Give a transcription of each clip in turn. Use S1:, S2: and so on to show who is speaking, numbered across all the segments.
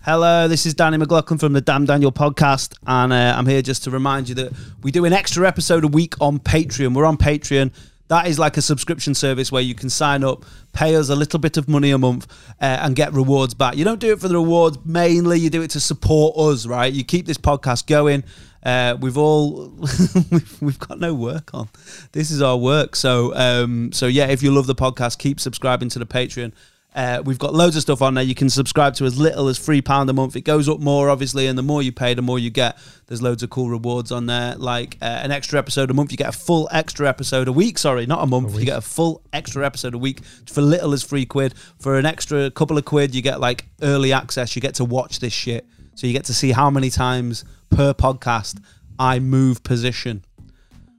S1: Hello, this is Danny McLaughlin from the Damn Daniel podcast, and uh, I'm here just to remind you that we do an extra episode a week on Patreon. We're on Patreon. That is like a subscription service where you can sign up, pay us a little bit of money a month, uh, and get rewards back. You don't do it for the rewards mainly, you do it to support us, right? You keep this podcast going. Uh, we've all we've, we've got no work on. This is our work. So um, so yeah, if you love the podcast, keep subscribing to the Patreon. Uh, we've got loads of stuff on there. You can subscribe to as little as three pound a month. It goes up more, obviously, and the more you pay, the more you get. There's loads of cool rewards on there, like uh, an extra episode a month. You get a full extra episode a week. Sorry, not a month. you get a full extra episode a week for little as three quid. For an extra couple of quid, you get like early access. You get to watch this shit, so you get to see how many times per podcast I move position.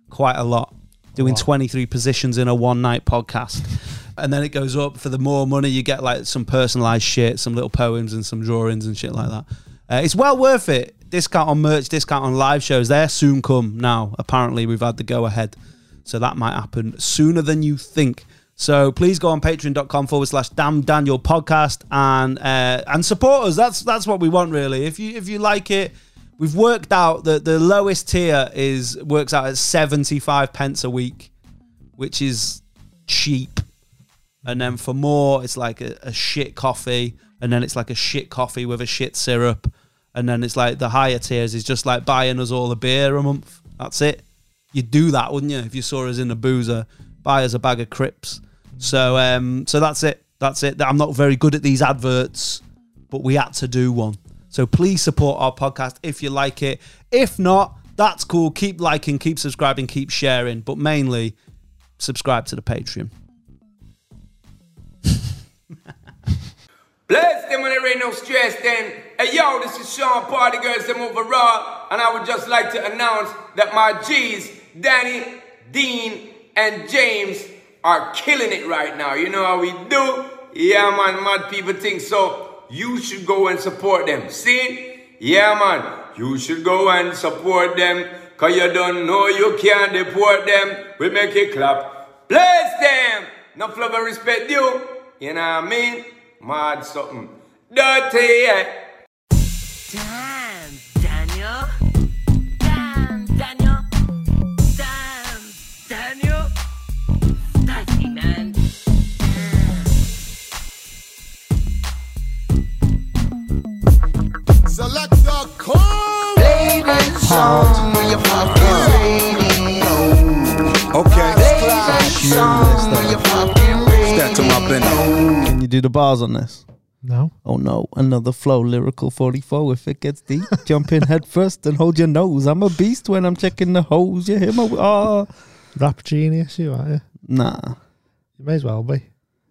S1: Quite a lot. Doing 23 positions in a one night podcast. and then it goes up for the more money you get like some personalized shit some little poems and some drawings and shit like that uh, it's well worth it discount on merch discount on live shows they're soon come now apparently we've had the go ahead so that might happen sooner than you think so please go on patreon.com forward slash damn daniel podcast and uh, and support us that's that's what we want really if you if you like it we've worked out that the lowest tier is works out at 75 pence a week which is cheap and then for more it's like a, a shit coffee and then it's like a shit coffee with a shit syrup and then it's like the higher tiers is just like buying us all a beer a month that's it you'd do that wouldn't you if you saw us in the boozer buy us a bag of crips so um so that's it that's it i'm not very good at these adverts but we had to do one so please support our podcast if you like it if not that's cool keep liking keep subscribing keep sharing but mainly subscribe to the patreon
S2: Bless them when there ain't no stress then. Hey yo, this is Sean Party Girls, them overall, and I would just like to announce that my G's, Danny, Dean, and James are killing it right now. You know how we do? Yeah man, mad people think so. You should go and support them. See? Yeah man, you should go and support them. Cause you don't know you can't deport them. We make it clap. Bless them! No love and respect you. You know what I mean? Mad something. Dirty, yeah.
S3: Damn, Daniel. Damn, Daniel. Damn, Daniel. Dirty man.
S4: Select.com.
S5: Step to my business.
S1: Can you do the bars on this?
S6: No.
S1: Oh no, another flow, lyrical 44. If it gets deep, jump in head first and hold your nose. I'm a beast when I'm checking the holes. You hear my. Oh,
S6: Rap genius, you are. Yeah.
S1: nah.
S6: You may as well be.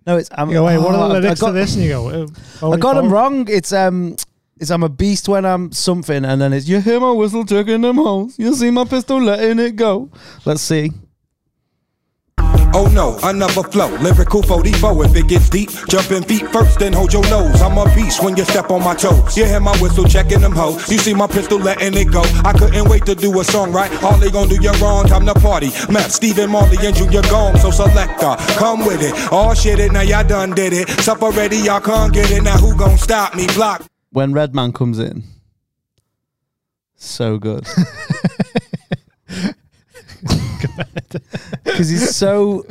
S1: No, it's. I'm,
S6: You go, wait, what
S1: oh,
S6: are
S1: I-
S6: the lyrics
S1: I got,
S6: to this? And you go, "Oh,
S1: I
S6: only
S1: got them
S6: folk."
S1: wrong. It's, um. It's I'm a beast when I'm something, and then it's you hear my whistle checking them holes. You see my pistol letting it go. Let's see.
S5: Oh no, another flow, lyrical 44. If it gets deep, jumping feet first, then hold your nose. I'm a beast when you step on my toes. You hear my whistle checking them hoes. You see my pistol letting it go. I couldn't wait to do a song, right? All they gonna do you wrong, time to party. Map, Stephen Marley and Junior Gong, so selector, come with it. All shit it, now y'all done did it. Supper ready, y'all can't get it. Now who gon' stop me? Block.
S1: When Redman comes in, so good. Because he's so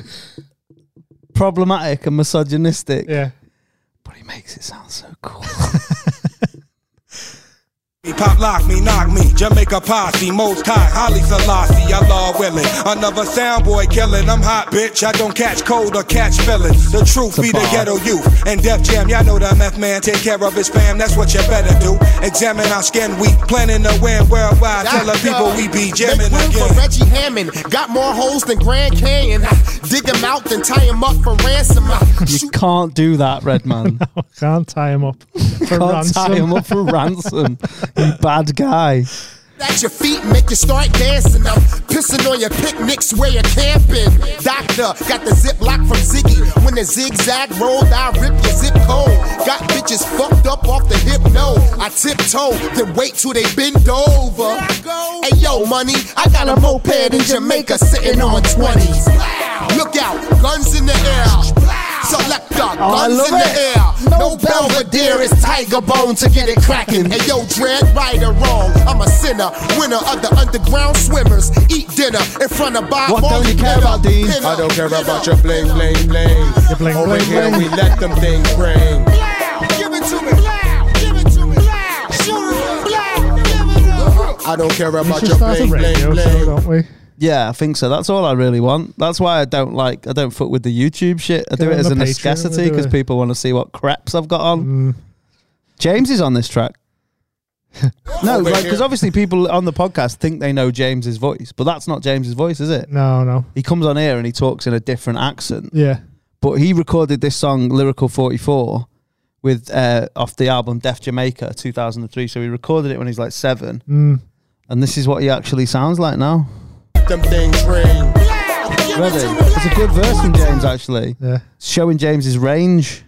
S1: problematic and misogynistic.
S6: Yeah.
S1: But he makes it sound so cool.
S5: Me Pop lock me, knock me, Jamaica posse, most high, Holly Selassie, I law willing. Another sound boy killing, I'm hot, bitch. I don't catch cold or catch feelings. The truth be the
S1: bar.
S5: ghetto youth. And Def Jam, y'all know the meth man, take care of his fam, that's what you better do. Examine our skin, we planning to win worldwide. Tell the people we be jamming
S4: Make room for
S5: again.
S4: Reggie Hammond. Got more holes than Grand Canyon. Dig him out, then tie him up for ransom.
S1: you
S4: Shoot
S1: can't do that, Redman.
S6: I can't tie him up for
S1: can't
S6: ransom.
S1: tie him up for ransom. You bad guy.
S4: at your feet, make you start dancing. I'm pissing on your picnics where you're camping. Doctor, got the ziplock from Ziggy. When the zigzag rolled, I rip your zip code. Got bitches fucked up off the hypno. I tiptoe, then wait till they bend over. Hey yo, money, I got a moped in Jamaica sitting on 20s. Look out, guns in the air. Selector,
S1: Oh, I
S4: guns
S1: love
S4: in the
S1: it.
S4: air.
S1: No
S4: No, Belvedere is tiger bone to get it cracking. Hey yo, dread right or wrong, I'm a sinner. Winner of the underground swimmers. Eat dinner in front of Bob
S1: What don't
S4: Marley,
S1: you care
S4: dinner,
S1: about, Dean?
S4: dinner,
S7: I don't care
S4: dinner.
S7: about your bling, bling, bling.
S6: Your bling,
S7: Over
S6: bling,
S7: here, we
S6: bling.
S7: let them things ring.
S4: Give it to me. Give it to me. Shoot it. Give it to me.
S7: I don't care
S6: We
S7: about your
S6: should start a
S7: bling,
S6: radio
S7: bling,
S6: show,
S7: bling.
S6: don't we?
S1: Yeah, I think so. That's all I really want. That's why I don't like. I don't fuck with the YouTube shit. I
S6: Go
S1: do it
S6: on
S1: as
S6: the
S1: a
S6: Patreon,
S1: necessity
S6: we'll do
S1: because
S6: it. Mm.
S1: people want to see what craps I've got on. James is on this track. no,
S7: Over
S1: like because
S7: here.
S1: obviously people on the podcast think they know James's voice, but that's not James's voice, is it?
S6: No, no.
S1: He comes on here and he talks in a different accent.
S6: Yeah.
S1: But he recorded this song Lyrical 44 with uh, off the album Def Jamaica 2003. So he recorded it when he's like 7. And this is what he actually sounds like now.
S7: Them things ring.
S1: Ready? It's a good verse from James actually.
S6: Yeah.
S1: Showing James's range.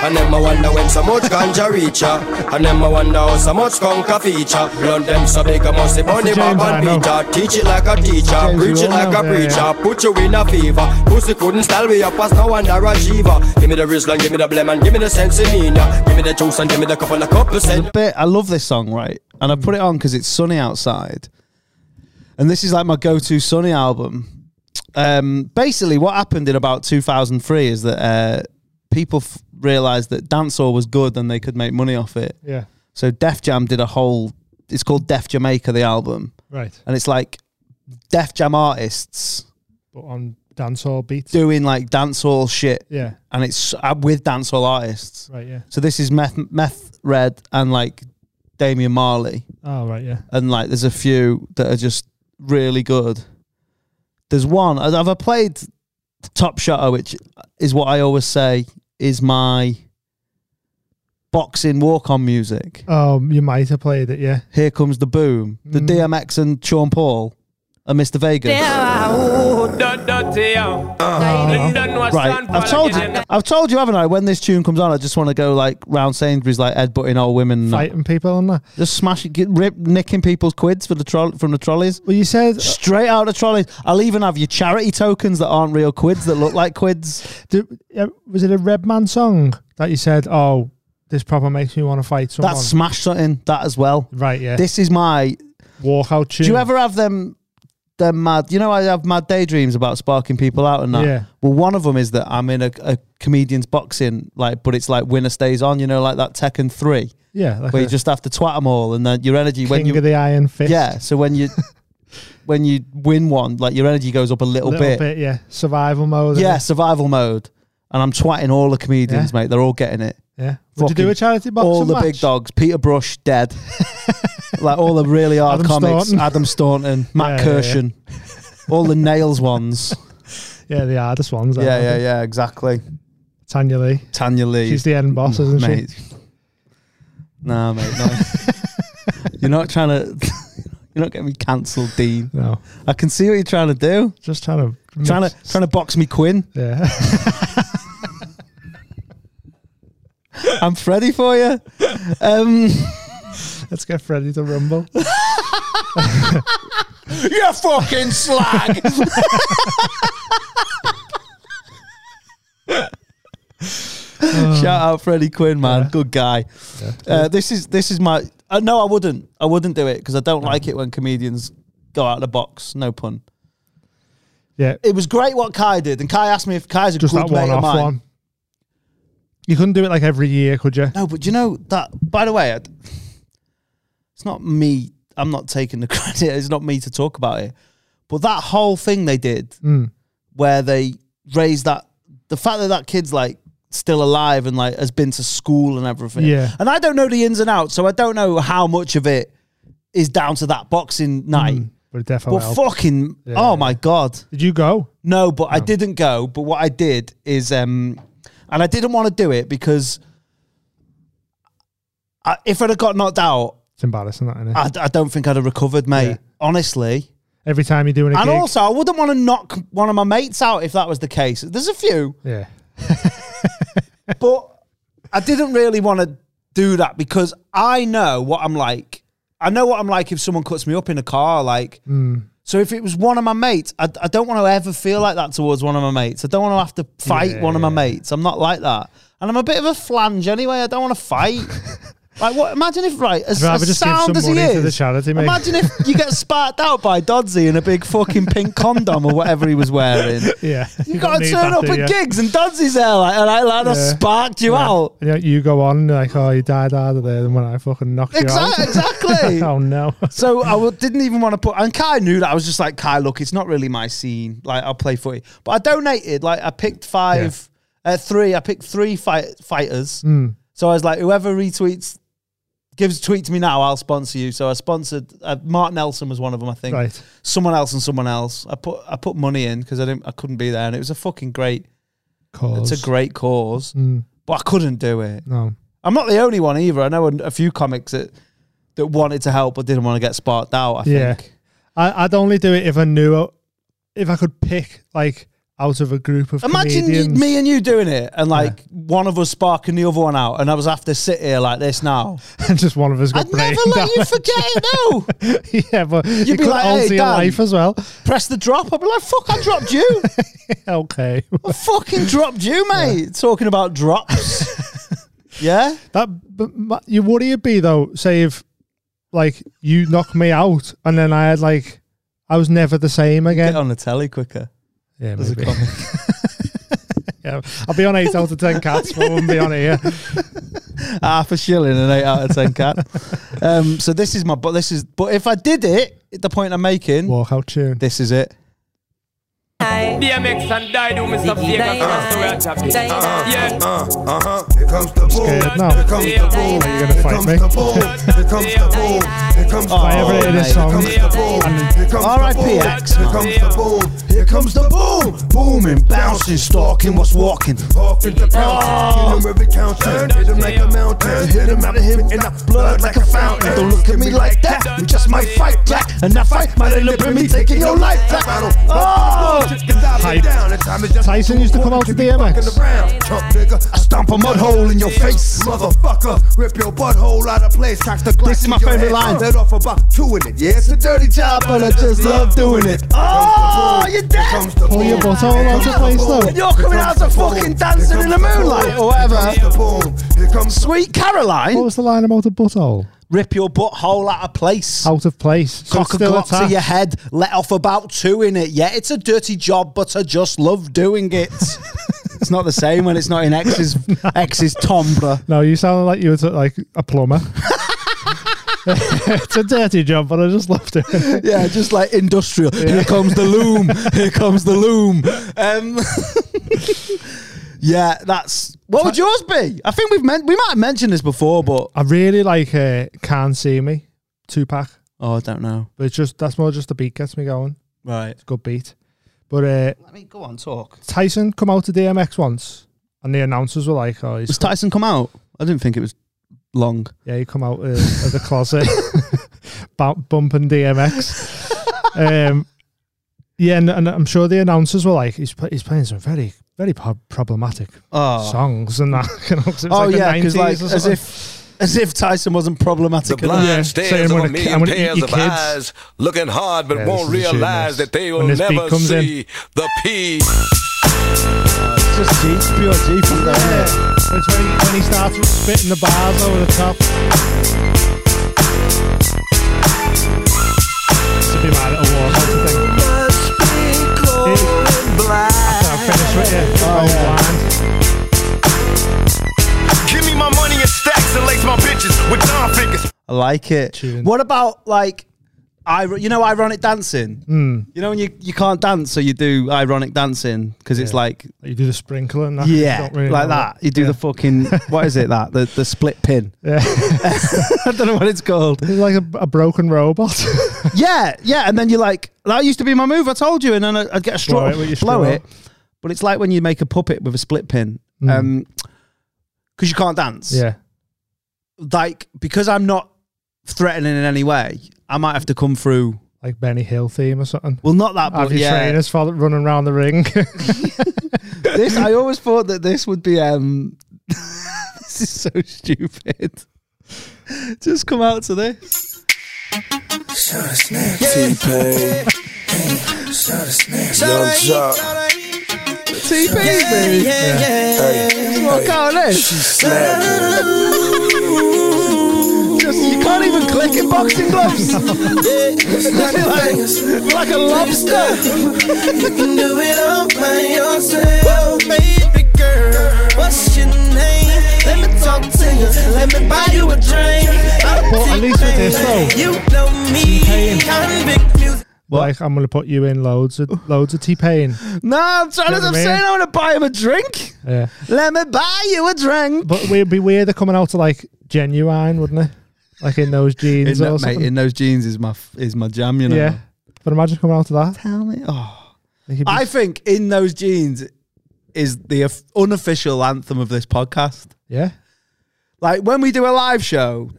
S7: And them I wonder when so much ganja reach ya And them I wonder how so much conca feature Blunt them so big I must say bunny
S6: James
S7: bob
S6: I
S7: and
S6: know.
S7: Peter Teach it like a teacher,
S6: James
S7: preach it
S6: Rowan,
S7: like a
S6: yeah,
S7: preacher
S6: yeah.
S7: Put you in a fever Pussy couldn't style me up as now and a Rajiva Give me the Rizlan, give me the blem and give me the Sensimina Give me the juice and give me the couple of couple cent
S1: bit. I love this song, right? And I put it on because it's sunny outside, and this is like my go-to sunny album. Um, basically, what happened in about 2003 is that uh, people f- realized that dancehall was good and they could make money off it.
S6: Yeah.
S1: So Def Jam did a whole. It's called Def Jamaica, the album,
S6: Right.
S1: and it's like Def Jam artists
S6: But on dancehall beats.
S1: doing like dancehall shit,
S6: Yeah.
S1: and it's uh, with dancehall artists.
S6: Right. Yeah.
S1: So this is Meth, Meth Red and like Damian Marley.
S6: Oh, right. Yeah.
S1: and like there's a few that are just really good. There's one I've I've played Top Shotter, which is what I always say is my boxing walk on music.
S6: Um, you might have played it. Yeah.
S1: Here comes the boom. The DMX and Sean Paul and Mr. Vegas. Right, I've told you, I've told you, haven't I? When this tune comes on, I just want to go like round Sainsbury's, like Ed butting old women, and
S6: Fighting people on that.
S1: just smashing, get, rip, nicking people's quids for the troll from the trolleys.
S6: Well, you said.
S1: Straight out of trolleys. I'll even have your charity tokens that aren't real quids that look like quids.
S6: do- uh, was it a Red Man song that you said? Oh, this proper makes me want to fight someone.
S1: That's smash something. That as well.
S6: right. Yeah.
S1: This is my.
S6: walkout tune.
S1: Do you ever have them? Them mad. You know, I have mad daydreams about sparking people out and that.
S6: Yeah.
S1: Well, one of them is that I'm in a, a comedian's boxing like, but it's like winner stays on. You know, like that Tekken three
S6: Yeah. Like
S1: where
S6: a
S1: you just have to twat them all and then your energy when
S6: King
S1: you
S6: of the Iron Fist.
S1: yeah. So when you when you win one, like your energy goes up a little,
S6: Little bit. Yeah. Survival mode. isn't
S1: Yeah,
S6: it?
S1: survival mode. And I'm twatting all the comedians,
S6: Yeah.
S1: mate. They're all getting it.
S6: Yeah. Would you do
S1: Fucking
S6: a charity boxing
S1: all the
S6: match?
S1: big dogs. Peter Brush dead. like all the really hard
S6: Adam
S1: comics.
S6: Staunton.
S1: Adam Staunton, Matt
S6: Yeah, yeah, yeah.
S1: Kirshen, all the nails ones.
S6: Yeah, the hardest ones.
S1: yeah, yeah, yeah, exactly.
S6: Tanya Lee.
S1: Tanya Lee,
S6: She's the end boss, isn't
S1: mate. Nah, mate, no. you're not trying to. You're not getting me cancelled, Dean.
S6: she? No.
S1: I can see what you're trying to do.
S6: Just trying to.
S1: Trying to trying to box me, Quinn.
S6: Yeah.
S1: I'm Freddy for you. Um,
S6: Let's get Freddy to rumble.
S7: You fucking slag!
S1: Shout out Freddie Quinn, man, good guy. Uh, this is this is my. Uh, no, I wouldn't. I wouldn't do it because I don't like it when comedians go out of the box. No pun.
S6: Yeah.
S1: It was great what Kai did, and Kai asked me if Kai's a
S6: Just
S1: good
S6: that
S1: mate
S6: one
S1: of
S6: off
S1: mine.
S6: one. You couldn't do it like every year, could you?
S1: No, but you know that. By the way, I d- it's not me. I'm not taking the credit. It's not me to talk about it. But that whole thing they did, where they raised that, the fact that that kid's like still alive and like has been to school and everything.
S6: Yeah.
S1: And I don't know the ins and outs, so I don't know how much of it is down to that boxing night.
S6: Mm, But it definitely.
S1: But
S6: helped.
S1: fucking, oh my god.
S6: Did you go?
S1: No, but I didn't go. But what I did is, um, and I didn't want to do it because I, if I'd have got knocked out,
S6: It's embarrassing, that, isn't it?
S1: I, I don't think I'd have recovered, mate.
S6: Yeah.
S1: Honestly,
S6: every time you're doing a
S1: and
S6: gig.
S1: also I wouldn't want to knock one of my mates out if that was the case. There's a few,
S6: yeah.
S1: but I didn't really want to do that because
S6: Hmm.
S1: I know what I'm like. I know what I'm like if someone cuts me up in a car, like. So if it was one of my mates, I, I don't want to ever feel like that towards one of my mates. I don't want to have to fight one of my mates. I'm not like that, and I'm a bit of a flange anyway. I don't want to fight. like what? Imagine if right as,
S6: rather
S1: as
S6: just give
S1: sound
S6: some
S1: as he
S6: money
S1: is,
S6: to the charity, mate.
S1: imagine if you get sparked out by Dodsey in a big fucking pink condom or whatever he was wearing.
S6: Yeah.
S1: You got to
S6: need
S1: turn
S6: that,
S1: up
S6: do
S1: at
S6: you?
S1: gigs and Dodsey's there like, and I like, I
S6: Yeah.
S1: sparked you
S6: Yeah.
S1: out.
S6: And you you go on and you're like, oh, you died harder there than when I fucking knocked
S1: Exactly.
S6: you out.
S1: exactly.
S6: oh, no.
S1: So I w- didn't even want to put, and Kai knew that I was just like, Kai, look, it's not really my scene. Like, I'll play footy, but I donated. Like, I picked five, uh, three. I picked three fight fighters.
S6: Hmm.
S1: So I was like, whoever retweets, gives a tweet to me now, I'll sponsor you. So I sponsored. Uh, Mark Nelson was one of them, I think.
S6: Right.
S1: Someone else and someone else. I put I put money in because I didn't I couldn't be there, and it was a fucking great.
S6: Cause. Mm.
S1: It's a great cause, but I couldn't do it.
S6: No.
S1: I'm not the only one either. I know a, a few comics that that wanted to help but didn't want to get sparked out. I
S6: Yeah.
S1: think.
S6: I, I'd only do it if I knew, if I could pick, like, out of a group of
S1: Imagine you,
S6: comedians.
S1: me and you doing it, and like one of us sparking the other one out, and I was have to sit here like this now.
S6: and just one of us got
S1: I'd never
S6: brain
S1: let you
S6: damage.
S1: forget it. No,
S6: yeah, but you
S1: be
S6: could
S1: like,
S6: alter
S1: "Hey,
S6: your
S1: Dan."
S6: life as well.
S1: press the drop. I'd be like, "Fuck, I dropped you.
S6: okay.
S1: I fucking dropped you, mate." Talking about drops. yeah,
S6: That but my, you worry it'd be though. Say if like you knock me out and then I had like I was never the same
S1: get
S6: again.
S1: on the telly quicker.
S6: yeah,
S1: There's a
S6: maybe.
S1: comic.
S6: yeah, I'll be on eight out of ten cats, but I wouldn't be on here.
S1: half a shilling and eight out of ten cat. um, so this is my but this is but if I did it, the point I'm making,
S6: Walk out tune.
S1: this is it.
S2: DMX and Dido, Mr. Faker, Mr. Ratchabit. Yeah.
S5: Uh, uh-huh. Here comes the boom.
S6: Scared now.
S5: Here comes the boom.
S6: Are you gonna fight me?
S5: Here comes the boom. Here comes the boom. Here comes the boom.
S1: Oh,
S6: I ever hear this
S5: Here
S6: song?
S5: comes the boom. Here comes the
S1: R.I.P.
S5: boom.
S1: X,
S5: Here comes the boom. Here comes the boom. Booming, bouncing, stalking, what's walking. Walking the
S6: Oh.
S5: bouncing. Hit him every counter. Hit him like a mountain. Hit him out of him in the blood like a fountain. Don't look at me like that. You just might fight back. And that fight might end up in me taking your life back. I don't.
S6: Hype.
S5: Oh!
S6: Tyson used to come out to DMX.
S5: around, chump nigga. I stomp a mud hole in your face, motherfucker. Rip your butthole out of place. Cock the glass.
S1: This is
S5: in
S1: my
S5: your
S1: favorite
S5: head.
S1: line.
S5: Let off about two in it. Yeah, it's a dirty job, but I just love doing it.
S1: Oh,
S5: Here
S1: you're
S5: comes the boom. Here comes the
S1: dead.
S6: Pull your
S5: boom.
S6: butthole
S5: Here
S6: out
S5: comes
S6: your
S5: the
S6: place,
S5: boom.
S6: though.
S1: You're coming
S5: Here
S1: out
S5: comes
S1: to
S5: the boom.
S1: fucking dancing
S5: Here
S1: in the
S5: comes
S1: moonlight
S5: boom.
S1: or whatever.
S5: Here comes the boom. Here comes the
S1: Sweet
S6: What
S1: Caroline,
S6: was the line about a butthole?
S1: rip your butthole out of place.
S6: Out of place. So it's
S1: Cock a
S6: still
S1: glock to
S6: attacked.
S1: your head, let off about two in it. Yeah, it's a dirty job, but I just love doing it. it's not the same when it's not in X's X's timbre.
S6: No, you sounded like you were t- like a plumber. it's a dirty job, but I just love doing it.
S1: Yeah, just like industrial. Here comes the loom. Here comes the loom. Um, yeah, that's what would yours be? I think we've meant we might have mentioned this before, but
S6: I really like uh, Can't See Me, Tupac.
S1: oh, I don't know.
S6: But it's just that's more just the beat gets me going.
S1: Right.
S6: It's a good beat. But uh,
S1: Let me go on talk.
S6: Tyson come out to DMX once, and the announcers were like, "Oh, he's
S1: Does Tyson come out? I didn't think it was long.
S6: yeah, he come out uh, of the closet, bu- bumping DMX." um, yeah, and, and I'm sure the announcers were like, "He's pl- he's playing some very very pro- problematic
S1: Oh,
S6: songs and that." You know, 'cause it's
S1: oh
S6: like the
S1: yeah, because
S6: 90s
S1: like
S6: or
S1: as
S6: something.
S1: if as if Tyson wasn't problematic.
S8: The
S1: enough.
S8: blind
S6: Yeah,
S8: stares
S6: saying
S8: of
S6: when
S8: a
S6: a ki-
S8: million
S6: when you eat
S8: pairs of
S6: kids.
S8: eyes, looking hard but
S6: Yeah, this
S8: won't
S6: is a shame,
S8: realize
S6: this.
S8: that they will
S6: When this beat
S8: never
S6: comes in.
S8: see the P.
S1: It's just G, pure G from there. isn't it?
S6: It's when he, when he starts spitting the bars over the top. This would be my little war song thing. After I finish with you. Oh, blind.
S3: Give me my money in stacks and lace my bitches with Don figures.
S1: I like it.
S6: Tune.
S1: What about like, I you know ironic dancing. You know when you, you can't dance, so you do ironic dancing because it's
S6: Yeah.
S1: like
S6: You do the sprinkler and that. you
S1: yeah,
S6: don't really
S1: like
S6: know
S1: that. You do the fucking what is it that the the split pin?
S6: Yeah.
S1: I don't know what it's called.
S6: It's like a, a broken robot.
S1: Yeah, yeah, and then you're like that used to be my move. I told you, and then I- I'd get a straw,
S6: Blow it with your
S1: blow
S6: straw.
S1: it. But it's like when you make a puppet with a split pin, Um 'cause because you can't dance.
S6: Hmm. yeah.
S1: Like because I'm not threatening in any way, I might have to come through.
S6: Like Benny Hill theme or something.
S1: Well, not that,
S6: Have
S1: but
S6: your
S1: yeah,
S6: trainers follow, running around the ring.
S1: this I always thought that this would be um this is so stupid. Just come out to this.
S7: T-Pain. Young Jock.
S1: TP, baby.
S7: Hey,
S1: Walk out of this. Just, you can't even click in boxing gloves. like, like a lobster.
S6: But at least with this though,
S9: You know me,
S6: T-Pain.
S9: convict music.
S6: like I'm gonna put you in loads of loads of T Pain.
S1: Nah, I'm trying
S6: You know what I
S1: to. I'm
S6: mean?
S1: saying I want to buy him a drink.
S6: Yeah,
S1: Let me buy you a drink.
S6: but it'd be weirder coming out to like genuine, wouldn't it? Like in those
S1: In,
S6: jeans
S1: that-
S6: or
S1: mate,
S6: something.
S1: in those jeans is my f- is my jam. You know.
S6: yeah, but imagine coming out to that.
S1: Tell me. Oh.
S6: Like, he'd be-
S1: I think in those jeans is the of- unofficial anthem of this podcast.
S6: yeah,
S1: Like when we do a live show,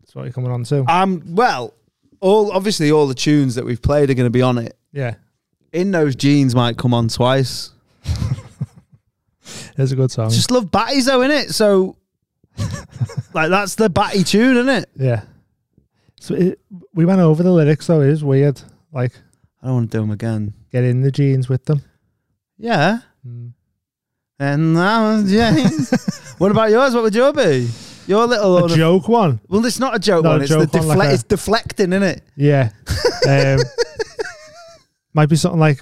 S6: that's what you're coming on to.
S1: I'm well, all obviously all the tunes that we've played are going to be on it.
S6: yeah,
S1: In those jeans might come on twice.
S6: it's a good song.
S1: Just love Batty's though, innit? So like that's the Batty tune, innit?
S6: yeah. So it, we went over the lyrics though. It is weird. Like
S1: I don't want to do them again.
S6: get in the jeans with them.
S1: Yeah.
S6: Hmm.
S1: And that was James. what about yours? What would your be? Your little
S6: A
S1: unofficial-
S6: joke one.
S1: Well, it's not a joke
S6: Not a
S1: one. It's
S6: joke
S1: the
S6: one,
S1: defle-
S6: like a-
S1: it's deflecting, isn't it?
S6: Yeah. Um, might be something like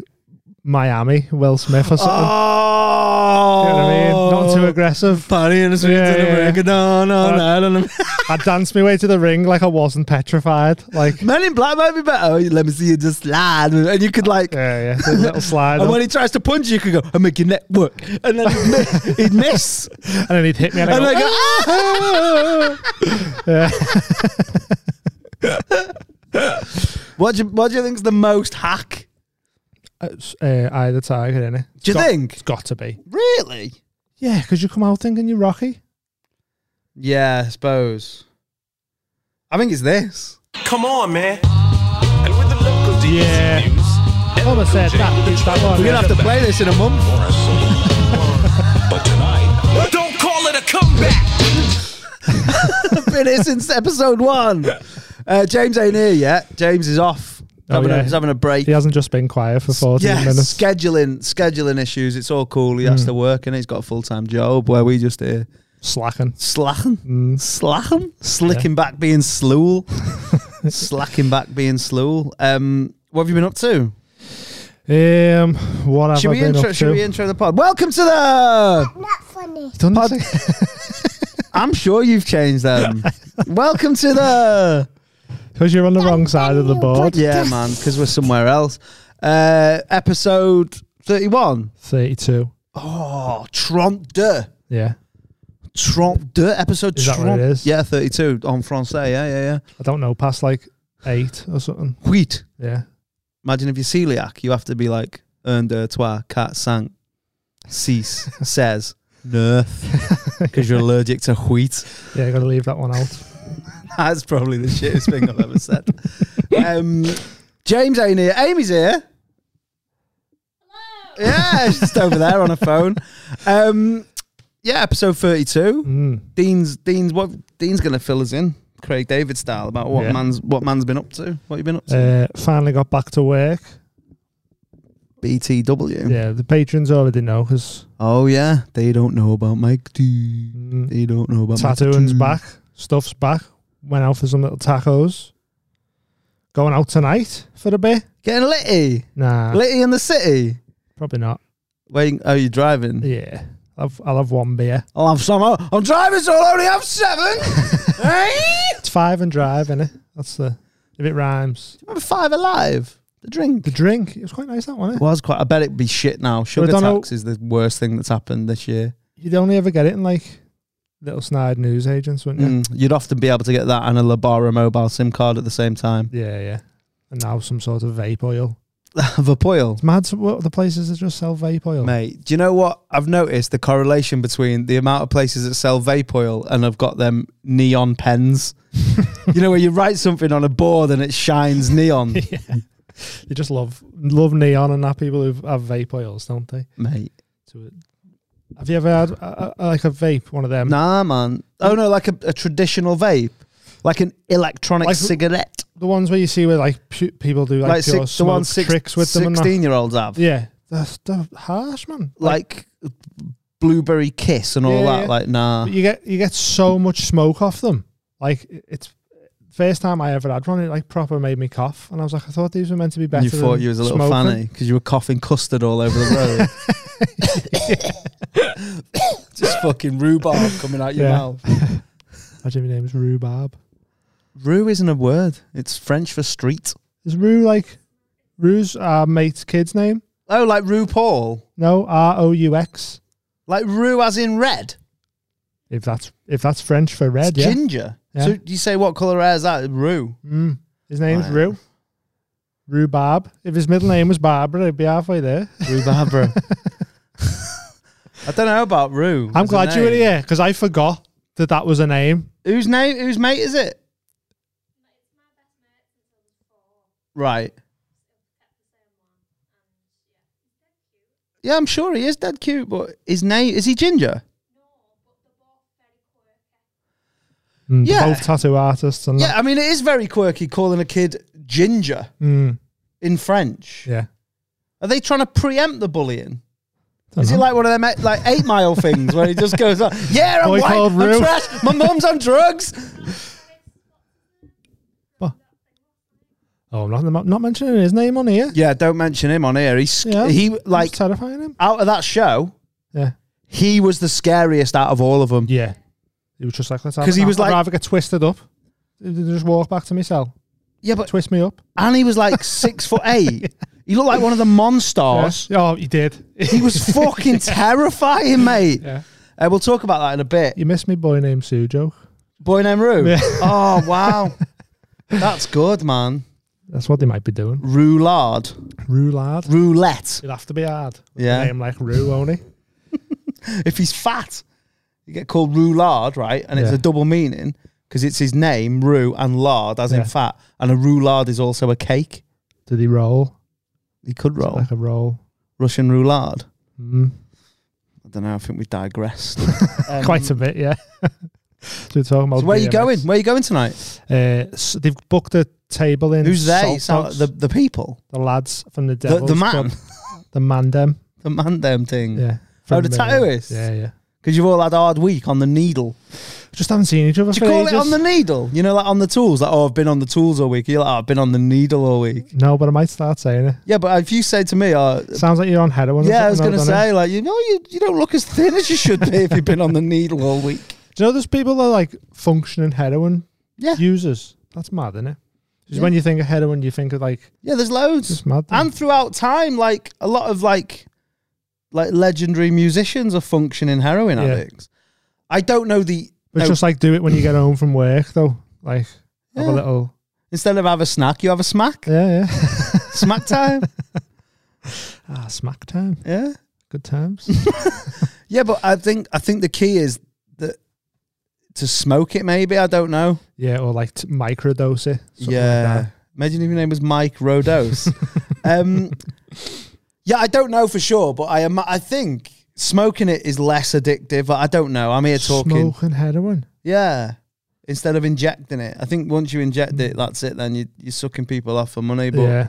S6: Miami, Will Smith or something.
S1: Oh,
S6: You know what I mean? Not too aggressive.
S1: Party in the streets
S6: Yeah,
S1: of oh,
S6: yeah,
S1: America, down on
S6: But-
S1: Ireland.
S6: I danced my way to the ring like I wasn't petrified. Like,
S1: Men in Black might be better. Oh, Let me see you just slide, and you could like.
S6: yeah, yeah. did a little slide.
S1: And
S6: up,
S1: when he tries to punch you, you could go and make your neck work, and then he'd mi- he'd miss,
S6: and then he'd hit me and
S1: and
S6: I
S1: I
S6: go,
S1: go, ah! What do you, what do you think's the most hack?
S6: It's, uh, eye of the tiger, innit?
S1: Do you
S6: It's got-
S1: think?
S6: It's got to be.
S1: Really?
S6: Yeah, because you come out thinking you're Rocky.
S1: Yeah, I suppose. I think it's this.
S3: Come on, man. And with the lyrical deeds
S6: Yeah.
S3: and views,
S6: Mama said that. It's that one.
S1: We're gonna have to play this in a month.
S3: But tonight, don't call it a comeback.
S1: been here since episode one. Uh, James ain't here yet. James is off.
S6: Oh,
S1: having,
S6: yeah.
S1: a, he's having a break.
S6: He hasn't just been quiet for 14
S1: Yeah,
S6: minutes. Mm.
S1: scheduling scheduling issues. It's all cool. He has to work and he's got a full time job where we just here
S6: Slacking.
S1: slacking,
S6: Mm.
S1: slacking, slicking back being slool, slacking back being slool. Um, what have you been up to?
S6: Um, what have
S1: Should
S6: I
S1: we
S6: been
S1: intro?
S6: up
S1: Should
S6: to?
S1: we intro the pod? Welcome to the.
S6: Done this
S1: pod-
S6: again?
S1: I'm sure you've changed them. Welcome to the.
S6: Because you're on the wrong side of the board.
S1: Yeah, man, because we're somewhere else. Uh, episode 31.
S6: 32.
S1: Oh, Trompe de.
S6: Yeah.
S1: Trompe de. Episode
S6: Is that what
S1: Trompe-
S6: it is?
S1: Yeah, 32 on Francais. Yeah, yeah, yeah.
S6: I don't know, past like eight or something.
S1: Wheat.
S6: Yeah.
S1: Imagine if you're celiac, you have to be like, un, deux, trois, quatre, cinq, six, says, neuf, because you're allergic to wheat.
S6: Yeah, I gotta leave that one out.
S1: That's probably the shittest thing I've ever said. Um, James ain't here. Amy's here. Yeah, she's just over there on her phone. Um, yeah, episode thirty-two.
S6: Mm.
S1: Dean's Dean's what Dean's gonna fill us in, Craig David style, about what
S6: Yeah.
S1: man's what man's been up to. What you been up to?
S6: Uh, finally got back to work.
S1: E BTW.
S6: Yeah, the patrons already know because
S1: Oh yeah, they don't know about Mike D. They don't know about Mike
S6: tattooing's
S1: D.
S6: back, stuff's back. Went out for some little tacos. Going out tonight for a bit?
S1: Getting litty,
S6: Nah,
S1: litty in the city.
S6: probably not.
S1: Wait, oh, you driving?
S6: Yeah, I've, I'll have one beer.
S1: I'll have some. I'm driving, so I'll only have seven. hey?
S6: It's five and drive, innit? That's the if it rhymes.
S1: Remember Five Alive? The drink.
S6: The drink, it was quite nice that one. Eh?
S1: was quite. I bet it'd be shit now. Sugar
S6: don't know-
S1: tax is the worst thing that's happened this year.
S6: You'd only ever get it in like little snide news agents, wouldn't you?
S1: Mm, You'd often be able to get that and a Labara mobile SIM card at the same time.
S6: Yeah, yeah. And now some sort of vape oil.
S1: Vapoil.
S6: It's mad to what the places that just sell vape oil.
S1: Mate, do you know what? I've noticed the correlation between the amount of places that sell vape oil and I've got them neon pens. you know, where you write something on a board and it shines neon.
S6: They just love love neon and that people who have vape oils, don't they?
S1: Mate.
S6: To it. Have you ever had uh, uh, like a uh, vape, one of them?
S1: Nah, man. Oh, no, like a, a traditional vape.
S10: like an electronic
S6: Like-
S10: cigarette,
S6: The ones where you see where like pu- people do like,
S10: like,
S6: pure
S10: six, the one
S6: smoke tricks with them and that.
S10: sixteen year olds have,
S6: Yeah, that's, that's harsh, man.
S10: like blueberry kiss and all
S6: Yeah,
S10: that.
S6: yeah.
S10: Like nah,
S1: Ah.
S6: But you get you get so much smoke off them. Like it- it's first time I ever had one. It like proper made me cough, and I was like, I thought these were meant to be better.
S1: you thought
S6: than
S1: you was a little
S6: smoking.
S1: fanny because you were coughing custard all over the road. Just fucking rhubarb coming out your
S6: Yeah.
S1: mouth.
S6: Imagine your name is rhubarb.
S1: Rue isn't a word. It's French for street.
S6: Is Rue like Rue's our mate's kid's name?
S1: Oh, like RuPaul.
S6: No, R O U X.
S1: Like Rue as in red.
S6: If that's if that's French for red,
S1: It's
S6: yeah.
S1: ginger.
S6: Yeah.
S1: So you say what colour hair is that? Rue.
S6: Mm. His name's
S1: Right.
S6: Rue. Rue Barb. If his middle name was Barbara, it'd be halfway there.
S1: Rhubarb. I don't know about Rue.
S6: I'm
S1: as a
S6: glad you were
S1: name.
S6: here because I forgot that that was a name.
S1: Whose name? Whose mate is it? Right. Yeah, I'm sure he is dead cute, but his name is he Ginger?
S6: Mm,
S1: Yeah.
S6: Both tattoo artists and
S1: Yeah, I mean it is very quirky calling a kid Ginger
S6: that. Mm,
S1: in French.
S6: yeah.
S1: Are they trying to preempt the bullying?
S6: Don't
S1: Is it
S6: know.
S1: like one of them like eight mile things where he just goes, on, "Yeah, I'm
S6: Boy
S1: white,
S6: called
S1: I'm
S6: Rue."
S1: trash, my mum's on drugs."
S6: Oh, I'm not, I'm not mentioning his name on here.
S1: Yeah, don't mention him on here. He's
S6: Yeah.
S1: he
S6: I'm
S1: like
S6: terrifying him.
S1: out of that show,
S6: Yeah.
S1: he was the scariest out of all of them.
S6: Yeah. He was just like, let's have
S1: 'Cause
S6: it
S1: he
S6: now.
S1: was
S6: I'd
S1: like-
S6: rather get twisted up. than Just walk back to my cell.
S1: Yeah, but
S6: Twist me up.
S1: and he was like six foot eight. He looked like one of the monstars.
S6: Yeah. Oh, he did.
S1: He was fucking terrifying, mate.
S6: Yeah.
S1: Uh, we'll talk about that in a bit.
S6: you missed me boy named Sue joke.
S1: Boy named Rue.
S6: Yeah.
S1: Oh wow, that's good, man.
S6: That's what they might be doing.
S1: Roulade,
S6: Rue lad.
S1: roulette.
S6: It'd have to be hard. with a
S1: Yeah.
S6: Name like Rue, won't he?
S1: If he's fat, you get called roulade, right? And it's
S6: Yeah.
S1: a double meaning because it's his name, Rue, and lard, as
S6: Yeah.
S1: in fat. And a roulade is also a cake.
S6: Did he roll?
S1: He could roll
S6: Like a roll.
S1: Russian roulade.
S6: Mm.
S1: I don't know. I think we digressed. Um,
S6: Quite a bit, yeah. so we're talking about
S1: So where are you
S6: BMX.
S1: going? Where are you going tonight?
S6: Uh, s they've booked a table in.
S1: Who's they?
S6: Saltbox.
S1: Sound- the the people,
S6: the lads from the
S1: the,
S6: Devils.
S1: the man,
S6: Club. the man them.
S1: the man, them thing.
S6: Yeah.
S1: Oh, the
S6: From, uh,
S1: tattooist?
S6: Yeah, yeah.
S1: Because you've all had a hard week on the needle.
S6: Just haven't seen each other.
S1: Do
S6: for
S1: you call it
S6: ages.
S1: on the needle? You know, like on the tools. Like, oh, I've been on the tools all week. You're like, oh, I've been on the needle all week.
S6: No, but I might start saying it.
S1: Yeah, but if you say to me, oh,
S6: Sounds like you're on heroin. or
S1: yeah, I was
S6: something,
S1: going to
S6: though, don't
S1: say, like, you know, you, you don't look as thin as you should be if you've been on the needle all week.
S6: it? Do you know there's people that are like functioning heroin
S1: Yeah.
S6: users? That's mad, isn't it? Because when you think of heroin, you think of like
S1: Yeah, there's loads.
S6: It's mad, though.
S1: And throughout time, like a lot of like like legendary musicians are functioning heroin
S6: Yeah.
S1: addicts. I don't know the
S6: But
S1: No.
S6: just like do it when you get home from work, though. Like have
S1: Yeah.
S6: a little,
S1: instead of have a snack, you have a smack.
S6: yeah, yeah.
S1: Smack time.
S6: ah, smack time,
S1: yeah.
S6: good times.
S1: Yeah, but I think I think the key is that to smoke it. Maybe I don't know.
S6: yeah, or like t- microdose it. something like that.
S1: imagine if your name was Mike Rodos. um, yeah, I don't know for sure, but I am. I think smoking it is less addictive. I don't know. I'm here talking.
S6: Smoking heroin.
S1: Yeah. Instead of injecting it, I think once you inject it, that's it. Then you, you're sucking people off for money. But
S6: Mm. yeah,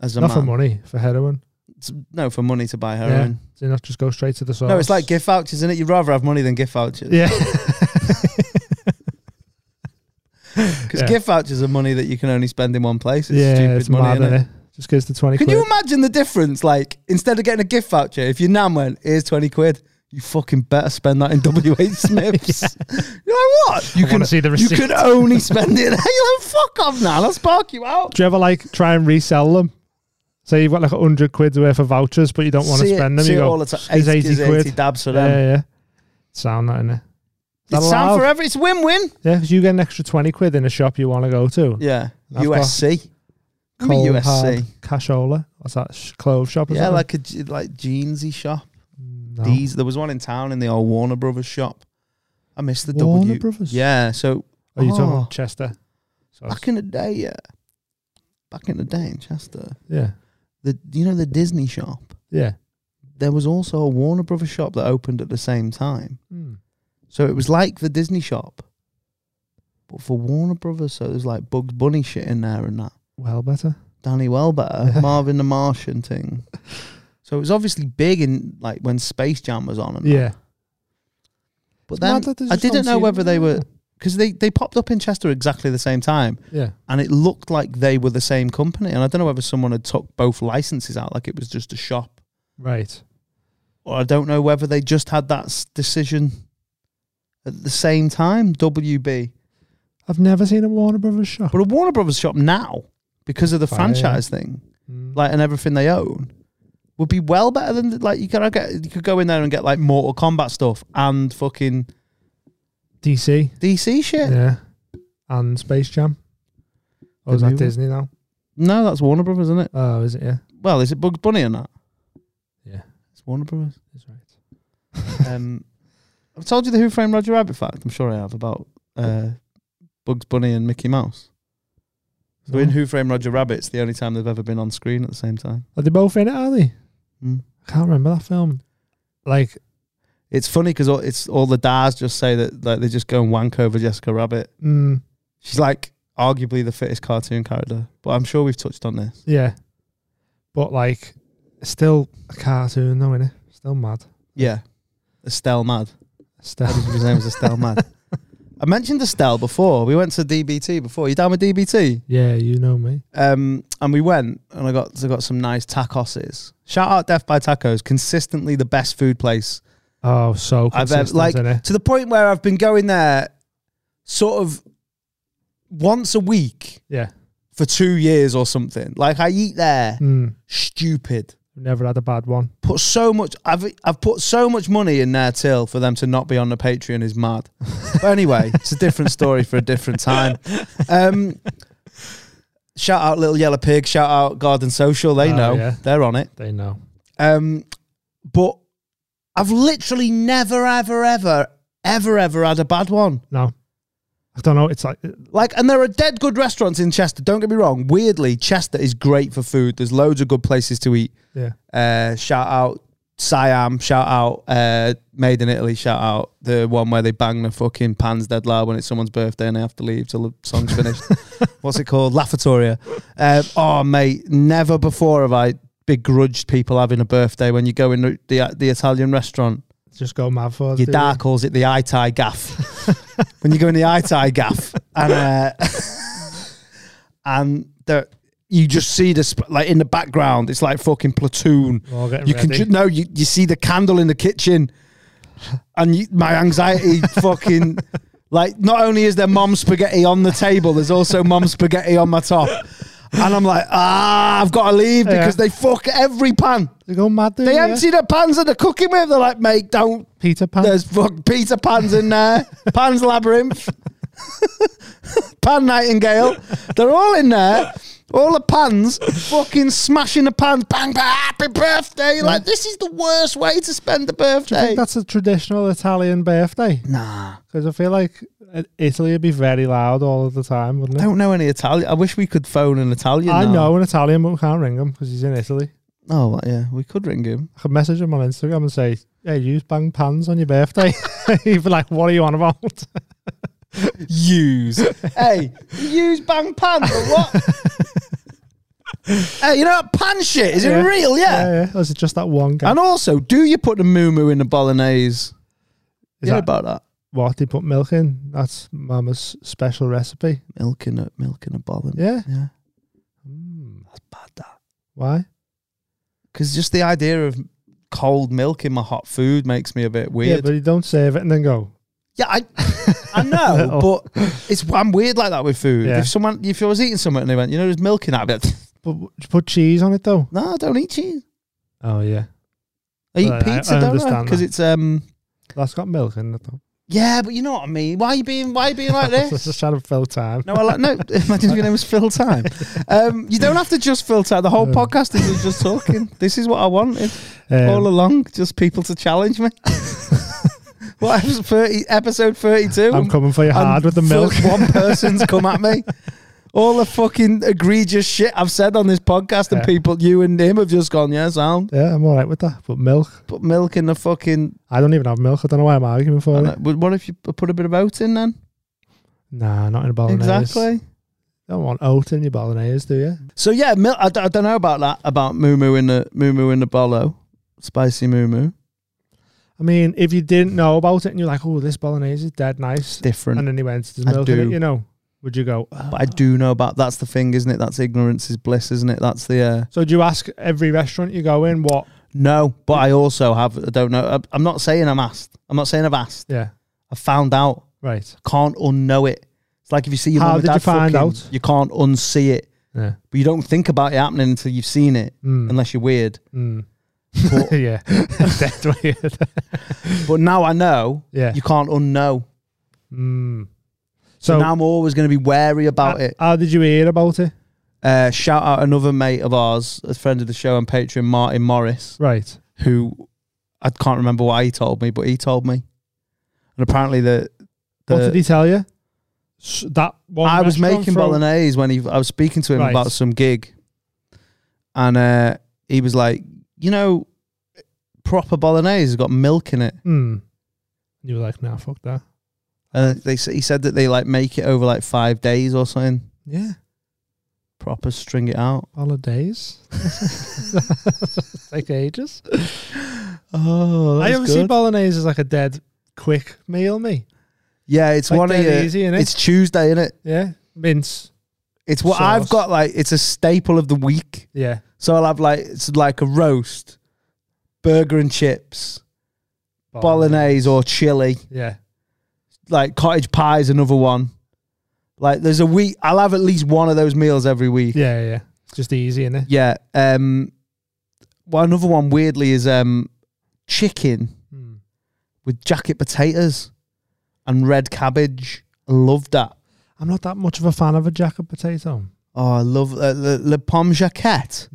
S1: as a
S6: not for
S1: man,
S6: money, for heroin.
S1: it's- no, for money to buy heroin.
S6: Yeah, so you not just go straight to the source.
S1: No, it's like gift vouchers, isn't it? You'd rather have money than gift vouchers.
S6: yeah,
S1: Because
S6: Yeah.
S1: gift vouchers are money that you can only spend in one place. It's
S6: yeah,
S1: stupid
S6: it's
S1: money.
S6: mad,
S1: innit?
S6: innit? Just gives the twenty.
S1: Can
S6: quid.
S1: you imagine the difference? Like, instead of getting a gift voucher, if your nan went, here's 20 quid, you fucking better spend that in WH Smith's. You're like, what? You
S6: I wanna see the
S1: You
S6: receipt.
S1: can only spend it. You're like, fuck off, nan. I'll spark you out.
S6: Do you ever like try and resell them? Say you've got like hundred quid's worth of vouchers, but you don't want to
S1: See it-
S6: spend them.
S1: see
S6: you
S1: it
S6: go,
S1: all the time.
S6: "Here's
S1: 80
S6: eighty
S1: is 80
S6: quid.
S1: dabs for
S6: yeah,
S1: them.
S6: yeah. Sound that in it.
S1: It's sound forever. It's win win.
S6: Yeah, 'cause you get an extra twenty quid in a shop you want to go to.
S1: Yeah.
S6: I've got
S1: USC. Give me
S6: Cold,
S1: USC.
S6: hard cashola. What's that? Sh- clothes shop? Or
S1: Yeah,
S6: something?
S1: like a je- like jeansy shop.
S6: No.
S1: These there was one in town in the old Warner Brothers shop. I missed the
S6: Warner
S1: W.
S6: Brothers?
S1: Yeah, so
S6: Are you talking
S1: Oh.
S6: about Chester? So it's-
S1: back in the day, yeah, back in the day in Chester,
S6: yeah,
S1: the you know the Disney shop.
S6: yeah.
S1: There was also a Warner Brothers shop that opened at the same time,
S6: Hmm.
S1: so it was like the Disney shop, but but for Warner Brothers, so there's like Bugs Bunny shit in there and that.
S6: Well, better.
S1: Danny Welbetter, Marvin the Martian thing. So it was obviously big in like when Space Jam was on and
S6: Yeah.
S1: But
S6: It's
S1: then
S6: mad that they
S1: I
S6: just don't
S1: didn't know
S6: see
S1: whether
S6: them,
S1: they
S6: yeah.
S1: were because they, they popped up in Chester exactly the same time,
S6: Yeah.
S1: and it looked like they were the same company. And I don't know whether someone had took both licenses out, like it was just a shop,
S6: Right.
S1: or I don't know whether they just had that s- decision at the same time. WB,
S6: I've never seen a Warner Brothers shop.
S1: but a Warner Brothers shop now because of the
S6: Fire. Mm.
S1: franchise thing, like and everything they own. Would be well better than like you could get you could go in there and get like Mortal Kombat stuff and fucking
S6: DC.
S1: DC shit.
S6: Yeah. And Space Jam.
S1: The
S6: Or is that
S1: new one?
S6: Disney now?
S1: No, that's Warner Brothers, isn't it?
S6: Oh, is it? Yeah.
S1: Well, is it Bugs Bunny or not?
S6: Yeah.
S1: It's Warner Brothers.
S6: That's right.
S1: Um, I've told you the Who Framed Roger Rabbit fact. I'm sure I have about uh, Bugs Bunny and Mickey Mouse. So in Who Framed Roger Rabbit, it's the only time they've ever been on screen at the same time.
S6: Are they both in it, are they?
S1: Mm.
S6: I can't remember that film. Like,
S1: It's funny because it's all the dads just say that like they just go and wank over Jessica Rabbit.
S6: mm,
S1: She's like arguably the fittest cartoon character, but I'm sure we've touched on this.
S6: yeah. But, like, still a cartoon, though, innit? Still mad.
S1: Yeah, Estelle Mad.
S6: Still.
S1: His name was Estelle Mad. I mentioned Estelle before. We went to DBT before. You down with DBT?
S6: yeah, you know me.
S1: Um, and we went and I got I got some nice tacoses. Shout out Death by Tacos, consistently the best food place
S6: Oh, so
S1: I've ever
S6: consistent,
S1: like
S6: innit?
S1: to the point where I've been going there sort of once a week
S6: Yeah.
S1: for two years or something. Like I eat there
S6: Mm,
S1: stupid.
S6: never had a bad one.
S1: Put so much I've I've put so much money in their till for them to not be on the Patreon is mad. But anyway, it's a different story for a different time. Um Shout out Little Yellow Pig, shout out Garden Social, they
S6: Oh,
S1: know.
S6: yeah.
S1: They're on it.
S6: They know.
S1: Um, but I've literally never, ever, ever, ever, ever had a bad one.
S6: No. I don't know. It's like,
S1: Like, and there are dead good restaurants in Chester. Don't get me wrong. Weirdly, Chester is great for food. There's loads of good places to eat.
S6: yeah.
S1: Uh, shout out Siam. Shout out uh, Made in Italy. Shout out the one where they bang the fucking pans dead loud when it's someone's birthday and they have to leave till the song's finished. What's it called? Laughatoria. Uh, oh, mate, never before have I begrudged people having a birthday when you go in the the, the Italian restaurant.
S6: Just go mad for us,
S1: Your
S6: do
S1: dad
S6: we?
S1: calls it the eye tie gaff. when you go in the eye tie gaff, and uh, and the, you just see the sp- like in the background, it's like fucking platoon.
S6: All getting
S1: you can
S6: ready.
S1: ju- no, you you see the candle in the kitchen, and you, my anxiety fucking. Like, not only is there mom spaghetti on the table, there's also mom spaghetti on my top. And I'm like, ah, I've got to leave
S6: Yeah.
S1: because they fuck every pan.
S6: They go mad, do
S1: They
S6: we, yeah?
S1: empty the pans that they're cooking with. They're like, mate, don't
S6: Peter Pan.
S1: there's fuck Peter Pan's in there, Pan's Labyrinth, Pan Nightingale. They're all in there. All the pans, fucking smashing the pans, bang, bang, happy birthday. You're like, this is the worst way to spend a
S6: I
S1: birthday.
S6: think that's a traditional Italian birthday.
S1: Nah,
S6: Because I feel like uh, Italy would be very loud all of the time, wouldn't it?
S1: I don't know any Italian. I wish we could phone an Italian.
S6: I
S1: now.
S6: know an Italian, but we can't ring him because he's in Italy.
S1: Oh, well, yeah, we could ring him.
S6: I could message him on Instagram and say, "Hey, you bang pans on your birthday." He'd be like, "What are you on about?"
S1: Use. hey, use bang pan or what? hey, you know that pan shit? Is
S6: Yeah.
S1: it real?
S6: yeah, yeah. Or Is it just that one guy?
S1: And also, do you put the moo moo in the
S6: Is
S1: bolognese? yeah,
S6: that
S1: about that.
S6: what they put milk in? That's Mama's special recipe.
S1: Milk in a milk in a bolognese.
S6: Yeah.
S1: Yeah.
S6: That's bad. That. Why?
S1: Because just the idea of cold milk in my hot food makes me a bit
S6: Yeah,
S1: weird.
S6: but you don't save it and then go.
S1: Yeah, I I know, but it's I'm weird like that with food.
S6: Yeah.
S1: If someone if I was eating something and they went, you know, there's milk in that, I'd be like,
S6: But w- you put cheese on it though.
S1: no, I don't eat cheese.
S6: Oh yeah,
S1: I eat
S6: Right, I-
S1: pizza,
S6: I
S1: don't I?
S6: understand
S1: Because
S6: that.
S1: it's um
S6: that's got milk in it though.
S1: yeah, but you know what I mean. Why are you being why are you being like this?
S6: just trying to fill time.
S1: No, I like no. Imagine if your name was Phil Time. Um, you don't have to just fill time. The whole
S6: Um.
S1: podcast is you just talking. This is what I wanted. all
S6: Um,
S1: along, just people to challenge me. what episode thirty? Episode thirty-two.
S6: I'm coming for you
S1: and
S6: hard with the milk.
S1: first One person's come at me. All the fucking egregious shit I've said on this podcast, and
S6: Yeah.
S1: people, you and him, have just gone, yeah, sound.
S6: Yeah, I'm all right with that. But milk,
S1: Put milk in the fucking.
S6: Oh, I don't even have milk. I don't know why I'm arguing for it.
S1: But What if you put a bit of oat in then?
S6: Nah, not in a bolognese.
S1: Exactly.
S6: Don't want oat in your bolognese, do you?
S1: So yeah, mil- I, d- I don't know about that about moo moo in the moo moo in the bolo, spicy moo moo.
S6: I mean, if you didn't know about it and you're like, oh, this bolognese is dead nice,
S1: Different.
S6: and then you went, there's
S1: I
S6: milk in it,
S1: do.
S6: you know, would you go?
S1: But I do know about that's the thing, isn't it? That's ignorance is bliss, isn't it? That's the uh,
S6: So do you ask every restaurant you go in what?
S1: no. But I also have I don't know. I- I'm not saying I'm asked. I'm not saying I've asked.
S6: Yeah,
S1: I found out.
S6: right.
S1: Can't unknow it. It's like if you see your
S6: How
S1: mum and
S6: did you
S1: dad
S6: find
S1: fucking,
S6: out?
S1: you can't unsee it.
S6: Yeah. Mm.
S1: But you don't think about it happening until you've seen it, unless you're weird.
S6: yeah, that's weird.
S1: But now I know.
S6: Yeah. mm.
S1: You can't unknow. So
S6: So, Uh,
S1: now I'm always going to be wary about it.
S6: how did you hear about it?
S1: Uh, shout out another mate of ours, a friend of the show and Patreon, Martin Morris,
S6: Right.
S1: who I can't remember why he told me, but he told me. And apparently the,
S6: What
S1: the-
S6: did he tell you? S- That one
S1: I was
S6: restaurant
S1: making
S6: from-
S1: bolognese when he I was speaking to him
S6: Right.
S1: about some gig, and uh, he was like, you know, proper bolognese has got milk in it.
S6: Hmm. You were like, nah, fuck that.
S1: And they s- he said that they like make it over like five days or something.
S6: Yeah,
S1: Proper string it out.
S6: holidays. Take ages.
S1: Oh,
S6: I always see bolognese as like a dead quick meal. Me,
S1: Yeah, it's
S6: like
S1: one of
S6: dead
S1: your,
S6: easy, innit?
S1: It's Tuesday, innit?
S6: yeah, mince.
S1: It's what
S6: Sauce.
S1: I've got. Like it's a staple of the week.
S6: Yeah,
S1: So I'll have like it's like a roast, burger and chips,
S6: Oh,
S1: bolognese or chili,
S6: Yeah,
S1: like cottage pie is another one. Like there's a week. I'll have at least one of those meals every week.
S6: yeah, yeah. It's just easy, innit?
S1: Yeah. Um. Well, another one weirdly is um, chicken with jacket potatoes and red cabbage. I love that.
S6: I'm not that much of a fan of a jacket potato.
S1: Oh, I love uh, le, le pomme jaquette.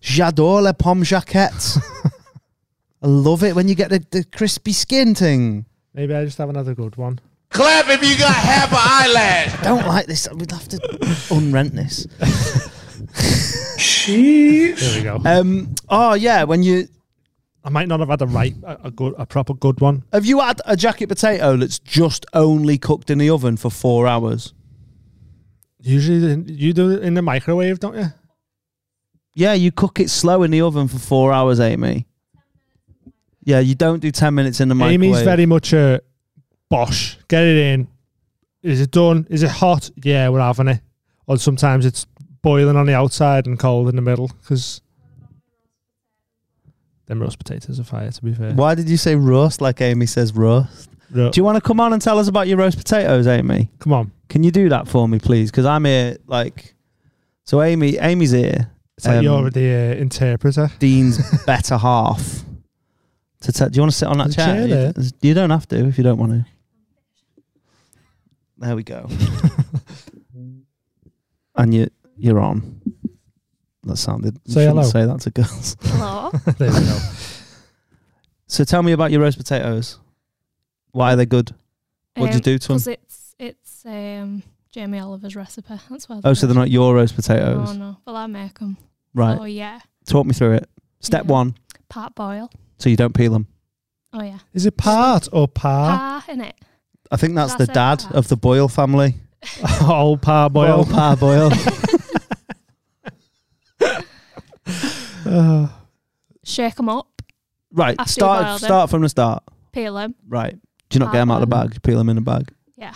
S1: J'adore le pomme jaquette. I love it when you get the, the crispy skin thing.
S6: Maybe I just haven't had a good one.
S3: Clap if you got half an eyelash.
S1: I don't like this. We'd have to unrent this.
S6: There we go.
S1: Um, oh yeah, when you
S6: I might not have had a right, a, a good, a proper good one.
S1: have you had a jacket potato that's just only cooked in the oven for four hours?
S6: Usually, the- you do it in the microwave, don't you?
S1: Yeah, you cook it slow in the oven for four hours, Amy. Yeah, you don't do ten minutes in the microwave.
S6: Amy's very much a bosh. Get it in. Is it done? Is it hot? Yeah, we're having it. Or sometimes it's boiling on the outside and cold in the middle because them roast potatoes are fire. To be fair,
S1: Why did you say roast like Amy says roast?
S6: Ro-
S1: Do you want to come on and tell us about your roast potatoes, Amy?
S6: come on,
S1: Can you do that for me, please? Because I'm here, like, so Amy, Amy's here.
S6: it's like
S1: um,
S6: you're the uh, interpreter.
S1: Dean's better half. To te- do you want to sit on that
S6: There's a chair
S1: chair?
S6: there.
S1: You, you don't have to if you don't want to. There we go. and you you're on. That sounded. you
S6: Say
S1: shouldn't
S6: hello.
S1: Say that to girls.
S11: Hello.
S6: there we go.
S1: So tell me about your roast potatoes. Why are they good? What do you do to 'em?
S11: Because Um, it's it's um, Jamie Oliver's recipe. That's why.
S1: Oh, so they're not your roast potatoes,
S11: Oh no, but I make them.
S1: right?
S11: Oh yeah,
S1: Talk me through it. Step
S11: Yeah.
S1: one,
S11: part boil.
S1: so you don't peel them.
S11: Oh yeah,
S6: Is it part or par?
S1: Ah.
S11: par in it.
S1: I think that's
S11: That's
S1: the
S11: it.
S1: dad of the Boyle family.
S6: All par boil.
S1: par Boyle.
S11: Shake them up,
S1: right,
S11: After you boil
S1: start
S11: them.
S1: start from the start.
S11: peel them.
S1: Right. Do you not get them out of the
S11: Hard
S1: bag? You peel them in a bag.
S11: Yeah,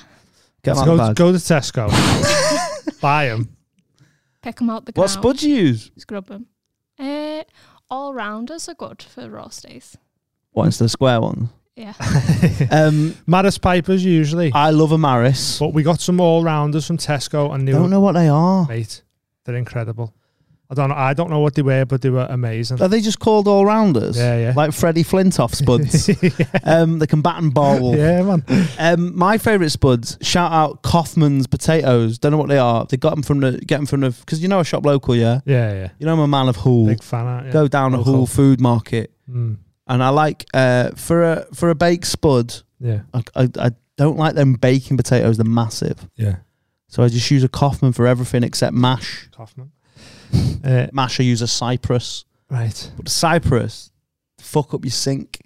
S1: Get them out of the
S6: Go,
S1: bag.
S6: go to Tesco. Buy them.
S11: pick them out the
S1: What
S11: ground.
S1: spud do you use?
S11: Scrub them. Uh, all rounders are good for roast days.
S1: What instead of square ones?
S11: Yeah,
S1: Um,
S6: Maddest pipers usually.
S1: I love a Maris.
S6: But we got some all rounders from Tesco and new
S1: Don't know what they are.
S6: mate. They're incredible. I don't know. I don't know what they were, but they were amazing.
S1: Are they just called all rounders?
S6: Yeah, yeah.
S1: Like Freddie Flintoff spuds. um, they can bat and bowl.
S6: yeah, man.
S1: Um, my favourite spuds. Shout out Kaufman's potatoes. Don't know what they are. They got them from the get them from the because you know I shop local. Yeah,
S6: Yeah, yeah.
S1: you know I'm a man of Hull.
S6: Big fan. Aren't you?
S1: Go down a
S6: Local.
S1: Hull food market,
S6: Mm,
S1: and I like uh, for a for a baked spud.
S6: yeah,
S1: I, I, I don't like them baking potatoes. They're massive.
S6: yeah.
S1: So I just use a Kaufman for everything except mash.
S6: Kaufman. Uh,
S1: Mash, I use a Cypress.
S6: right.
S1: But the Cypress, fuck up your sink.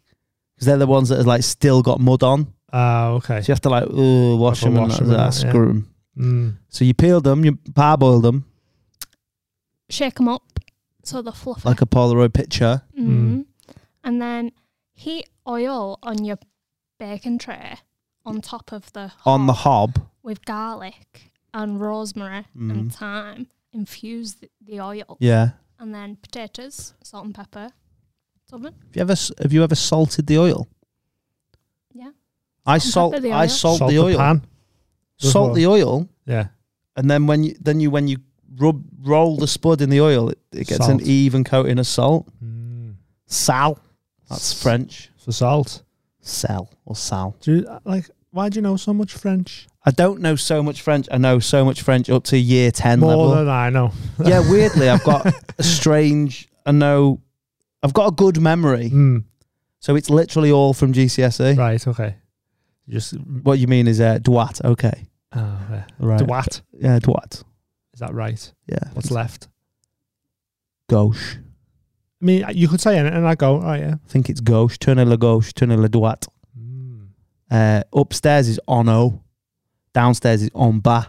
S1: Because they're the ones that are like still got mud on.
S6: Ah, okay.
S1: So you have to like uh, wash
S6: Have
S1: them
S6: a
S1: and
S6: wash
S1: that,
S6: 'em and
S1: that,
S6: that, yeah.
S1: screw them.
S6: Mm.
S1: So you peel them, you parboil them
S11: Shake them up so they're fluffy.
S1: like a Polaroid picture.
S11: Mhm. And then heat oil on your baking tray on top of the
S1: On the hob,
S11: with garlic and rosemary and
S1: Mhm.
S11: thyme. Infuse the, the oil.
S1: Yeah.
S11: And then potatoes, salt and pepper. Something.
S1: have you ever s- have you ever salted the oil?
S11: Yeah.
S1: I
S11: Salt
S1: salt.
S11: and pepper, the
S1: I
S11: oil.
S1: salt,
S6: Salt
S1: the
S6: the
S1: oil.
S6: pan. Does
S1: Salt
S6: well.
S1: the oil.
S6: Yeah.
S1: And then when you then you when you rub roll the spud in the oil, it, it gets
S6: Salt.
S1: an even coating of salt. Sal. Mm. That's French
S6: for salt.
S1: Sal or sal.
S6: Do you, uh, like? Why do you know so much French?
S1: I don't know so much French. I know so much French up to year ten
S6: More
S1: level.
S6: than I know.
S1: yeah, weirdly, I've got a strange. I know, I've got a good memory. So it's literally all from GCSE.
S6: Mm, Right. Okay. Just
S1: E. what you mean is uh, Dwight. Okay.
S6: Oh, yeah.
S1: Right.
S6: Dwight.
S1: Yeah, Dwight.
S6: Is that right?
S1: Yeah.
S6: What's left?
S1: Gauche.
S6: I mean, you could say anything. I go, all right, yeah.
S1: I think it's gauche. Tournez la gauche. Tournez la droite.
S6: Hmm.
S1: Uh, upstairs is on o. Downstairs is on bas.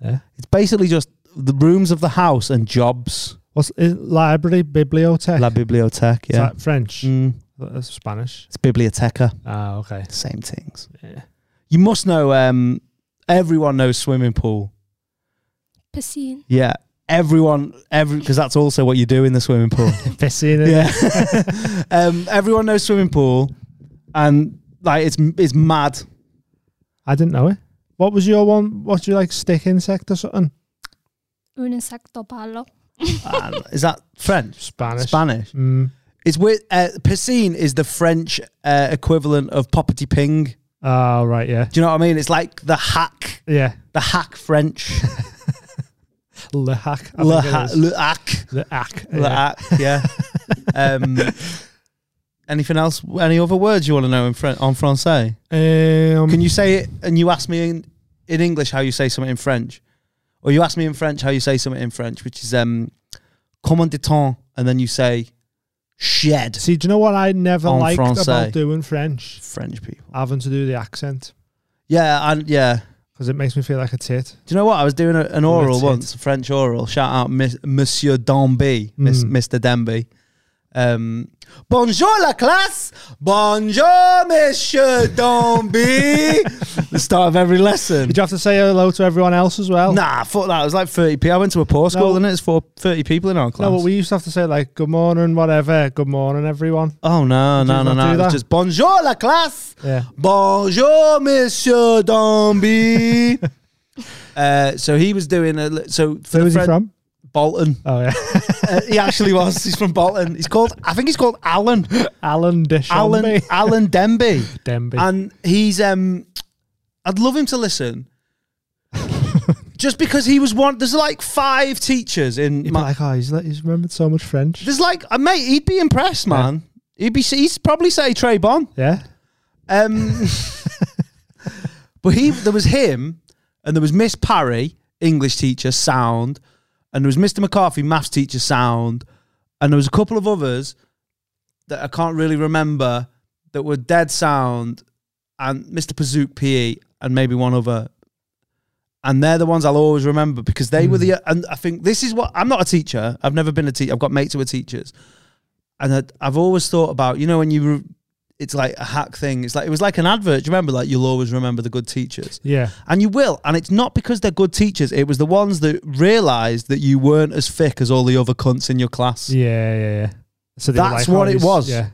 S6: Yeah.
S1: It's basically just the rooms of the house and jobs.
S6: What's is library bibliothèque?
S1: La bibliothèque.
S6: Is
S1: Yeah.
S6: that French?
S1: Mm.
S6: That's Spanish.
S1: It's biblioteca.
S6: Ah, okay.
S1: Same things.
S6: Yeah.
S1: You must know. Um, everyone knows swimming pool.
S11: Piscine.
S1: Yeah. Everyone, every because that's also what you do in the swimming pool.
S6: Piscine.
S1: Yeah. um, everyone knows swimming pool, and like it's it's mad.
S6: I didn't know it. What was your one? What do you like? Stick insect or something?
S11: Unisecto palo.
S1: And is that French?
S6: Spanish.
S1: Spanish.
S6: Mm.
S1: It's with uh, piscine is the French uh, equivalent of property ping. Do
S6: Oh, right, yeah.
S1: you know what I mean? It's like the hack,
S6: Yeah.
S1: the hack French,
S6: Le hack. I
S1: le,
S6: think it
S1: ha-
S6: is.
S1: le hack.
S6: Le hack.
S1: Yeah. yeah. um, anything else? Any other words you want to know in French on français?
S6: Um,
S1: Can you say it? And you ask me in, in English how you say something in French, or you ask me in French how you say something in French, which is um, comment dit-on, and then you say shed.
S6: See, do you know what I never
S1: En
S6: liked
S1: français.
S6: about doing French?
S1: French people.
S6: Having to do the accent
S1: Yeah, and yeah.
S6: because it makes me feel like a tit.
S1: Do you know what? I was doing a, an oral
S6: That's it.
S1: once, a French oral. Shout out Miss, Monsieur Dombey, Miss,
S6: Mm.
S1: Mr. Demby. Um, Bonjour la classe. Bonjour Monsieur Dombey. the start of every lesson.
S6: Did you have to say hello to everyone else as well?
S1: Nah, fuck that. It was like 30 people. I went to a poor school
S6: No.
S1: and it's for 30 people in our class.
S6: No, but we used to have to say like "good morning," whatever. Good morning, everyone.
S1: oh, no, no,
S6: you not
S1: no,
S6: do
S1: no. It was
S6: that?
S1: just Bonjour la classe.
S6: Yeah.
S1: Bonjour, Monsieur Dombey. uh, so he was doing a. li- So for
S6: Where
S1: the
S6: was he
S1: Fren-
S6: from?
S1: Bolton.
S6: Oh yeah,
S1: Uh, he actually was. He's from Bolton. He's called. I think he's called Alan.
S6: Alan Dish.
S1: Alan. Alan Denby.
S6: Denby.
S1: And he's. Um, I'd love him to listen. Just because he was one. There's like five teachers in.
S6: You'd be
S1: My,
S6: like, oh, he's, like- he's remembered so much French.
S1: there's like, uh, mate. He'd be impressed, man. He'd be. He'd probably say Trey Bon.
S6: Yeah.
S1: Um, but he, there was him, and there was Miss Parry, English teacher, sound, and there was Mr. McCarthy, maths teacher, sound, and there was a couple of others that I can't really remember that were dead sound, and Mr. Pazook PE, E and maybe one other. And they're the ones I'll always remember because they were the. And I think this is what I'm not a teacher. I've never been a teacher. I've got mates who are teachers, and I'd, I've always thought about you know when you re- it's like a hack thing. It's like it was like an advert. Do you remember? Like you'll always remember the good teachers,
S6: Yeah.
S1: and you will. And it's not because they're good teachers. It was the ones that realised that you weren't as thick as all the other cunts in your class,
S6: Yeah. Yeah. Yeah. So they were
S1: That's
S6: like,
S1: what
S6: oh,
S1: it
S6: he's-
S1: was.
S6: Yeah.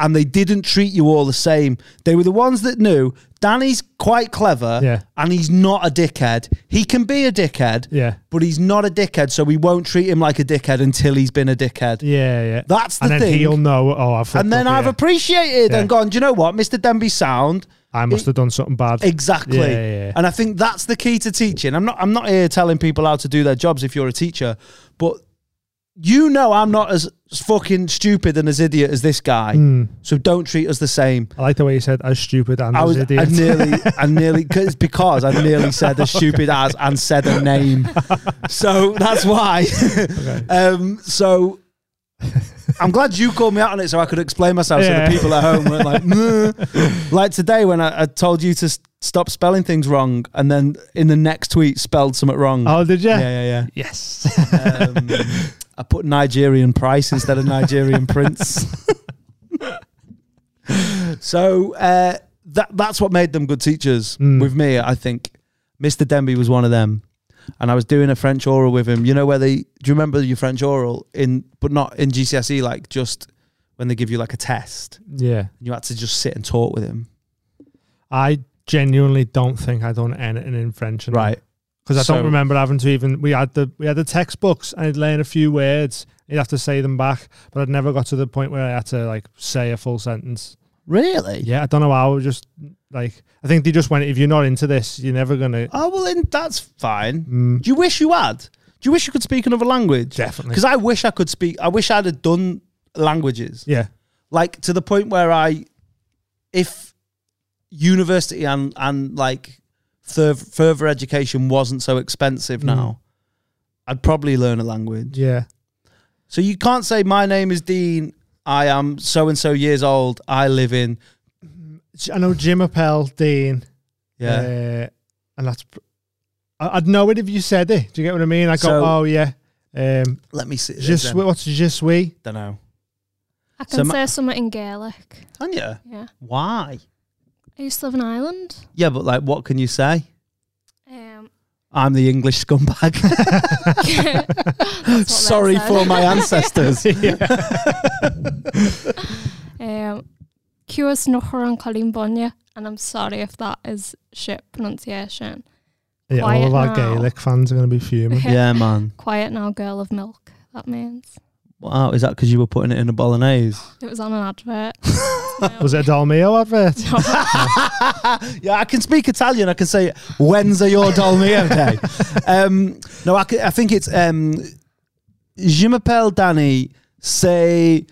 S1: and they didn't treat you all the same. They were the ones that knew Danny's quite clever,
S6: Yeah.
S1: and he's not a dickhead. He can be a dickhead,
S6: Yeah.
S1: but he's not a dickhead. So we won't treat him like a dickhead until he's been a dickhead.
S6: Yeah. Yeah.
S1: That's the
S6: and then
S1: thing.
S6: he'll know. Oh, I've. fucked
S1: And then
S6: up
S1: I've
S6: here.
S1: appreciated
S6: Yeah.
S1: and gone. Do you know what, Mister Denby Sound?
S6: I must have done something bad.
S1: Exactly.
S6: Yeah, yeah, yeah.
S1: And I think that's the key to teaching. I'm not I'm not here telling people how to do their jobs if you're a teacher, but you know I'm not as fucking stupid and as idiot as this guy.
S6: Hmm.
S1: So don't treat us the same.
S6: I like the way you said as stupid and
S1: I
S6: as
S1: was I
S6: idiot.
S1: nearly I nearly cause, because I nearly said as stupid as and said a name. So that's why. um so I'm glad you called me out on it so I could explain myself
S10: Yeah.
S1: so the people at home weren't like, "Meh." like today when I, I told you to s- stop spelling things wrong, and then in the next tweet spelled something wrong.
S6: Oh, did you?
S1: Yeah, yeah, yeah.
S6: Yes.
S1: Um, I put Nigerian price instead of Nigerian prince. so uh, that that's what made them good teachers with me. I think Mr. Denby was one of them, and I was doing a French oral with him. You know where they? Do you remember your French oral in, but not in GCSE, E, like just when they give you like a test.
S6: Yeah.
S1: you had to just sit and talk with him.
S6: I genuinely don't think I done anything in French. And
S1: Right.
S6: Because I
S1: So-
S6: don't remember having to even we had the we had the textbooks and I'd learn a few words. You'd have to say them back, but I'd never got to the point where I had to like say a full sentence.
S1: Really?
S6: Yeah, I don't know how. it was Just like I think they just went, if you're not into this, you're never gonna.
S1: Oh well, then that's fine. Do you wish you had? Do you wish you could speak another language? Mm. Definitely. Because I wish I could speak. I wish I'd have done languages.
S6: Yeah.
S1: Like to the point where I, if university and and like fur- further education wasn't so expensive now, I'd probably learn a language.
S6: Yeah.
S1: So you can't say my name is Dean. I am so and so years old. I live in.
S6: I know Jim Appel, Dean.
S1: Yeah.
S6: uh, and that's. pr- I- I'd know it if you said it. Do you get what I mean? I go,
S1: So-
S6: oh yeah. Um,
S1: Let me see.
S6: Je suis, what's je suis?
S1: Don't know.
S11: I
S1: So
S11: can
S1: ma-
S11: say something in Gaelic.
S1: Can you?
S11: Yeah.
S1: Why?
S11: I used to live in Ireland.
S1: Yeah, but like, what can you say?
S11: Um,
S1: I'm the English scumbag. Sorry
S11: said.
S1: for my ancestors.
S11: um, Cuas Nohor and Colleen Bunya, and I'm sorry if that is shit pronunciation.
S6: Yeah, all
S11: Quiet
S6: of our
S11: now.
S6: Gaelic fans are going to be fuming.
S1: Yeah, man.
S11: Quiet now, girl of milk. That means
S1: Wow, is that because you were putting it in a bolognese?
S11: it was on an advert.
S6: Was it a Dalmio advert?
S1: yeah, I can speak Italian. I can say Wednesday or Dolmio day. Um, no, I, c- I think it's um, Je m'appelle Danny. C'est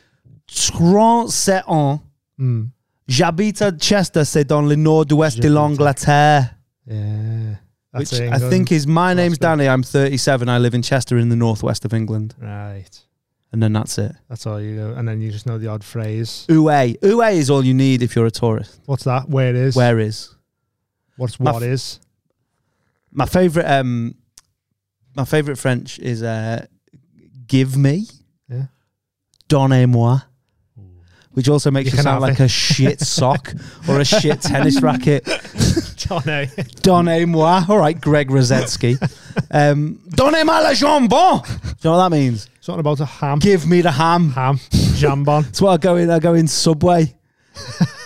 S1: 37 ans.
S6: Mm.
S1: J'habite à Chester. C'est dans le nord-ouest de l'Angleterre.
S6: Yeah. That's
S1: Which
S6: it,
S1: I
S6: England.
S1: think is my name's Danny. I'm 37. I live in Chester in the northwest of England.
S6: Right.
S1: And then that's it.
S6: That's all you go. And then you just know the odd phrase.
S1: Ouay. Ouay is all you need if you're a tourist.
S6: What's that? Where is?
S1: Where is?
S6: What's
S1: My
S6: what
S1: f-
S6: is?
S1: My favorite um my favorite French is uh give me.
S6: Yeah.
S1: Donnez-moi. Which also makes
S6: You
S1: you,
S6: can
S1: sound
S6: have
S1: like
S6: it.
S1: a shit sock or a shit tennis racket.
S6: Johnny.
S1: Donnez-moi. All right, Greg Rosetsky. Um, Donnez-moi le jambon. Do you know what that means?
S6: Something about a ham.
S1: Give me the ham.
S6: ham. Jambon.
S1: That's why I go in. I go in Subway.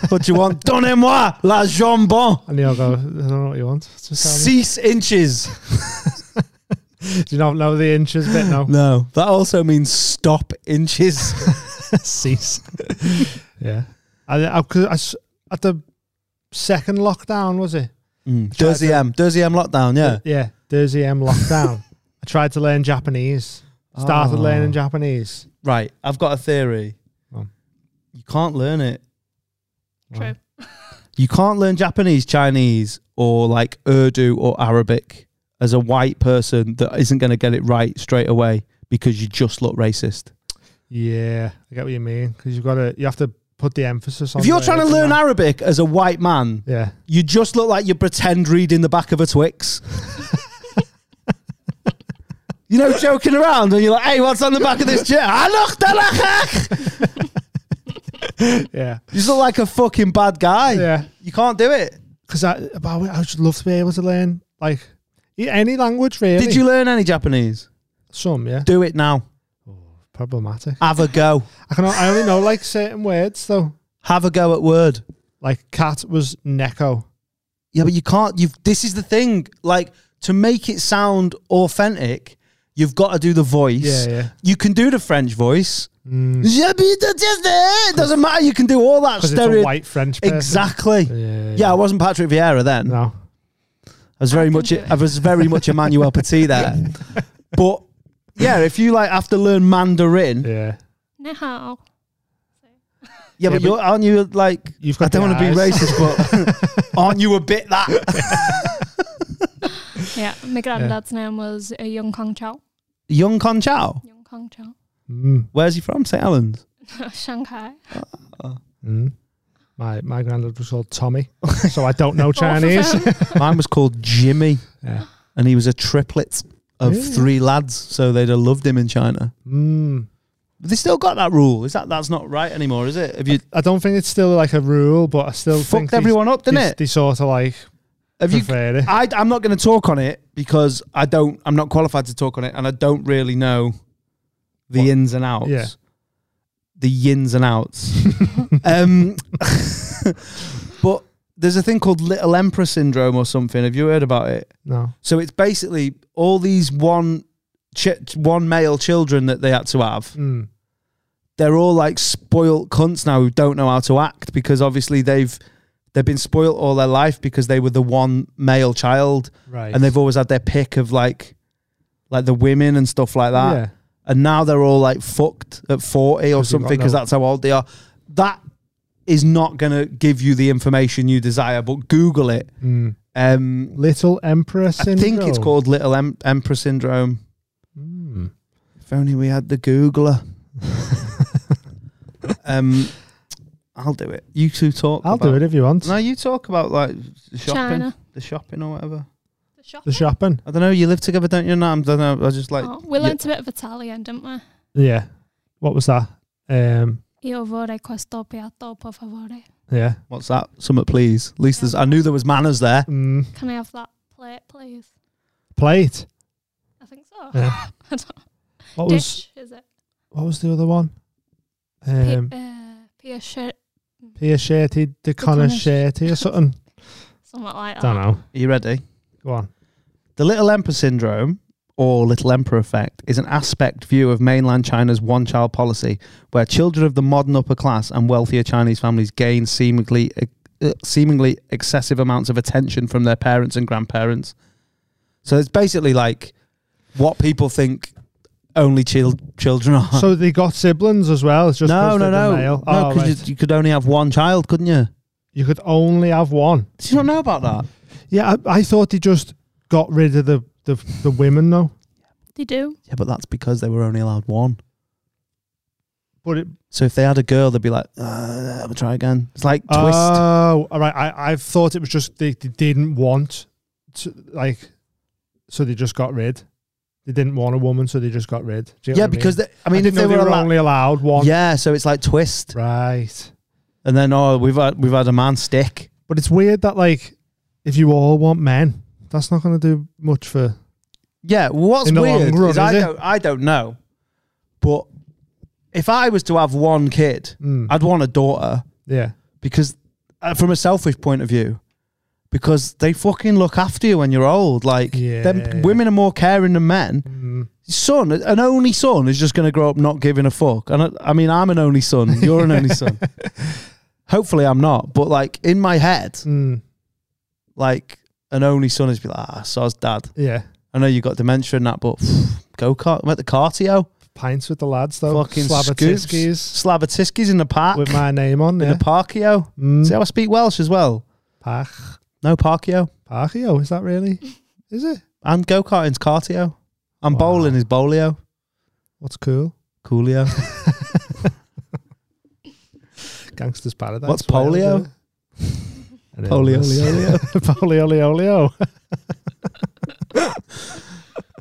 S1: what do you want? Donnez-moi la jambon.
S6: And you'll go, I don't know what you want. Just tell me.
S1: Six inches.
S6: Do you not know the inches bit? No.
S1: No, that also means stop inches.
S6: Cease. yeah. I, I, 'cause I s- at the second lockdown, was it?
S1: Mm. Jersey M. Jersey M lockdown, yeah.
S6: Yeah. Thursday M lockdown. I tried to learn Japanese. Started
S1: Oh.
S6: learning Japanese.
S1: Right, I've got a theory.
S6: Go on.
S1: You can't learn it.
S11: True.
S1: You can't learn Japanese, Chinese, or like Urdu or Arabic as a white person that isn't going to get it right straight away because you just look racist.
S6: Yeah, I get what you mean because you've got to you have to put the emphasis on.
S1: If you're
S6: words
S1: trying to
S6: and
S1: learn
S6: that.
S1: Arabic as a white man,
S6: yeah,
S1: you just look like you pretend reading the back of a Twix. you know, joking around, and you're like, "Hey, what's on the back of this chair?" "Ah, I looked at a hack.
S6: yeah,
S1: ah." You just look like a fucking bad guy.
S6: yeah.
S1: You can't do it.
S6: Because I, but I would I would just love to be able to learn like e- any language really.
S1: Did you learn any Japanese?
S6: some? Yeah,
S1: Do it now.
S6: problematic.
S1: Have a go.
S6: I can o- I only know like certain words though.
S1: Have a go at word.
S6: Like cat was neko.
S1: Yeah, but you can't. You've. This is the thing. Like to make it sound authentic, you've got to do the voice.
S6: Yeah, yeah.
S1: You can do the French voice. It doesn't matter. You can do all that
S6: Because it's a
S1: stereo.
S6: white French person.
S1: Exactly.
S6: Yeah, yeah,
S1: Yeah, I wasn't Patrick Vieira then.
S6: No.
S1: I was very much I was very much Emmanuel Petit there. But yeah, if you like have to learn Mandarin, yeah,
S6: Yeah.
S11: Now,
S1: but,
S6: but-
S1: you're, aren't you like
S6: You've got
S1: I don't
S6: the
S1: want to be
S6: eyes.
S1: racist, but aren't you a bit that
S11: yeah, my granddad's name was uh, Young Kong Chow.
S1: Young Con Chow?
S11: Young Kong Chow.
S6: Mm.
S1: Where's he from? St. Helens.
S11: Shanghai.
S6: Mm. My my granddad was called Tommy, so I don't know
S11: Both of
S1: Oh,
S6: Chinese.
S11: them.
S1: Mine was called Jimmy,
S6: Yeah.
S1: and he was a triplet of
S6: Yeah.
S1: three lads, so they'd have loved him in China.
S6: Mm.
S1: But they still got that rule. Is that that's not right anymore? Is it? Have you
S6: I don't think it's still like a rule, but I still think
S1: fucked
S6: they-
S1: everyone up? Didn't
S6: they,
S1: it?
S6: They sort of like
S1: Have you?
S6: prefer it.
S1: I, I'm not going to talk on it because I don't. I'm not qualified to talk on it, and I don't really know the ins and outs.
S6: Yeah.
S1: The yins and outs. um, but there's a thing called Little Emperor Syndrome or something. Have you heard about it?
S6: No.
S1: So it's basically all these one, ch- one male children that they had to have.
S6: Mm.
S1: They're all like spoilt cunts now who don't know how to act because obviously they've they've been spoilt all their life because they were the one male child
S6: Right.
S1: and they've always had their pick of like like the women and stuff like that.
S6: Yeah.
S1: And now they're all like fucked at 40
S6: Because they've
S1: or
S6: got
S1: something because
S6: no-
S1: that's how old they are. That is not going to give you the information you desire, but Google it.
S6: Mm.
S1: Um,
S6: Little Empress.
S1: I think it's called Little em- Emperor Syndrome.
S6: Mm.
S1: If only we had the Googler. um, I'll do it. You two talk.
S6: I'll do
S1: about-
S6: it if you want.
S1: No, you talk about like shopping,
S11: China.
S1: the shopping or whatever.
S11: The shop.
S6: The shopping.
S1: I don't know. You live together, don't you? No, I'm- I don't know. I just like
S11: Oh, we
S1: yeah.
S11: learnt a bit of Italian, didn't we?
S6: Yeah. What was that? Um.
S11: Io vorrei questo piatto, per favore.
S6: Yeah.
S1: what's that? Summit, please. At least there's, I knew there was manners there.
S6: Mm.
S11: Can I have that plate, please?
S6: Plate.
S11: I think so.
S6: Yeah.
S11: I don't-
S6: What was
S11: Dish, is it?
S6: what was the other one?
S11: Pi-
S6: Um.
S11: uh, piacere,
S6: Piacere de Conoscenti or something.
S11: something like
S6: don't
S11: that.
S6: know.
S1: Are you ready?
S6: Go on.
S1: The Little Emperor Syndrome, or Little Emperor Effect, is an aspect view of mainland China's one child policy, where children of the modern upper class and wealthier Chinese families gain seemingly, uh, seemingly excessive amounts of attention from their parents and grandparents. So it's basically like what people think only chil- children are.
S6: So they got siblings as well. It's just
S1: no,
S6: 'cause they're
S1: no,
S6: the
S1: no.
S6: male.
S1: No,
S6: Oh,
S1: because
S6: right.
S1: you, you could only have one child, couldn't you?
S6: you could only have one.
S1: Did you not know about that?
S6: Yeah, I, I thought they just got rid of the, the, the women though.
S11: They do.
S1: Yeah, but that's because they were only allowed one.
S6: But it,
S1: So if they had a girl, they'd be like, uh, "We'll try again." It's like twist.
S6: oh, all right. I I thought it was just they, they didn't want to like, so they just got rid. They didn't want a woman, so they just got rid. Do you know
S1: yeah,
S6: what
S1: because
S6: I mean,
S1: they, I mean,
S6: didn't
S1: if they
S6: know
S1: were, allo-
S6: only allowed one,
S1: yeah, so it's like twist,
S6: right.
S1: and then oh, we've had we've had a man stick.
S6: But it's weird that like, if you all want men, that's not going to do much for.
S1: Yeah, what's
S6: In the long
S1: weird
S6: run,
S1: is
S6: is
S1: I
S6: it?
S1: don't I don't know, but if I was to have one kid,
S6: Mm,
S1: I'd want a daughter
S6: yeah,
S1: because uh, from a selfish point of view. Because they fucking look after you when you're old. Like,
S6: Yeah.
S1: them, women are more caring than men.
S6: mm,
S1: son, an only son is just going to grow up not giving a fuck. And I, I mean, I'm an only son. You're an only son. Hopefully, I'm not. But like in my head,
S6: mm,
S1: like an only son is be like, ah, so's dad.
S6: yeah.
S1: I know you got dementia and that, but go kart. I'm at the cartio.
S6: Pints with the lads though.
S1: Fucking
S6: Slab of
S1: scoops.
S6: tiskies
S1: Slabatiskis in the park.
S6: with my name on.
S1: in
S6: Yeah.
S1: the parkio.
S6: Mm.
S1: See how I speak Welsh as well.
S6: Pach.
S1: No parkio.
S6: Pachio, is that really? Is it?
S1: And go karting's cartio. And
S6: Wow.
S1: bowling is bowlio.
S6: What's cool?
S1: Coolio.
S6: Gangster's Paradise.
S1: What's
S6: Wales,
S1: polio?
S6: isn't it? An
S1: Polio,
S6: illness.
S1: polio,
S6: polio, polio, polio.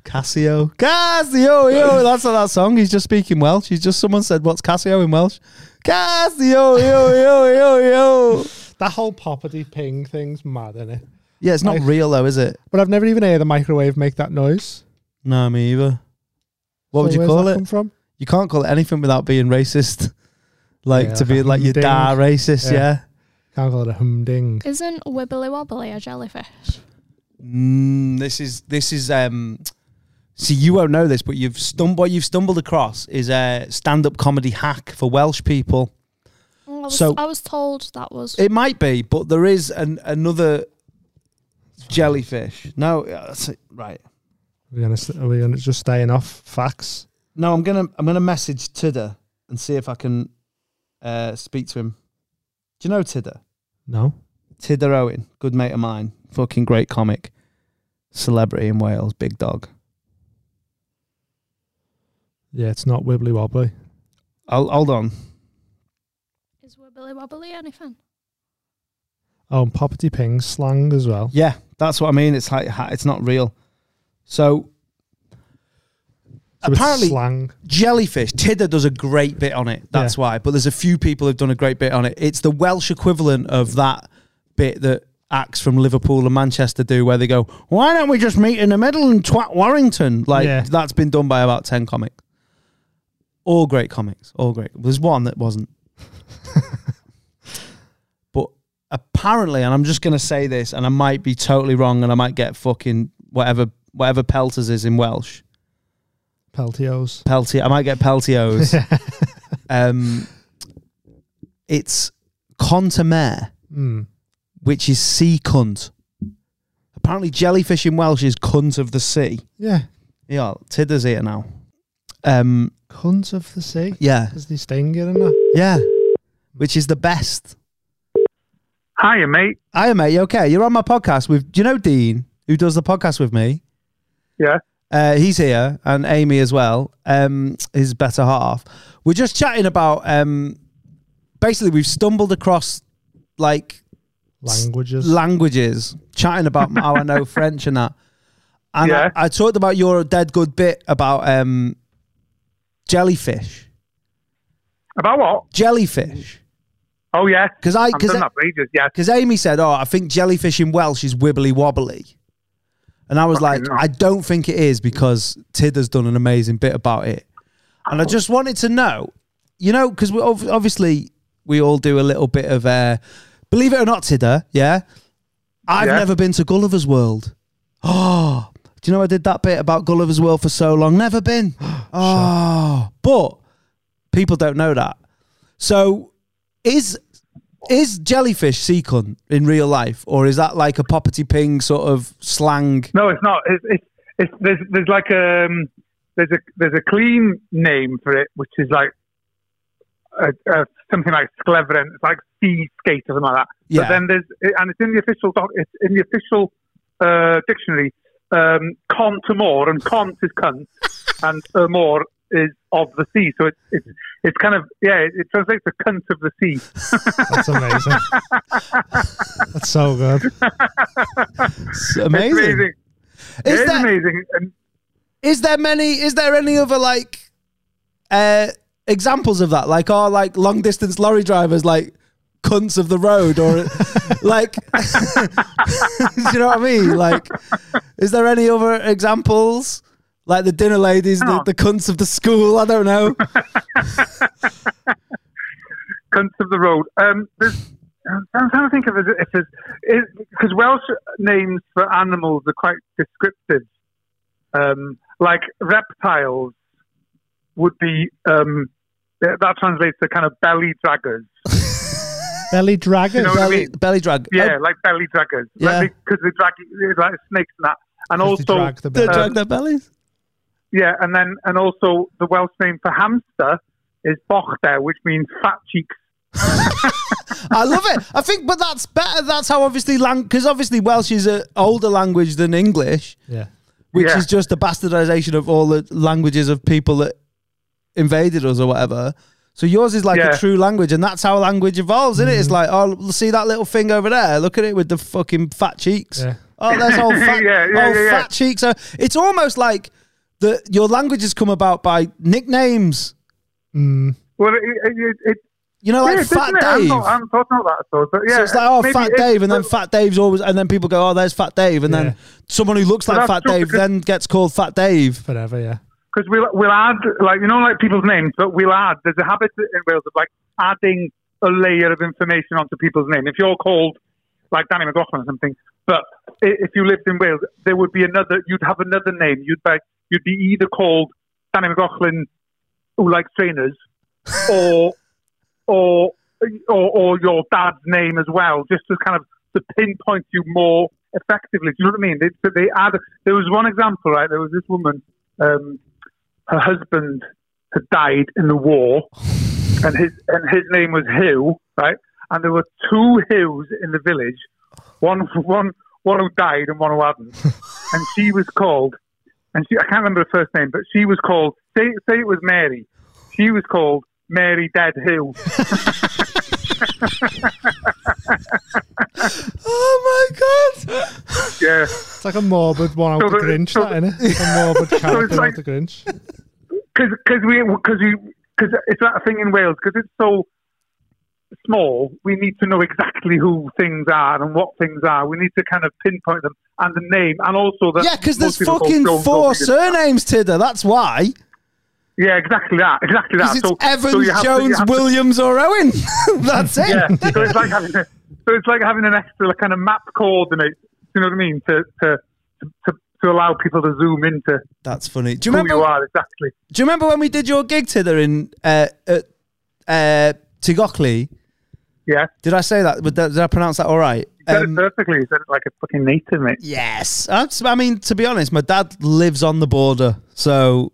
S1: Casio. Casio, yo, that's not that song. He's just speaking Welsh. He's just someone said, "What's Casio in Welsh?" Casio, yo, yo, yo, yo.
S6: That whole poppity ping thing's mad, isn't it?
S1: Yeah, it's not
S6: I-
S1: real though, is it?
S6: But I've never even heard a microwave make that noise.
S1: No, me either. What would
S6: So
S1: you
S6: where's
S1: call
S6: that
S1: it?
S6: Come from?
S1: You can't call it anything without being racist. Like
S6: Yeah,
S1: to be
S6: like
S1: like your
S6: ding.
S1: da racist, yeah.
S6: Yeah. Can't call it a humding.
S11: Isn't Wibbly Wobbly a jellyfish?
S1: Mm, this is this is um. See, you won't know this, but you've stumbled. What you've stumbled across is a stand-up comedy hack for Welsh people.
S11: Oh, I, was,
S1: So-
S11: I was told that was.
S1: It might be, but there is an, another jellyfish. No, uh, that's it. right.
S6: We're gonna st- are we gonna just staying off facts.
S1: No, I'm gonna I'm gonna message Tidder and see if I can uh, speak to him. Do you know Tidder?
S6: No.
S1: Tidder Owen, good mate of mine, fucking great comic, celebrity in Wales, big dog.
S6: Yeah, it's not wibbly wobbly.
S1: I'll, hold on.
S11: wibbly wobbly anything.
S6: Oh, and Poppity Ping slang as well.
S1: Yeah, that's what I mean. It's like ha- it's not real. So,
S6: So it's
S1: apparently,
S6: slang.
S1: jellyfish. Tidder does a great bit on it. That's why. But there's a few people who've done a great bit on it. It's the Welsh equivalent of that bit that acts from Liverpool and Manchester do, where they go, "Why don't we just meet in the middle and twat Warrington?" Like
S6: Yeah.
S1: that's been done by about ten comics. All great comics. All great. There's one that wasn't. But apparently, and I'm just going to say this, and I might be totally wrong, and I might get fucking whatever whatever pelters is in Welsh.
S6: Peltios.
S1: Pelty, I might get peltios. um, it's contamere,
S6: Mm.
S1: which is sea cunt. Apparently, jellyfish in Welsh is cunt of the sea.
S6: Yeah.
S1: Yeah, Tidder's here now. Um,
S6: Cunts of the sea.
S1: yeah,
S6: Is they sting it in there?
S1: yeah, which is the best.
S12: Hiya, mate.
S1: Hiya, mate. You okay? You're on my podcast with, do you know Dean, who does the podcast with me?
S12: Yeah.
S1: Uh, he's here and Amy as well, um, his better half. We're just chatting about um, basically we've stumbled across like
S6: Languages.
S1: languages, chatting about how I know French and that. And
S12: Yeah.
S1: I, I talked about your dead good bit about um, jellyfish.
S12: About what?
S1: Jellyfish.
S12: Oh yeah.
S1: 'Cause I-
S12: I've
S1: 'cause
S12: done
S1: I-
S12: that for ages. Yeah.
S1: Because Amy said, Oh, I think jellyfish in Welsh is wibbly wobbly. And I was like,
S12: hell.
S1: I don't think it is because Tidder's done an amazing bit about it.
S12: Oh.
S1: And I just wanted to know, you know, because we ov- obviously we all do a little bit of, uh, believe it or not, Tidder, yeah? I've
S12: Yeah.
S1: never been to Gulliver's World. Oh, do you know I did that bit about Gulliver's World for so long? Never been. Oh, but people don't know that. So is is jellyfish sea cunt in real life, or is that like a poppity ping sort of slang?
S12: No, it's not. It's, it's, it's there's there's like um there's a there's a clean name for it, which is like uh uh something like scleverin. It's like sea skate or something like that.
S1: Yeah.
S12: But then there's and it's in the official doc. It's in the official uh, dictionary. Um, cont to more and cont is cunt and uh, more is of the sea. So it's it's it's kind of yeah. It, it translates to cunt of the sea.
S6: That's amazing. That's so good.
S1: It's amazing.
S12: It's amazing. It
S1: Is
S12: is
S1: that-
S12: amazing. And
S1: Is there many? Is there any other like uh examples of that? Like are like long distance lorry drivers like cunts of the road, or like do you know what I mean? Like, is there any other examples? Like the dinner ladies, the,
S12: No.
S1: the cunts of the school. I don't know.
S12: cunts of the road. Um, there's, I'm trying to think of it- if there's because Welsh names for animals are quite descriptive. Um, like reptiles would be um, th- that translates to kind of belly draggers.
S6: Belly dragon.
S12: know what I
S1: belly,
S12: mean?
S1: belly drag. uh,
S12: Yeah, like belly draggers.
S1: Yeah.
S12: because they drag like snakes and that. And
S6: If
S12: also,
S6: they
S12: um,
S6: drag the
S1: They
S6: belly.
S1: drag their bellies.
S12: yeah, and then and also the Welsh name for hamster is bochter, which means fat cheeks.
S1: I love it. I think, but that's better. That's how obviously lang because obviously Welsh is an older language than English,
S6: yeah.
S1: which
S12: Yeah.
S1: is just a bastardization of all the languages of people that invaded us or whatever. So yours is like
S12: Yeah.
S1: a true language, and that's how language evolves, isn't
S6: Mm-hmm.
S1: it? It's like, oh, see that little thing over there? Look at it with the fucking fat cheeks.
S6: Yeah.
S1: Oh, there's old fat,
S12: Yeah, yeah,
S1: old
S12: yeah, yeah.
S1: fat cheeks. Uh, It's almost like the your language has come about by nicknames.
S6: Mm.
S12: Well, it, it, it,
S1: You know, like
S12: yeah,
S1: Fat
S12: doesn't it?
S1: Dave.
S12: I'm not, I'm not talking about that, so, but yeah.
S1: so it's like, oh,
S12: maybe
S1: Fat
S12: it-
S1: Dave, and then
S12: but-
S1: Fat Dave's always, and then people go, oh, there's Fat Dave, and
S6: Yeah.
S1: then someone who looks like
S12: that's
S1: Fat
S12: true,
S1: Dave
S12: because-
S1: then gets called Fat Dave.
S6: Forever, yeah.
S12: because we'll we'll add like you know like people's names, but we'll add. There's a habit in Wales of like adding a layer of information onto people's name. If you're called like Danny McLaughlin or something, but i- if you lived in Wales, there would be another. You'd have another name. You'd be you'd be either called Danny McLaughlin who likes trainers, or or or, or your dad's name as well, just to kind of to pinpoint you more effectively. Do you know what I mean? They, so they add. There was one example, right? There was this woman. Um, her husband had died in the war, and his and his name was Hugh, right? And there were two Hughs in the village, one one one who died and one who hadn't. and she was called, and she I can't remember her first name, but she was called. Say say it was Mary. She was called Mary Dead Hugh.
S1: oh my god!
S12: Yeah.
S6: It's like a morbid one out
S12: So
S6: the
S12: the-
S6: Grinch,
S12: so
S6: that, innit? A morbid
S12: So
S6: character
S12: it's like-
S6: out the Grinch.
S12: because we because we because it's that thing in Wales because it's so small. We need to know exactly who things are and what things are. We need to kind of pinpoint them and the name and also that
S1: yeah, because
S12: most
S1: there's
S12: people
S1: fucking
S12: don't- don't
S1: four
S12: read it.
S1: surnames, Tidder. That's why.
S12: Yeah, exactly that. Exactly that.
S1: Because it's
S12: so,
S1: Evans,
S12: so you have to- you
S1: Jones,
S12: have to-
S1: Williams, or Owen. That's it.
S12: Yeah. so it's like having a, so it's like having an extra like, kind of map coordinate. You know what I mean? To to to, to allow people to zoom into.
S1: That's funny. Do you
S12: who
S1: remember-
S12: you are exactly?
S1: Do you remember when we did your gig Tidder in uh, at uh, Tigocli?
S12: Yeah.
S1: Did I say that? Did I- did I pronounce that all right? Um,
S12: You said it perfectly. You said it like a fucking native, mate.
S1: Yes. I, just- I mean, to be honest, my dad lives on the border, so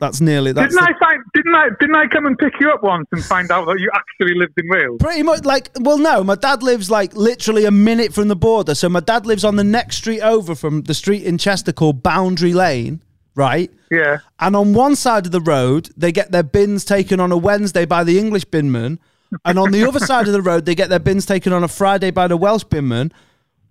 S1: that's nearly that's
S12: didn't
S1: the-
S12: I find, didn't I didn't I come and pick you up once and find out that you actually lived in Wales?
S1: pretty much like. Well, no, my dad lives like literally a minute from the border, so my dad lives on the next street over from the street in Chester called Boundary Lane, right?
S12: Yeah.
S1: And on one side of the road, they get their bins taken on a Wednesday by the English binman. And on the other side of the road, they get their bins taken on a Friday by the Welsh binman.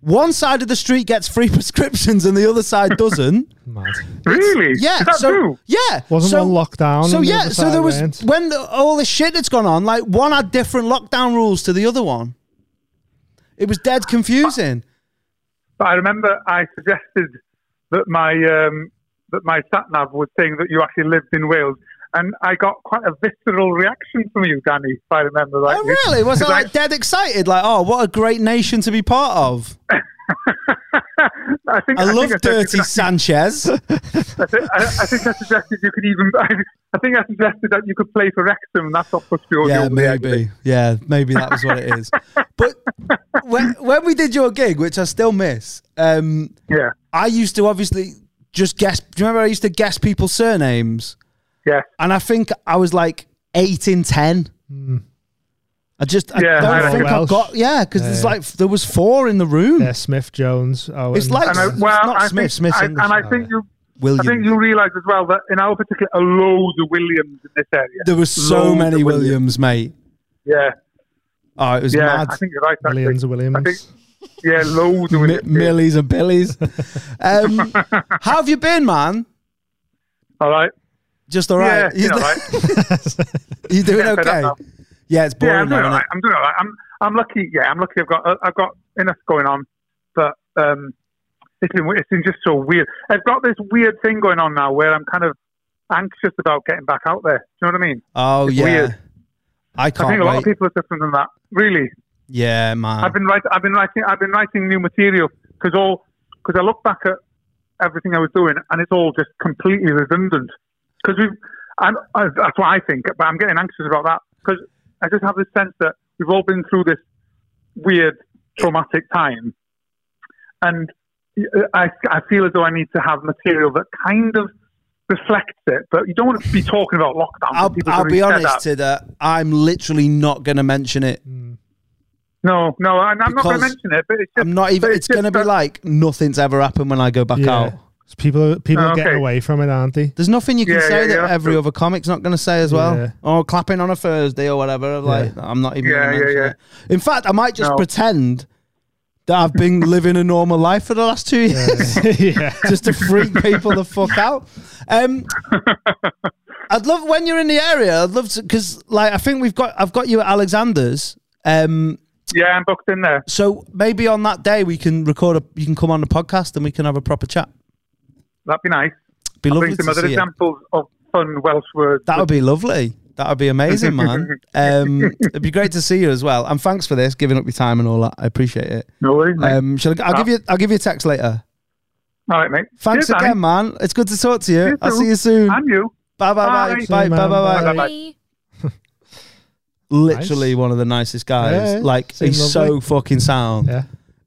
S1: One side of the street gets free prescriptions and the other side doesn't.
S12: Really?
S1: Yeah.
S6: Is that
S1: so,
S6: true?
S1: Yeah.
S6: Wasn't
S1: so,
S6: one locked down
S1: So
S6: and the
S1: yeah.
S6: other
S1: So
S6: side
S1: there was
S6: weren't?
S1: when the, all this shit that's gone on, like one had different lockdown rules to the other one. It was dead confusing.
S12: But I remember I suggested that my um, that my sat nav was saying that you actually lived in Wales, and I got quite a visceral reaction from you, Danny. If I remember right.
S1: Oh, really? Was I like dead excited? Like, oh, what a great nation to be part of.
S12: I, think,
S1: I
S12: think
S1: love
S12: said you
S1: Dirty Sanchez.
S12: could- I, think- I, I think I suggested you could even. I, think I suggested that you could play for Wrexham, and that's what pushed you over the
S1: Yeah,
S12: edge.
S1: maybe. Yeah, maybe that was what it is. but when, when we did your gig, which I still miss, um,
S12: yeah,
S1: I used to obviously just guess. Do you remember I used to guess people's surnames?
S12: Yeah.
S1: And I think I was like eight in ten.
S6: Hmm.
S1: I just I
S6: Yeah, I
S1: don't
S6: know.
S1: think I
S6: Welsh.
S1: got yeah because there's
S6: Yeah.
S1: like there was four in the room.
S6: Yeah, Smith Jones. Owen.
S1: It's like
S12: And I,
S1: it's
S12: well,
S1: not
S12: I
S1: Smith.
S12: think,
S1: Smith's
S12: I,
S1: English.
S12: and I think you,
S1: Williams.
S12: I think you realise as well that in our particular, are loads of Williams in this area.
S1: there were so
S12: Loads of
S1: many Williams, mate.
S12: Yeah,
S1: Oh, it was
S12: yeah,
S1: mad.
S12: I think you're right. Actually.
S6: Millions of Williams.
S12: I think, yeah, loads of
S1: Mi-
S12: Williams. yeah.
S1: Millies and Billies. um, how have you been, man?
S12: All right.
S1: Just all right.
S12: Yeah, you know, right.
S1: You doing
S12: Yeah, fair
S1: okay?
S12: enough.
S1: Yeah, it's
S12: yeah,
S1: boring
S12: I'm
S1: now,
S12: doing all
S1: isn't
S12: right. I'm doing all right. I'm, I'm lucky. Yeah, I'm lucky. I've got, uh, I've got enough going on, but um, it's been, it's been just so weird. I've got this weird thing going on now where I'm kind of anxious about getting back out there. Do you know what I mean?
S1: Oh
S12: It's
S1: yeah.
S12: weird.
S1: I
S12: I
S1: can't
S12: think a
S1: wait.
S12: lot of people are suffering from that. Really.
S1: yeah, man.
S12: I've been writing. I've been writing. I've been writing new material because all because I look back at everything I was doing and it's all just completely redundant. Because we've and uh, that's what I think, but I'm getting anxious about that because I just have this sense that we've all been through this weird traumatic time, and uh, I I feel as though I need to have material that kind of reflects it, but you don't want to be talking about lockdown.
S1: I'll,
S12: People
S1: I'll
S12: can
S1: be
S12: really get
S1: honest, uh,
S12: that.
S1: Tidder. I'm literally not going to mention it.
S12: No, no, and I'm not going
S1: Because
S12: to mention it, but it's just,
S1: I'm not even.
S12: but
S1: It's going to
S12: just
S1: be
S12: that-
S1: like nothing's ever happened when I go back
S6: Yeah.
S1: out.
S6: It's people people
S12: Oh,
S6: are getting
S12: okay.
S6: away from it, aren't they?
S1: There's nothing you can
S12: Yeah,
S1: say
S12: yeah,
S1: that
S12: yeah, that's
S1: every
S12: true.
S1: other comic's not going to say as well.
S6: Yeah.
S1: Or clapping on a Thursday or whatever. Like I'm not even.
S12: Yeah,
S1: gonna
S12: yeah,
S1: mention
S12: yeah.
S1: It. In fact, I might just
S12: No.
S1: pretend that I've been living a normal life for the last two years.
S6: yeah.
S1: just to freak people the fuck out. Um, I'd love when you're in the area. I'd love to because like I think we've got I've got you at Alexander's. Um,
S12: Yeah, I'm booked in there.
S1: so maybe on that day we can record a you can come on the podcast and we can have a proper chat.
S12: That'd be nice.
S1: Be
S12: I'll bring
S1: lovely
S12: some
S1: to
S12: other
S1: see you.
S12: examples of fun Welsh words.
S1: That would be lovely. That would be amazing, man. Um, it'd be great to see you as well. And thanks for this, giving up your time and all that. I appreciate it.
S12: No worries, mate.
S1: Um, shall I, I'll give you I'll give you a text later.
S12: All right, mate.
S1: Thanks
S12: Cheers, Danny.
S1: again, man. It's good to talk to you.
S12: You
S1: I'll
S12: too.
S1: see you soon.
S12: And you.
S1: Bye bye
S12: Bye.
S1: bye bye bye
S6: See you, man.
S1: bye bye.
S12: Bye.
S11: Bye.
S1: literally
S6: Nice.
S1: one of the nicest guys.
S6: Yeah,
S1: like
S6: seems
S1: he's
S6: lovely.
S1: so fucking sound.
S6: Yeah.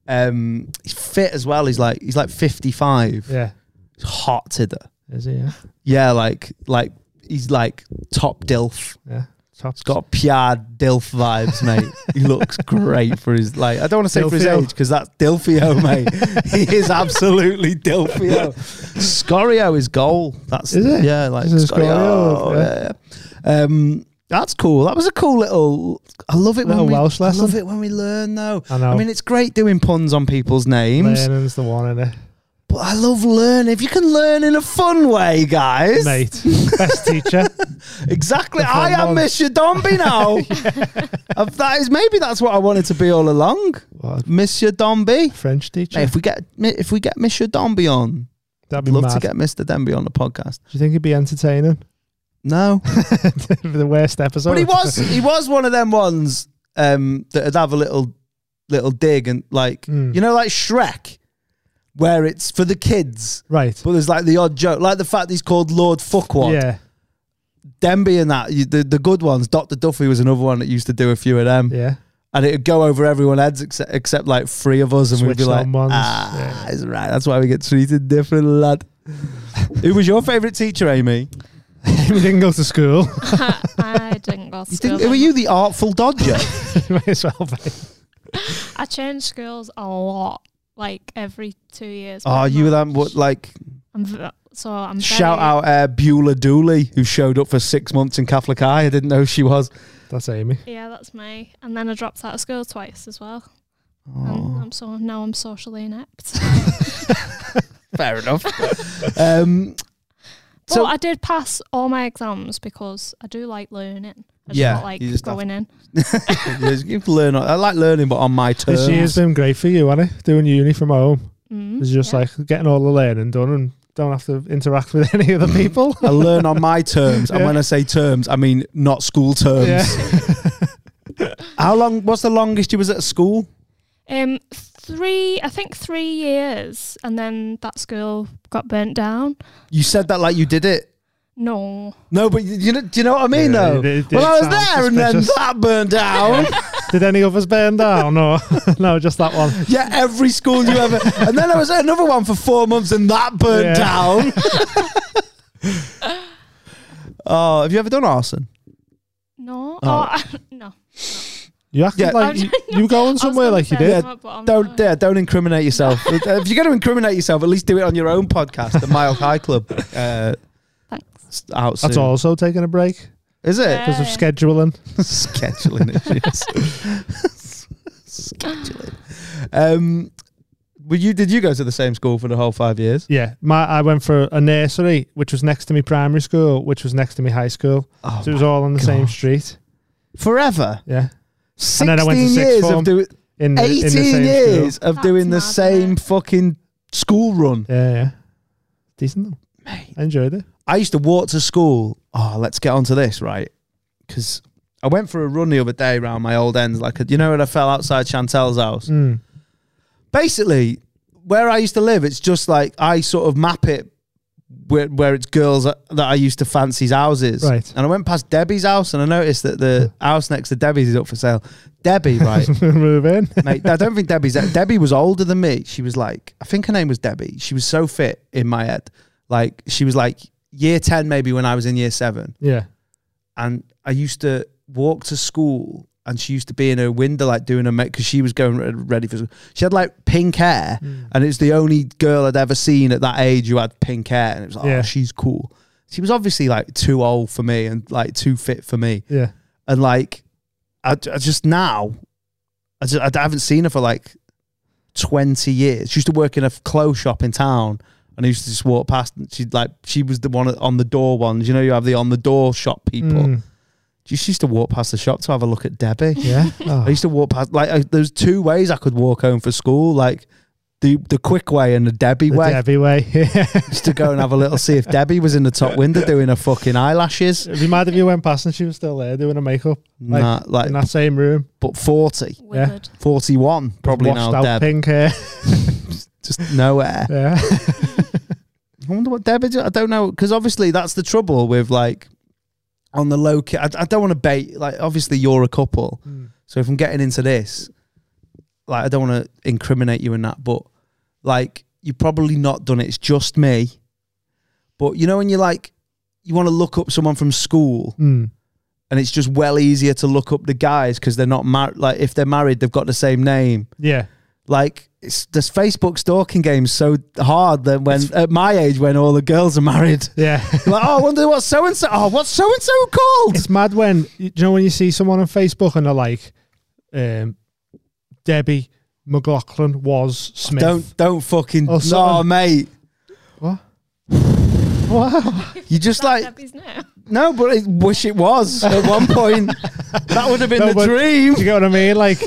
S1: Um, he's fit as well. He's like he's like fifty five.
S6: Yeah.
S1: He's hot to the
S6: Is he? Yeah.
S1: yeah. Like like he's like top dilf.
S6: Yeah. Top.
S1: He's got Piad Dilf vibes, mate. he looks great for his like. I don't want to say for his
S6: Dilfio.
S1: age because that's Dilfio, mate. he is absolutely Dilfio. Scorio is goal. That's
S6: Is it?
S1: yeah, like
S6: Is it
S1: Scorio.
S6: Scorio?
S1: yeah, yeah. Um, That's cool. That was a cool little. I love it
S6: Little
S1: when we,
S6: Welsh
S1: I
S6: lesson.
S1: love it when we learn though.
S6: I know.
S1: I mean, it's great doing puns on people's names,
S6: Learning's the one in it,
S1: but I love learning. If you can learn in a fun way, guys.
S6: mate. Best teacher.
S1: Exactly.
S6: The fun
S1: I am
S6: one.
S1: Miss Domby now. If that is maybe that's what I wanted to be all along. Monsieur Domby,
S6: French teacher.
S1: if we get if we get Monsieur Domby on,
S6: That'd be
S1: love to
S6: mad.
S1: get Mister Demby on the podcast.
S6: Do you think it'd be entertaining?
S1: No,
S6: the worst episode.
S1: But he was he was one of them ones um, that'd have a little little dig and like
S6: Hmm.
S1: you know like Shrek, where it's for the kids,
S6: right?
S1: But there's like the odd joke, like the fact he's called Lord Fuckwad.
S6: Yeah.
S1: Demby and that you- the the good ones. Doctor Duffy was another one that used to do a few of them.
S6: Yeah.
S1: And it'd go over everyone's heads except, except like three of us, and we'd
S6: Switched
S1: be like,
S6: on ones.
S1: "Ah, it's right. That's why we get treated different, lad." Who was your favourite teacher, Amy?
S6: He didn't go to school.
S11: I didn't go to
S1: You
S11: school.
S1: think, were you the artful dodger?
S6: Might as well be.
S11: I changed schools a lot, like every two years.
S1: oh, you were that what like
S11: I'm v- so I'm
S1: Shout
S11: very-
S1: out uh, Beulah Dooley, who showed up for six months in Catholic Eye. I didn't know who she was.
S6: That's Amy.
S11: Yeah, that's me. And then I dropped out of school twice as well.
S1: Oh.
S11: And I'm so now I'm socially inept.
S1: Fair enough. um, So-
S11: but I did pass all my exams because I do like learning. I just
S1: Yeah,
S11: not like
S1: you just have-
S11: going in.
S1: you learn. I like learning, but on my terms.
S6: This year's been great for you, hasn't it? Doing uni from home.
S11: Mm,
S6: It's just
S11: yeah.
S6: like getting all the learning done and don't have to interact with any other people.
S1: I learn on my terms, and
S6: Yeah.
S1: when I say terms, I mean not school terms. How long? What's the longest you was at school?
S11: Um, three, I think three years, and then that school got burnt down.
S1: You said that like you did it.
S11: No,
S1: No, but you, you know, do you know what I mean?
S6: Yeah,
S1: though.
S6: it- it-
S1: well,
S6: it
S1: I
S6: sounds
S1: was there, and then
S6: suspicious.
S1: that burned down.
S6: Did any others burn down? No, no, just that one.
S1: Yeah, every school you ever. And then I was at another one for four months and that burned
S6: Yeah.
S1: down. Oh, have you ever done arson?
S11: no,
S1: Oh.
S11: oh, no.
S6: You acted
S1: Yeah.
S6: like you, you were going somewhere
S11: gonna
S6: like you
S11: say
S6: did.
S11: no, but I'm
S1: Don't
S11: not.
S1: yeah, don't incriminate yourself. if you're going to incriminate yourself, at least do it on your own podcast, the Mile High Club. Uh,
S11: Thanks.
S1: s- out
S6: That's
S1: soon.
S6: also taking a break
S1: Is it?
S11: Yeah.
S6: because of scheduling.
S1: Scheduling issues. Scheduling. Um, were you? Did you go to the same school for the whole five years?
S6: Yeah, my I went for a nursery, which was next to me primary school, which was next to me high school.
S1: Oh
S6: so it was all on the same street.
S1: Forever.
S6: Yeah,
S1: Sixteen
S6: And then I went to sixth
S1: years
S6: form
S1: of doing.
S6: in the, in the
S1: 18
S6: same
S1: years
S6: School.
S1: of
S11: That's
S1: doing the
S11: mad, isn't
S1: same
S11: it?
S1: fucking school run.
S6: Yeah, yeah, decent though. I enjoyed it.
S1: I used to walk to school. Oh, let's get onto this, right? Because I went for a run the other day around my old ends. Like, you know, when I fell outside Chantel's house?
S6: Mm.
S1: Basically, where I used to live, it's just like I sort of map it where, where it's girls that that I used to fancy's houses.
S6: Right.
S1: And I went past Debbie's house and I noticed that the house next to Debbie's is up for sale. Debbie, right?
S6: Move in.
S1: mate. I don't think Debbie's. Debbie was older than me. She was like, I think her name was Debbie. She was so fit in my head. Like she was like year ten maybe when I was in year seven,
S6: Yeah,
S1: and I used to walk to school, and she used to be in her window like doing her make because she was going re- ready for. school. She had like pink hair, and it's the only girl I'd ever seen at that age who had pink hair, and it was like,
S6: Yeah.
S1: oh, she's cool. She was obviously like too old for me and like too fit for me
S6: yeah.
S1: and like I, I just now I, just, I haven't seen her for like 20 years she used to work in a f- clothes shop in town and I used to just walk past and she'd like she was the one at- on the door ones you know you have the on the door shop people
S6: Mm,
S1: she just used to walk past the shop to have a look at Debbie
S6: yeah. Oh,
S1: I used to walk past like I, there's two ways I could walk home for school like the the quick way and the Debbie
S6: the
S1: way
S6: Debbie way. Yeah.
S1: used to go and have a little see if Debbie was in the top window doing her fucking eyelashes
S6: It'd be mad if you went past and she was still there doing her makeup like,
S1: nah, like
S6: in that same room.
S1: but 40
S11: Withered.
S1: 41 probably
S6: washed
S1: now
S6: out
S1: Deb.
S6: pink hair.
S1: just nowhere.
S6: Yeah.
S1: I wonder what Debbie. do- I don't know because obviously that's the trouble with like on the low key. I, I don't want to bait. Like obviously you're a couple,
S6: Mm.
S1: so if I'm getting into this, like I don't want to incriminate you in that, but like you've probably not done it. It's just me. But you know when you like you want to look up someone from school,
S6: Mm.
S1: and it's just well easier to look up the guys because they're not married. Like if they're married, they've got the same name.
S6: Yeah.
S1: Like it's, this Facebook stalking game's so hard that when at my age when all the girls are married,
S6: yeah,
S1: like oh, I wonder what so and so, oh, what's so and so called?
S6: It's mad when you know when you see someone on Facebook and they're like, um, Debbie McLaughlin was Smith.
S1: Don't don't fucking
S6: Or
S1: no,
S6: something.
S1: mate.
S6: Oh, What?
S1: Wow. You just like no, but I wish it was at one point. that would have been
S6: No,
S1: the
S6: but
S1: dream.
S6: Do you get what I mean? Like,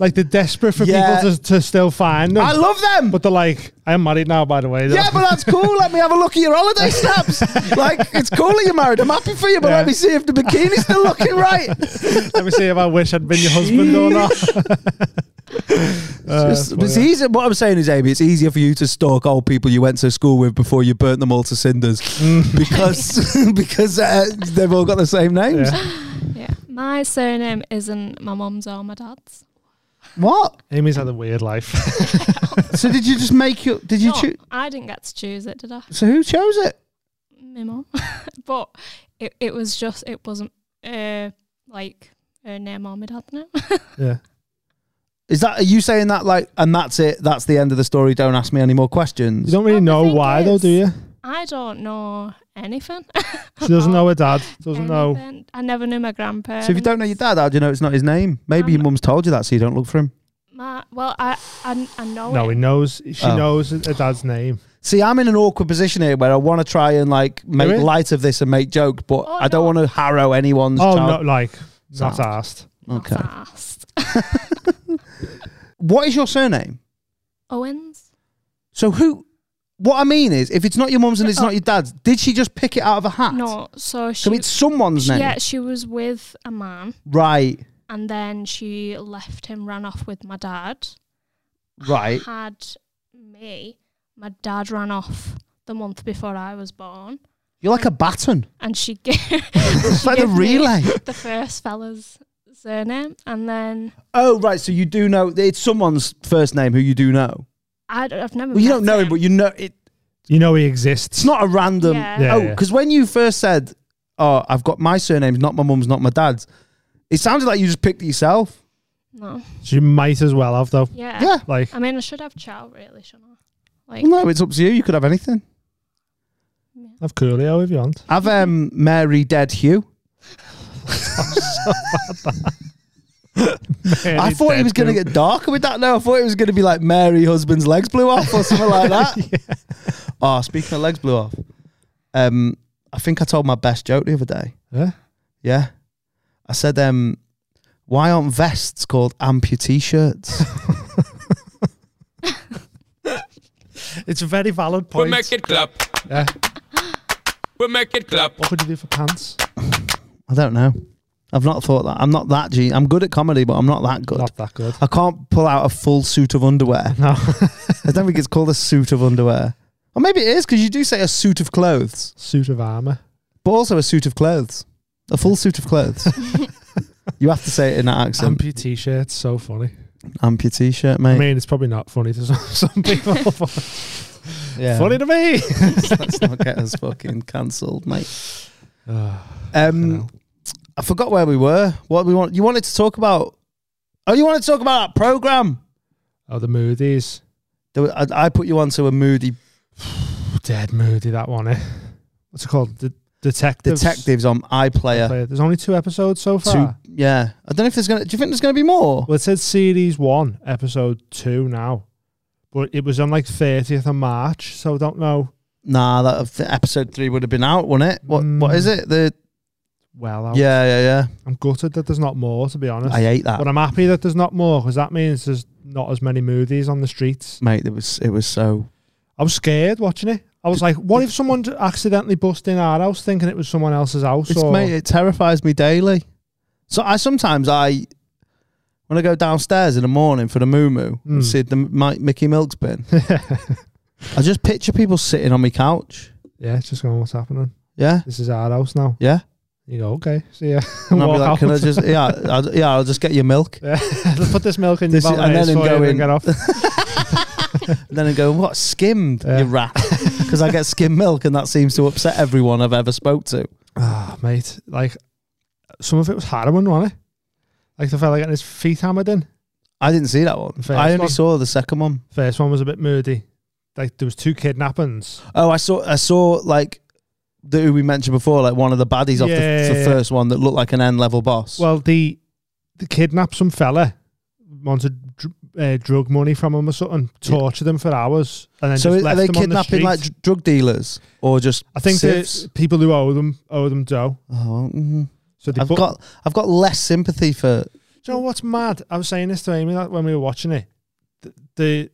S6: like they're desperate for
S1: Yeah.
S6: people to, to still find them.
S1: I love them,
S6: but they're like, I am married now, by the way.
S1: Yeah, but that's cool. Let me have a look at your holiday snaps. like, it's cool that you're married. I'm happy for you, but
S6: Yeah.
S1: let me see if the bikini's still looking right.
S6: Let me see if I wish I'd been your husband or not. Uh,
S1: It's-
S6: but
S1: it's
S6: yeah.
S1: easier. What I'm saying is, Amy, it's easier for you to stalk old people you went to school with before you burnt them all to cinders
S6: Mm.
S1: because because uh, they've all got the same
S6: Uh,
S1: names.
S11: Yeah. My surname isn't my mum's or my dad's.
S1: What?
S6: Amy's had a weird life.
S1: so did you just make your? Did you
S11: No,
S1: choose?
S11: I didn't get to choose it, did I?
S1: So who chose it?
S11: My mum. but it, it was just, it wasn't uh, like her name or my dad's name.
S6: Yeah.
S1: Is that are you saying that like and that's it? That's the end of the story. Don't ask me any more questions.
S6: You don't really know why though, do you?
S11: I don't know anything.
S6: She doesn't know her dad. Doesn't know.
S11: Anything. I never knew my grandparents.
S1: So if you don't know your dad, how do you know it's not his name? Maybe your mum's told you that, so you don't look for him.
S11: My, well, I, I, I know
S6: No,
S11: it.
S6: he knows. She
S1: Oh.
S6: knows her dad's name.
S1: See, I'm in an awkward position here where I want to try and like make
S6: Really?
S1: light of this and make jokes, but I don't want to harrow anyone's.
S6: Oh,
S1: child.
S6: not like not
S1: Sound.
S6: asked.
S1: Okay. what is your surname?
S11: Owens.
S1: So who? What I mean is, if it's not your mum's and it's not your dad's, did she just pick it out of a hat?
S11: Oh. No, so she.
S1: So it's someone's name,
S11: Yeah, she was with a man,
S1: right?
S11: and then she left him, ran off with my dad.
S1: Right.
S11: Had me. My dad ran off the month before I was born,
S1: You're like a baton.
S11: and she gave.
S1: It's like the
S11: gave me
S1: relay.
S11: The first fella's surname, and then
S1: Oh, right. So you do know it's someone's first name who you do know.
S11: I don't, I've never.
S1: Well, you
S11: met
S1: don't know him,
S11: him.
S1: but you know it.
S6: You know he exists.
S1: It's not a random.
S11: Yeah. Yeah,
S1: oh,
S6: yeah.
S1: because when you first said, "Oh, I've got my surname's not my mum's, not my dad's," it sounded like you just picked it yourself.
S11: No.
S6: She might as well have though.
S11: Yeah.
S1: Yeah.
S6: Like
S11: I mean, I should have chow, really, shouldn't I? Like,
S1: Well, no, it's up to you. You could have anything.
S6: have Coolio if you want.
S1: Have
S11: Mm-hmm.
S1: um, Mary Dead Hugh. I thought he was going to get darker with that. No, I thought it was going to be like Mary husband's legs blew off or something like that. Oh, speaking of legs blew off, um, I think I told my best joke the other day.
S6: Yeah.
S1: Yeah, I said, um, why aren't vests called amputee shirts?
S6: It's a very valid
S8: We
S6: point.
S8: make it clap.
S6: Yeah.
S8: We make it clap.
S6: What would you do for pants?
S1: I don't know. I've not thought that. I'm not that genius. I'm good at comedy, but I'm not that good.
S6: Not that good.
S1: I can't pull out a full suit of underwear.
S6: No.
S1: I don't think it's called a suit of underwear. Or maybe it is because you do say a suit of clothes,
S6: Suit of armor.
S1: but also a suit of clothes, a full suit of clothes. you have to say it in that accent.
S6: Ampy t-shirts. So funny.
S1: Amputee shirt, mate.
S6: I mean, it's probably not funny to some, some people. but
S1: yeah.
S6: funny to me.
S1: Let's not get us fucking cancelled, mate.
S6: Oh,
S1: Um, I forgot where we were. What we want? You wanted to talk about? Oh, you wanted to talk about that program?
S6: oh, the Moody's.
S1: There were- I, I put you onto a moody
S6: Dead Moody. That one. Eh? What's it called? The detectives.
S1: detectives on iPlayer.
S6: There's only two episodes so far.
S1: Two, yeah, I don't know if there's gonna. Do you think there's gonna be more?
S6: Ah. Well, it said series one, episode two now, but it was on like 30th of March, so I don't know.
S1: Nah, that episode three would have been out, wouldn't it? What What is
S6: Mm.
S1: it? The
S6: Well, I,
S1: yeah, yeah, yeah.
S6: I'm gutted that there's not more, to be honest.
S1: I hate that,
S6: But I'm happy that there's not more because that means there's not as many movies on the streets.
S1: mate. It was it was so.
S6: I was scared watching it. I was like, what if someone j- accidentally bust in our house thinking it was someone else's house?
S1: It's
S6: or,
S1: mate. It terrifies me daily. So I sometimes I when I go downstairs in the morning for the moo moo
S6: Hmm.
S1: and see the my, Mickey Milk's bin, I just picture people sitting on my couch.
S6: yeah, it's just going, what's happening?
S1: Yeah,
S6: This is our house now.
S1: yeah.
S6: You go, okay, see ya.
S1: And I'll
S6: Walk
S1: be like,
S6: out.
S1: can I just yeah, I'll, yeah? I'll just get your milk.
S6: Put this milk in
S1: This
S6: your
S1: is-
S6: and then
S1: him going-
S6: get off.
S1: And then I go, what skimmed
S6: Yeah.
S1: you rat? Because I get skim milk, and that seems to upset everyone I've ever spoke to.
S6: Ah, mate, like some of it was harrowing, wasn't it? Like the fella getting his feet hammered in.
S1: I didn't see that one.
S6: First
S1: I only
S6: one.
S1: saw the second one.
S6: First one was a bit moody. Like there was two kidnappings.
S1: Oh, I saw. I saw like the who we mentioned before, like one of the baddies off
S6: Yeah,
S1: the, the
S6: yeah,
S1: first one that looked like an N level boss.
S6: Well, the they kidnapped some fella, wanted dr- uh, drug money from him or something, tortured them for hours, and then
S1: so
S6: just
S1: are
S6: left
S1: they
S6: them on the
S1: kidnapping
S6: street.
S1: like dr- drug dealers or just?
S6: I think
S1: civs?
S6: the people who owe them owe them dough.
S1: Oh, mhm.
S6: So they
S1: I've
S6: put-
S1: got I've got less sympathy for
S6: Do you know what's mad? I was saying this to Amy like, when we were watching it. The, the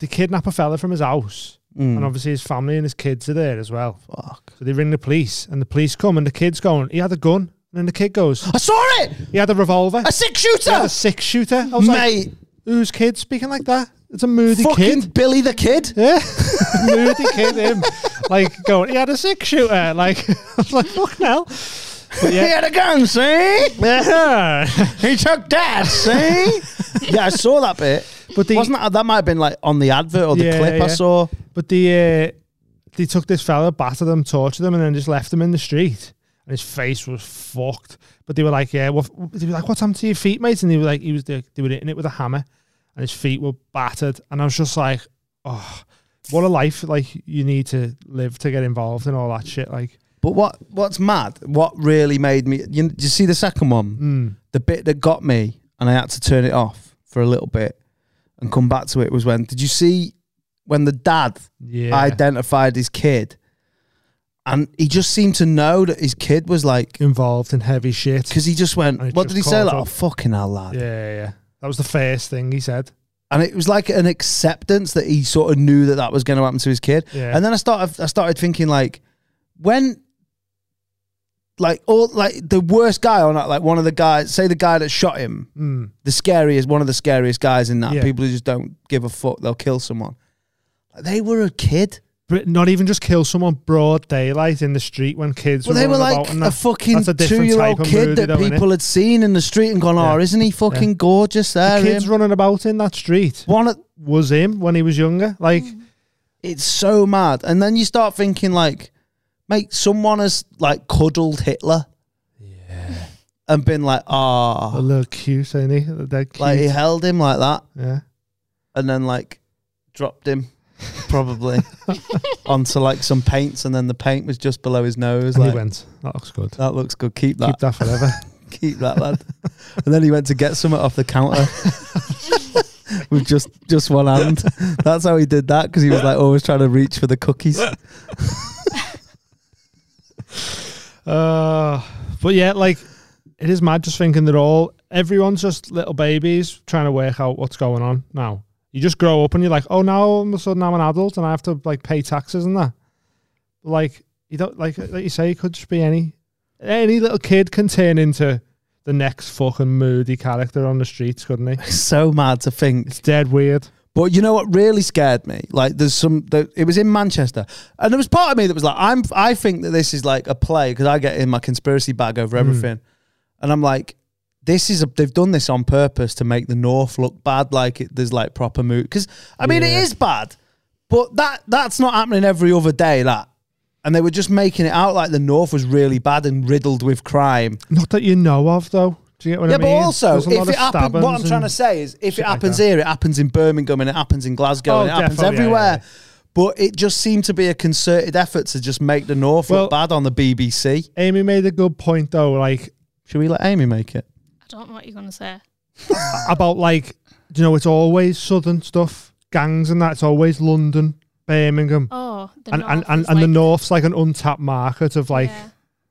S6: they kidnap a fella from his house,
S1: Mm.
S6: and obviously his family and his kids are there as well. Fuck. So they ring the police, and the police come, and the kid's going, he had a gun, and then the kid goes,
S1: I saw it.
S6: He had a revolver,
S1: a six shooter,
S6: a six shooter. I was
S1: mate.
S6: like, who's kid speaking like that? It's a moody
S1: fucking
S6: kid,
S1: Billy the Kid.
S6: Yeah, moody kid. Him, like going, he had a six shooter. Like, I was like, fuck now. But
S1: He had a gun, see?
S6: Yeah.
S1: he took dad, see? yeah, I saw that bit. But
S6: the-
S1: wasn't that that might have been like on the advert or the clip I
S6: yeah.
S1: saw?
S6: But the uh, they took this fella, battered him, tortured him, and then just left him in the street. And his face was fucked. But they were like, "Yeah, what?" They were like, "What's happened to your feet, mate?" And they were like, "He was they, they were hitting it with a hammer, and his feet were battered." And I was just like, "Oh, what a life! Like you need to live to get involved and all that shit." Like,
S1: But what what's mad? What really made me? You, you see the second one,
S6: Mm.
S1: the bit that got me, and I had to turn it off for a little bit and come back to it was when did you see when the dad
S6: Yeah.
S1: identified his kid, and he just seemed to know that his kid was like
S6: involved in heavy shit
S1: because he just went.
S6: And it
S1: What
S6: just
S1: did he say?
S6: caught
S1: Like,
S6: up.
S1: oh fucking hell, lad.
S6: yeah, yeah, yeah. That was the first thing he said.
S1: and it was like an acceptance that he sort of knew that that was going to happen to his kid.
S6: Yeah.
S1: And then I started, I started thinking like, when, like all like the worst guy on that, like one of the guys, say the guy that shot him,
S6: Mm.
S1: the scariest, one of the scariest guys in that.
S6: Yeah.
S1: People who just don't give a fuck, they'll kill someone. Like, they were a kid.
S6: Br- Not even just kill someone broad daylight in the street when kids.
S1: Well,
S6: were
S1: they were
S6: running
S1: like
S6: about and
S1: a
S6: that.
S1: fucking
S6: That's a different
S1: two-year-old
S6: type of
S1: kid
S6: moody,
S1: that
S6: though, innit?
S1: people had seen in the street and gone,
S6: Yeah.
S1: "Oh, isn't he fucking
S6: Yeah.
S1: gorgeous?" There,
S6: the kids
S1: him?"
S6: running about in that street
S1: one
S6: was him when he was younger like
S1: Mm. it's so mad and then you start thinking like mate someone has like cuddled hitler yeah and been like ah
S6: a little cute ain't he They're cute.
S1: like he held him like that
S6: yeah
S1: and then like dropped him probably onto like some paints and then the paint was just below his nose
S6: and
S1: like
S6: he went that looks good
S1: that looks good keep that
S6: keep that forever
S1: keep that lad and then he went to get something off the counter with just just one hand that's how he did that because he was like always trying to reach for the cookies
S6: uh, but yeah like it is mad just thinking they're all everyone's just little babies trying to work out what's going on now you just grow up and you're like oh now all of a sudden i'm an adult and i have to like pay taxes and that like you don't like like you say it could just be any any little kid can turn into the next fucking moody character on the streets couldn't he
S1: so mad to think. It's
S6: dead weird.
S1: But you know what really scared me? Like there's some. There, it was in Manchester, and there was part of me that was like, I'm. I think that this is like a play because I get in my conspiracy bag over everything, and I'm like, this is. A, they've done this on purpose to make the North look bad. Like it, there's like proper mood. Because I mean,
S6: Yeah.
S1: it is bad, but that that's not happening every other day. That. And they were just making it out like the North was really bad and riddled with crime
S6: Not that you know of, though. Do you get what
S1: yeah,
S6: I mean?
S1: but also,
S6: There's a lot
S1: if
S6: of
S1: it happens, what I'm
S6: stabbings
S1: trying to
S6: and-
S1: say is, if it
S6: shit like
S1: happens
S6: that.
S1: here, it happens in Birmingham and it happens in Glasgow
S6: Oh,
S1: and it happens
S6: definitely, yeah,
S1: everywhere.
S6: yeah,
S1: But it just seemed to be a concerted effort to just make the North look bad on the BBC.
S6: Amy made a good point though, like
S1: should we let Amy make it
S11: I don't know what you're going to say.
S6: about like you know it's always southern stuff, gangs and that. It's always London, Birmingham.
S11: Oh, the
S6: and and
S11: North
S6: and,
S11: is
S6: and the
S11: like-
S6: north's like an untapped market of like.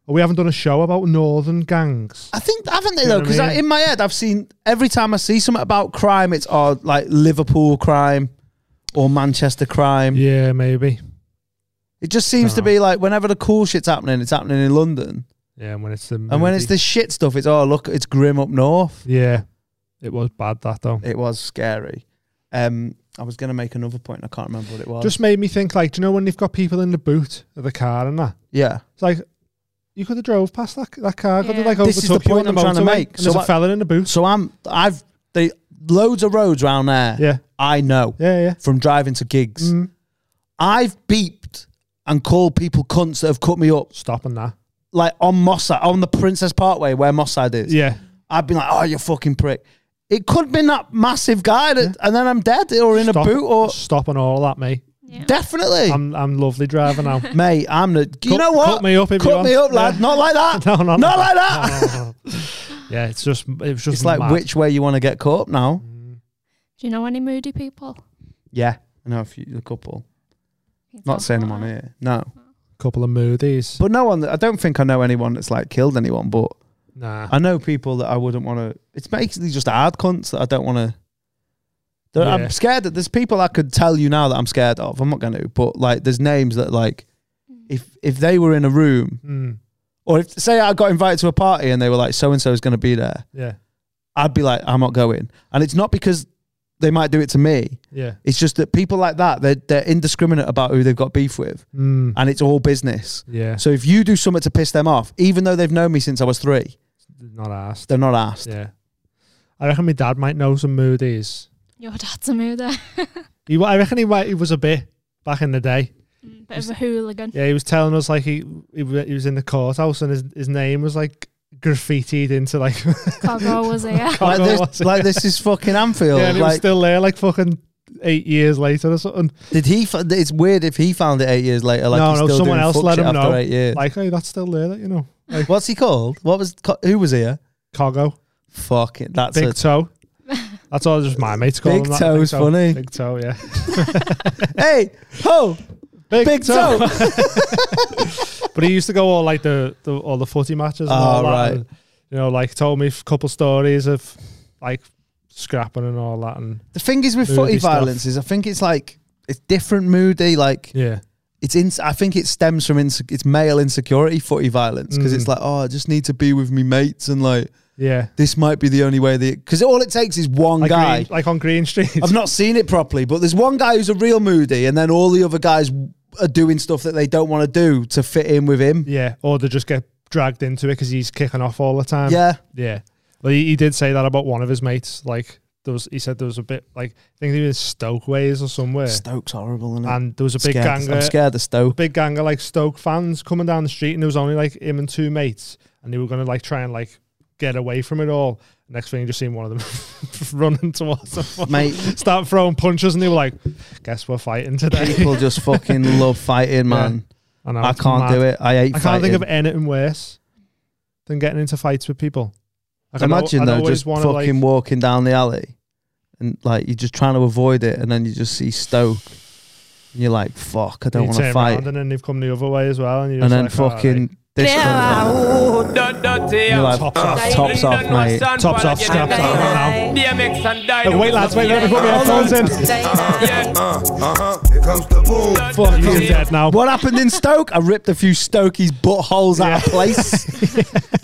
S6: We haven't done a show about northern gangs.
S1: I think haven't they
S6: You know
S1: though?
S6: what I
S1: Because
S6: mean?
S1: in my head, I've seen every time I see something about crime, it's uh, like Liverpool crime or Manchester crime.
S6: Yeah, Uh-huh. maybe.
S1: It just seems to be like whenever the cool shit's happening, it's happening in London,
S6: Yeah, and when it's the
S1: and when it's the shit stuff, it's oh look, it's grim up north.
S6: yeah, it was bad that though.
S1: It was scary. Um, I was going to make another point. I can't remember what it was.
S6: Just made me think like, do you know when they've got people in the boot of the car and that?
S1: yeah.
S6: It's like you could have drove past that that car. Could have like
S1: This is the
S6: overtook you on
S1: point I'm trying to
S6: motorway,
S1: make.
S6: and there's a
S1: I-
S6: fella in the boot.
S1: So I'm. I've the loads of roads round there.
S6: Yeah.
S1: I know.
S6: Yeah, yeah.
S1: From driving to gigs,
S6: Mm.
S1: I've beeped and called people cunts that have cut me up.
S6: Stopping that.
S1: Like on Mossad, on the Princess Parkway where Mossad is.
S6: Yeah.
S1: I've been like, oh, you fucking prick. It could have been that massive guy, that, and then I'm dead or in
S6: Stop-
S1: a boot or
S6: stop and all that, mate.
S1: Definitely.
S6: I'm, I'm lovely driver now.
S1: Mate, I'm the. Do you
S6: Cut-
S1: know what?
S6: cut me up if you
S1: Cut
S6: want.
S1: me up, lad.
S6: Yeah.
S1: Not like that.
S6: No, no,
S1: Not
S6: no.
S1: like that.
S6: yeah, it's just it was just
S1: It's like
S6: mad.
S1: which way you want to get caught up now.
S11: Do you know any moody people?
S1: Yeah, I know a few, a couple. Not saying them on
S11: Uh-huh.
S1: here. No.
S6: Couple of moodies.
S1: But no one. I don't think I know anyone that's like killed anyone. But
S6: Nah.
S1: I know people that I wouldn't want to. It's basically just hard cunts that I don't want to.
S6: Yeah.
S1: I'm scared that there's people I could tell you now that I'm scared of. I'm not going to, but like there's names that like, if if they were in a room,
S6: Mm.
S1: or if say I got invited to a party and they were like so and so is going to be there,
S6: Yeah.
S1: I'd be like I'm not going, and it's not because they might do it to me.
S6: Yeah.
S1: It's just that people like that they're they're indiscriminate about who they've got beef with,
S6: Mm.
S1: and it's all business.
S6: Yeah.
S1: So if you do something to piss them off, even though they've known me since I was three,
S6: Not asked.
S1: they're not asked.
S6: Yeah. I reckon my dad might know some moodies.
S11: Your dad's a mooder.
S6: He, wa- I reckon he, might, he was a bit back in the day.
S11: Mm, Bit of a hooligan.
S6: Yeah, he was telling us like he he, wa- he was in the courthouse and his, his name was like graffitied into like
S11: Coggo was here.
S1: Like
S6: Coggo
S1: this-
S6: was it?
S1: like this is fucking Anfield,
S6: Yeah, and it was
S1: like-
S6: still there like fucking eight years later or something.
S1: Did he? fi- It's weird if he found it eight years later. Like
S6: no,
S1: he's
S6: no,
S1: still
S6: someone
S1: doing
S6: else
S1: fuck
S6: let
S1: shit
S6: him
S1: after
S6: know.
S1: Eight years.
S6: Like, hey, that's still there, that you know. Like,
S1: What's he called? What was co- who was here?
S6: Coggo.
S1: Fucking that's
S6: Big
S1: a,
S6: Toe. That's all just my mates call
S1: Big
S6: him. that,
S1: Toe's funny.
S6: Big Toe, yeah.
S1: hey, ho,
S6: Big,
S1: toe.
S6: but he used to go all like the, the all the footy matches. And
S1: Oh,
S6: all that,
S1: right.
S6: and, you know, like told me a couple stories of like scrapping and all that. And
S1: The thing is with
S6: Moody
S1: footy
S6: stuff.
S1: violence is I think it's like it's different moody. Like
S6: yeah,
S1: it's in. I think it stems from inse- it's male insecurity footy violence because
S6: Mm.
S1: it's like oh I just need to be with me mates and like
S6: yeah,
S1: this might be the only way that because all it takes is one
S6: like,
S1: guy. Um,
S6: Green- like on Green Street.
S1: I've not seen it properly, but there's one guy who's a real moody, and then all the other guys are doing stuff that they don't want to do to fit in with him.
S6: yeah, or they just get dragged into it because he's kicking off all the time.
S1: Yeah.
S6: yeah. But he, he did say that about one of his mates. Like there was, he said there was a bit like I think he was Stoke ways or somewhere.
S1: Stoke's horrible, isn't it?
S6: and there was a big
S1: Scared-
S6: gang.
S1: I'm
S6: of-
S1: scared of
S6: a
S1: Stoke.
S6: big gang of like Stoke fans coming down the street, and there was only like him and two mates, and they were gonna like try and like get away from it all. Next thing you just seen one of them running towards them,
S1: Mate.
S6: start throwing punches, and they were like, "Guess we're fighting today."
S1: People just fucking love fighting, man.
S6: I know,
S1: I
S6: it's
S1: can't
S6: mad.
S1: do it. I hate
S6: I can't think of
S1: fighting.
S6: anything worse than getting into fights with people. Like, I'd al-
S1: Imagine
S6: I'd
S1: though,
S6: always
S1: just
S6: wanna,
S1: fucking
S6: like,
S1: walking down the alley, and like you're just trying to avoid it, and then you just see Stoke, and you're like, "Fuck, I don't
S6: you
S1: want
S6: turn
S1: to fight,"
S6: around and then they've come the other way as well, and, you're
S1: and then
S6: just like,
S1: fucking. this
S8: uh,
S1: You're like,
S6: Tops off.
S1: tops off, mate.
S6: Tops off, straps on now.
S8: DMX and
S6: Oh,
S8: Dino.
S6: wait, lads, wait, let me put my headphones in.
S1: Fuck
S6: You're dead now.
S1: What happened in Stoke? I ripped a few Stokey's buttholes out of place.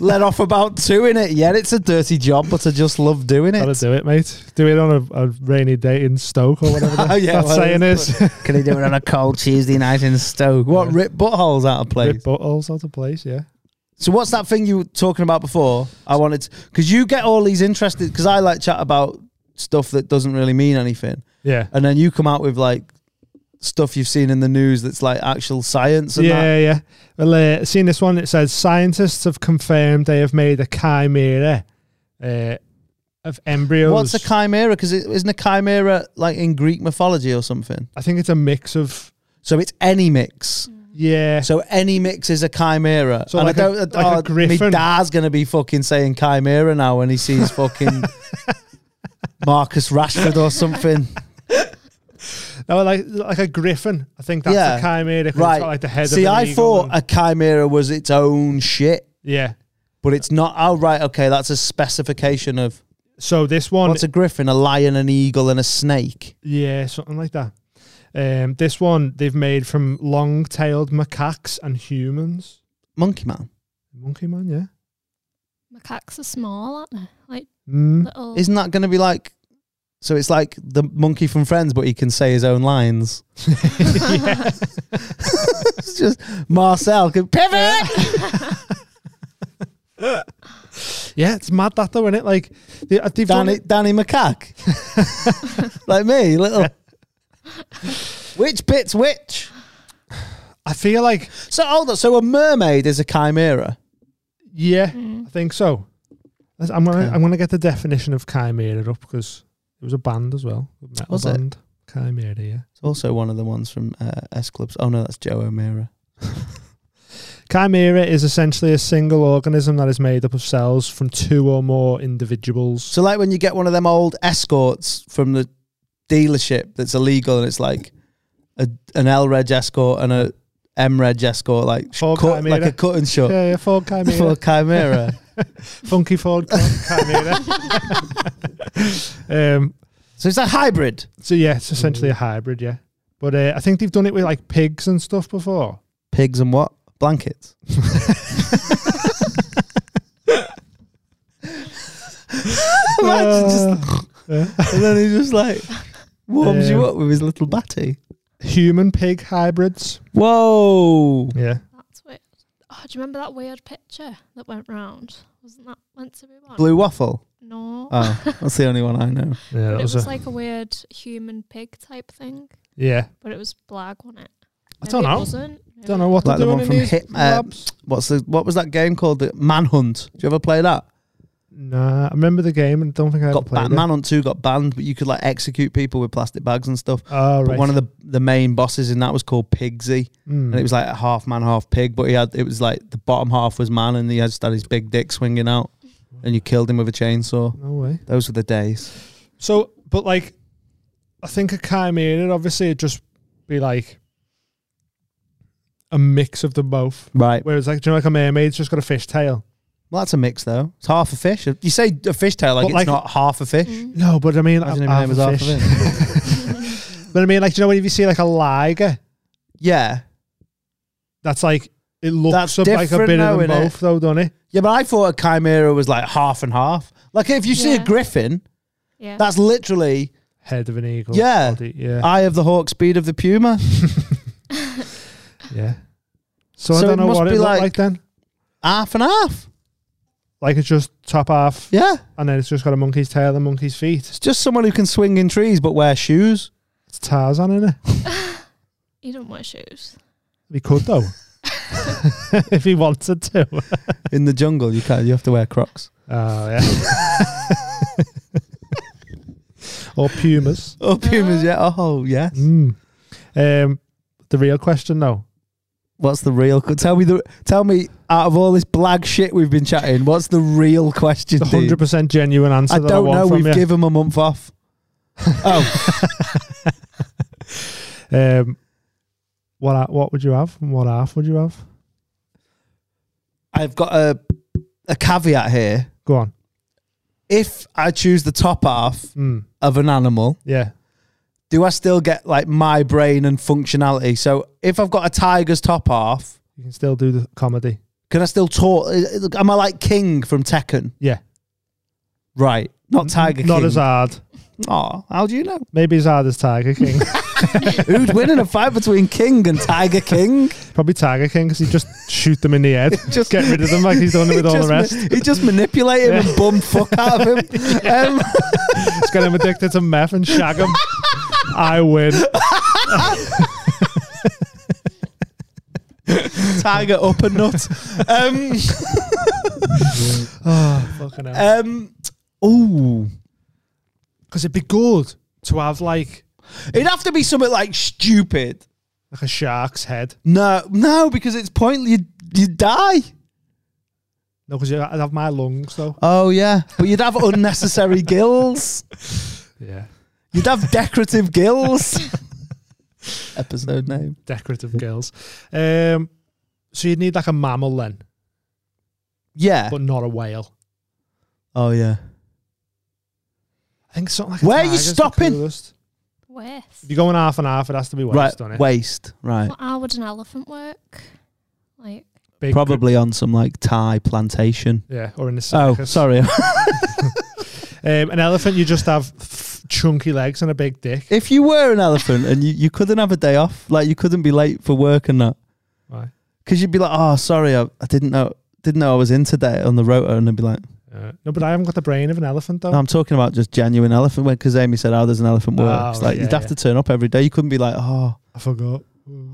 S1: Let off about two in it. Yeah, it's a dirty job, but I just love doing
S6: Gotta
S1: it.
S6: do it, mate. Do it on a, a rainy day in Stoke or whatever
S1: Oh,
S6: that,
S1: yeah,
S6: that
S1: well,
S6: saying is.
S1: Can he do it on a cold Tuesday night in Stoke? What rip buttholes out of place?
S6: Rip buttholes out of place, yeah.
S1: So what's that thing you were talking about before? I wanted to, because you get all these interested because I like chat about stuff that doesn't really mean anything,
S6: Yeah.
S1: and then you come out with like stuff you've seen in the news that's like actual science. And
S6: yeah,
S1: that.
S6: yeah. Well, uh, I've seen this one. It says scientists have confirmed they have made a chimera uh, of embryos.
S1: What's a chimera? Because isn't a chimera like in Greek mythology or something?
S6: I think it's a mix of
S1: So it's any mix.
S6: yeah.
S1: So any mix is a chimera.
S6: So
S1: and
S6: like
S1: I
S6: a-
S1: don't.
S6: like a
S1: oh,
S6: griffin.
S1: My dad's gonna be fucking saying chimera now when he sees fucking Marcus Rashford or something.
S6: No, like like a griffin. I think that's
S1: yeah,
S6: a chimera. 'cause It's
S1: Right.
S6: got like the head.
S1: See,
S6: of an
S1: I
S6: eagle
S1: thought
S6: and-
S1: a chimera was its own shit,
S6: yeah.
S1: but it's not. Oh, right. Okay, that's a specification of
S6: So this one,
S1: what's a griffin, a lion, an eagle, and a snake.
S6: yeah, something like that. Um, this one they've made from long-tailed macaques and humans.
S1: Monkey man.
S6: Monkey man, yeah.
S11: Macaques are small, aren't they? Like
S6: Mm.
S11: little.
S1: Isn't that going to be like? So it's like the monkey from Friends, but he can say his own lines. it's just Marcel can pivot.
S6: Yeah, it's mad that though, isn't it? Like they, uh, they've done
S1: Danny,
S6: it.
S1: Danny Macaque, like me, little. which bit's which?
S6: I feel like
S1: So hold on. So a mermaid is a chimera.
S6: yeah, I think so. Let's- I'm gonna I'm gonna get the definition of chimera up because it was a band as well. a Metal
S1: Was it?
S6: band. Chimera, yeah.
S1: It's also one of the ones from uh, S Clubs. Oh no, that's Joe O'Meara.
S6: Chimera is essentially a single organism that is made up of cells from two or more individuals.
S1: So like when you get one of them old escorts from the dealership that's illegal, and it's like a, an L Reg escort and a M Reg escort, like cut,
S6: chimera.
S1: like a cut and shut.
S6: Yeah, yeah, Ford Chimera.
S1: Ford Chimera.
S6: Funky Ford Chimera. um,
S1: so it's a hybrid.
S6: So yeah, it's essentially a hybrid. Yeah, but uh, I think they've done it with like pigs and stuff before.
S1: Pigs and what? Blankets. Imagine
S6: Uh.
S1: just- and then he just like warms you
S6: Um,
S1: up with his little batty.
S6: Human pig hybrids.
S1: Whoa.
S6: Yeah.
S11: That's weird. Oh, do you remember that weird picture that went round? Wasn't that meant to be one?
S1: Blue waffle.
S11: No.
S1: Oh, that's the only one I know.
S6: Yeah,
S11: But it was like a weird human pig type thing.
S1: Yeah.
S11: But it was black, wasn't it?
S6: I don't
S11: Maybe
S6: know.
S11: It wasn't. Maybe
S6: Don't
S11: it
S6: know what
S1: like
S6: they're
S1: the
S6: doing
S1: one
S6: in
S1: from
S6: these
S1: Hit. Uh,
S6: labs.
S1: what's the what was that game called? The Manhunt. Do you ever play that?
S6: Nah, I remember the game and don't think I ever
S1: Got
S6: played
S1: ba-
S6: it.
S1: Manhunt Two got banned, but you could like execute people with plastic bags and stuff.
S6: Oh,
S1: but
S6: right.
S1: one of the the main bosses in that was called Pigsy,
S6: Mm.
S1: and it was like a half man, half pig. But he had it was like the bottom half was man, and he had just had his big dick swinging out, and you killed him with a chainsaw.
S6: No way.
S1: Those were the days.
S6: So, but like, I think a chimera obviously it'd just be like a mix of them both.
S1: Right.
S6: Whereas like, do you know, like a mermaid's just got a fish tail.
S1: Well, that's a mix though. It's half a fish. You say a fish tail like
S6: But
S1: it's
S6: like-
S1: not half a fish.
S6: No, but I mean,
S1: Imagine if
S6: half
S1: it was
S6: a
S1: half a
S6: fish. but I mean, like, do you know when you see like a liger?
S1: Yeah.
S6: That's like it looks
S1: That's
S6: of like a
S1: different
S6: bit
S1: though,
S6: of them
S1: innit?
S6: both, though, doesn't it?
S1: Yeah, but I thought a chimera was like half and half. Like if you see a griffin,
S11: Yeah.
S1: that's literally
S6: Head of an eagle.
S1: yeah,
S6: body, yeah,
S1: eye of the hawk, speed of the puma.
S6: yeah. So, I
S1: So
S6: don't
S1: it
S6: know
S1: must
S6: what it
S1: be
S6: looked
S1: like-
S6: like, then.
S1: half and half.
S6: Like it's just top half.
S1: Yeah,
S6: and then it's just got a monkey's tail and monkey's feet.
S1: It's just someone who can swing in trees but wear shoes.
S6: It's Tarzan, isn't it?
S11: You don't wear shoes.
S6: He could though, if he wanted to.
S1: In the jungle, you can't. You have to wear Crocs.
S6: Oh yeah. or pumas.
S1: Oh, pumas. Yeah. Oh, yes.
S6: Mm. Um, the real question though.
S1: What's the real? co- Tell me the. Tell me out of all this blag shit we've been chatting, what's the real question?
S6: The
S1: dude?
S6: hundred percent genuine answer.
S1: I
S6: that I
S1: don't
S6: want
S1: know.
S6: From
S1: We've
S6: you.
S1: given them a month off. Oh,
S6: Um, what ha- what would you have? And What half would you have?
S1: I've got a a caveat here.
S6: Go on.
S1: If I choose the top half
S6: Mm.
S1: of an animal,
S6: Yeah.
S1: do I still get like my brain and functionality? So if I've got a tiger's top half,
S6: You can still do the comedy.
S1: can I still talk? uh, Am I like King from Tekken?
S6: Yeah.
S1: Right. Not Tiger King.
S6: Not as hard.
S1: Aw, how do you know?
S6: Maybe as hard as Tiger King.
S1: Who'd win in a fight between King and Tiger King?
S6: Probably Tiger King because he just shoot them in the head, just get rid of them like he's done with all the
S1: Just ma-
S6: rest.
S1: He just manipulated him and bum fuck out of him. Um,
S6: Just get him addicted to meth and shag him. I win.
S1: tiger up a nut. Um,
S6: Fucking hell.
S1: um, ooh.
S6: Because Uh, it'd be good to have like
S1: It'd have to be something like stupid.
S6: like a shark's head.
S1: No, no, because it's pointless. You'd, you'd die.
S6: No, because I'd have my lungs though.
S1: Oh, yeah. But you'd have unnecessary gills.
S6: Yeah.
S1: You'd have decorative gills. Episode name.
S6: Decorative girls. Um, so you'd need like a mammal then,
S1: Yeah.
S6: but not a whale.
S1: Oh, yeah.
S6: I think something like
S1: Where are
S6: a
S1: you
S6: tiger's the
S1: stopping?
S6: coolest.
S11: Waist.
S6: If you're going half and half, it has to be waist,
S1: right.
S6: doesn't it?
S1: Waist. Right.
S11: Well, how would an elephant work? Like,
S6: Big-
S1: Probably on some like Thai plantation.
S6: Yeah, or in the
S1: Oh,
S6: circus.
S1: sorry.
S6: Um, an elephant, you just have f- chunky legs and a big dick.
S1: if you were an elephant and you, you couldn't have a day off, like you couldn't be late for work and that,
S6: Why?
S1: because you'd be like, oh, sorry, I, I didn't know, didn't know I was in today on the rotor, and I'd be like,
S6: Uh, no, but I haven't got the brain of an elephant though.
S1: no, I'm talking about just genuine elephant. When because Amy said, oh, there's an elephant
S6: Oh,
S1: works,
S6: right,
S1: like you'd
S6: yeah,
S1: have
S6: yeah.
S1: to turn up every day. You couldn't be like, oh,
S6: I forgot.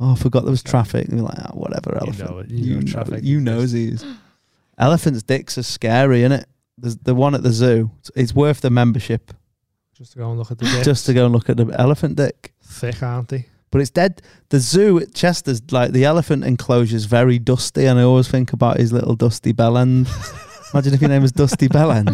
S1: oh, I forgot there was traffic, and be like, "Ah, whatever, elephant.
S6: know it. You know traffic
S1: you
S6: exists.
S1: know these. Elephants' dicks are scary, innit? There's the one at the zoo. It's- It's worth the membership
S6: Just to go and look at the dick.
S1: just to go and look at the elephant dick.
S6: thick, aren't they?
S1: But it's dead. The zoo at Chester's, like the elephant enclosure, is very dusty, and I always think about his little dusty bell end. Imagine if your name was Dusty Bell End.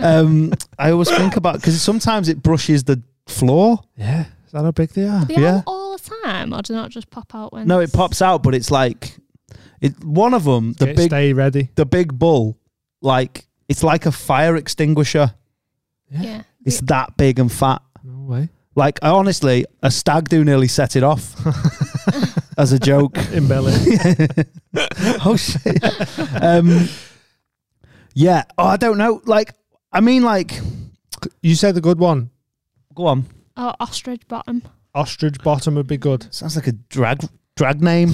S1: Um, I always think about because sometimes it brushes the floor.
S6: Yeah. Is that how big they are?
S11: They
S1: Yeah.
S11: out all the time, or do they not just pop out when?
S1: No, it pops out, but it's like it. One of them, the
S6: Get-
S1: big,
S6: stay ready.
S1: the big bull, like it's like a fire extinguisher.
S11: yeah.
S1: It's that big and fat.
S6: No way.
S1: Like I honestly, a stag do nearly set it off as a joke.
S6: In belly.
S1: oh shit. Um, yeah. Oh, I don't know. Like, I mean, like,
S6: You said the good one.
S1: Go on.
S11: Oh, ostrich bottom.
S6: Ostrich bottom would be good.
S1: Sounds like a drag drag name.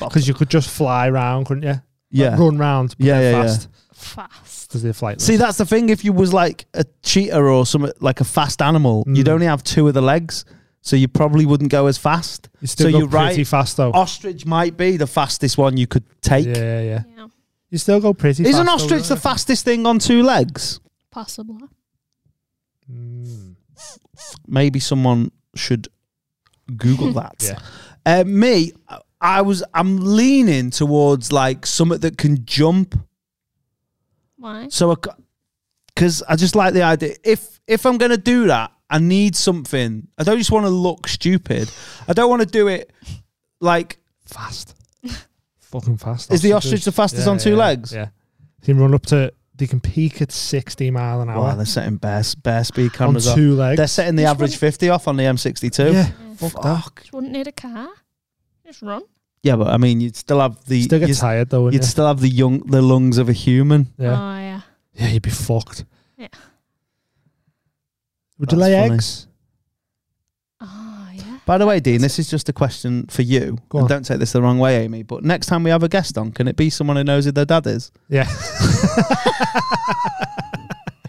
S6: Because you could just fly round, couldn't you? Like,
S1: Yeah.
S6: run round. but
S1: Yeah,
S6: they're
S1: yeah, yeah.
S6: fast.
S11: Fast.
S6: Because they're flightless.
S1: See, that's the thing. If you was like a cheetah or some like a fast animal,
S6: Mm.
S1: you'd only have two of the legs, so you probably wouldn't go as fast.
S6: You still
S1: so
S6: go
S1: you're
S6: pretty fast though.
S1: Ostrich might be the fastest one you could take.
S6: Yeah, yeah. You still go pretty.
S1: Is
S6: fast,
S1: an
S6: though,
S1: ostrich
S6: don't
S1: the fastest thing on two legs?
S11: Possibly.
S6: Hmm.
S1: Maybe someone should Google that.
S6: Yeah.
S1: Uh, me, I was. I'm leaning towards like something that can jump.
S11: Why?
S1: So, because I just like the idea. If if I'm gonna do that, I need something. I don't just want to look stupid. I don't want to do it like
S6: fast. Fucking fast.
S1: Is the ostrich the fastest on two
S6: yeah,
S1: legs?
S6: Yeah. They can run up to. They can peak at sixty mile an hour.
S1: Wow, oh, they're setting bear, bear speed
S6: on
S1: cameras
S6: two
S1: off.
S6: legs.
S1: They're setting the
S11: Just
S1: average
S11: run-
S1: fifty off on the M62.
S6: Yeah. Fuck that.
S11: Just wouldn't need a car. Just run.
S1: Yeah, but I mean, you'd still have the
S6: Still get
S1: you'd,
S6: tired though, wouldn't
S1: you'd
S6: you?
S1: still have the young the lungs of a human.
S6: yeah.
S11: Oh yeah.
S6: Yeah, you'd be fucked.
S11: Yeah.
S6: Would you
S1: That's
S6: lay
S1: funny.
S6: eggs?
S11: Oh yeah.
S1: By the way, Dean, this is just a question for you.
S6: Go
S1: And
S6: on.
S1: Don't take this the wrong way, Amy. But next time we have a guest on, can it be someone who knows who their dad is?
S6: Yeah.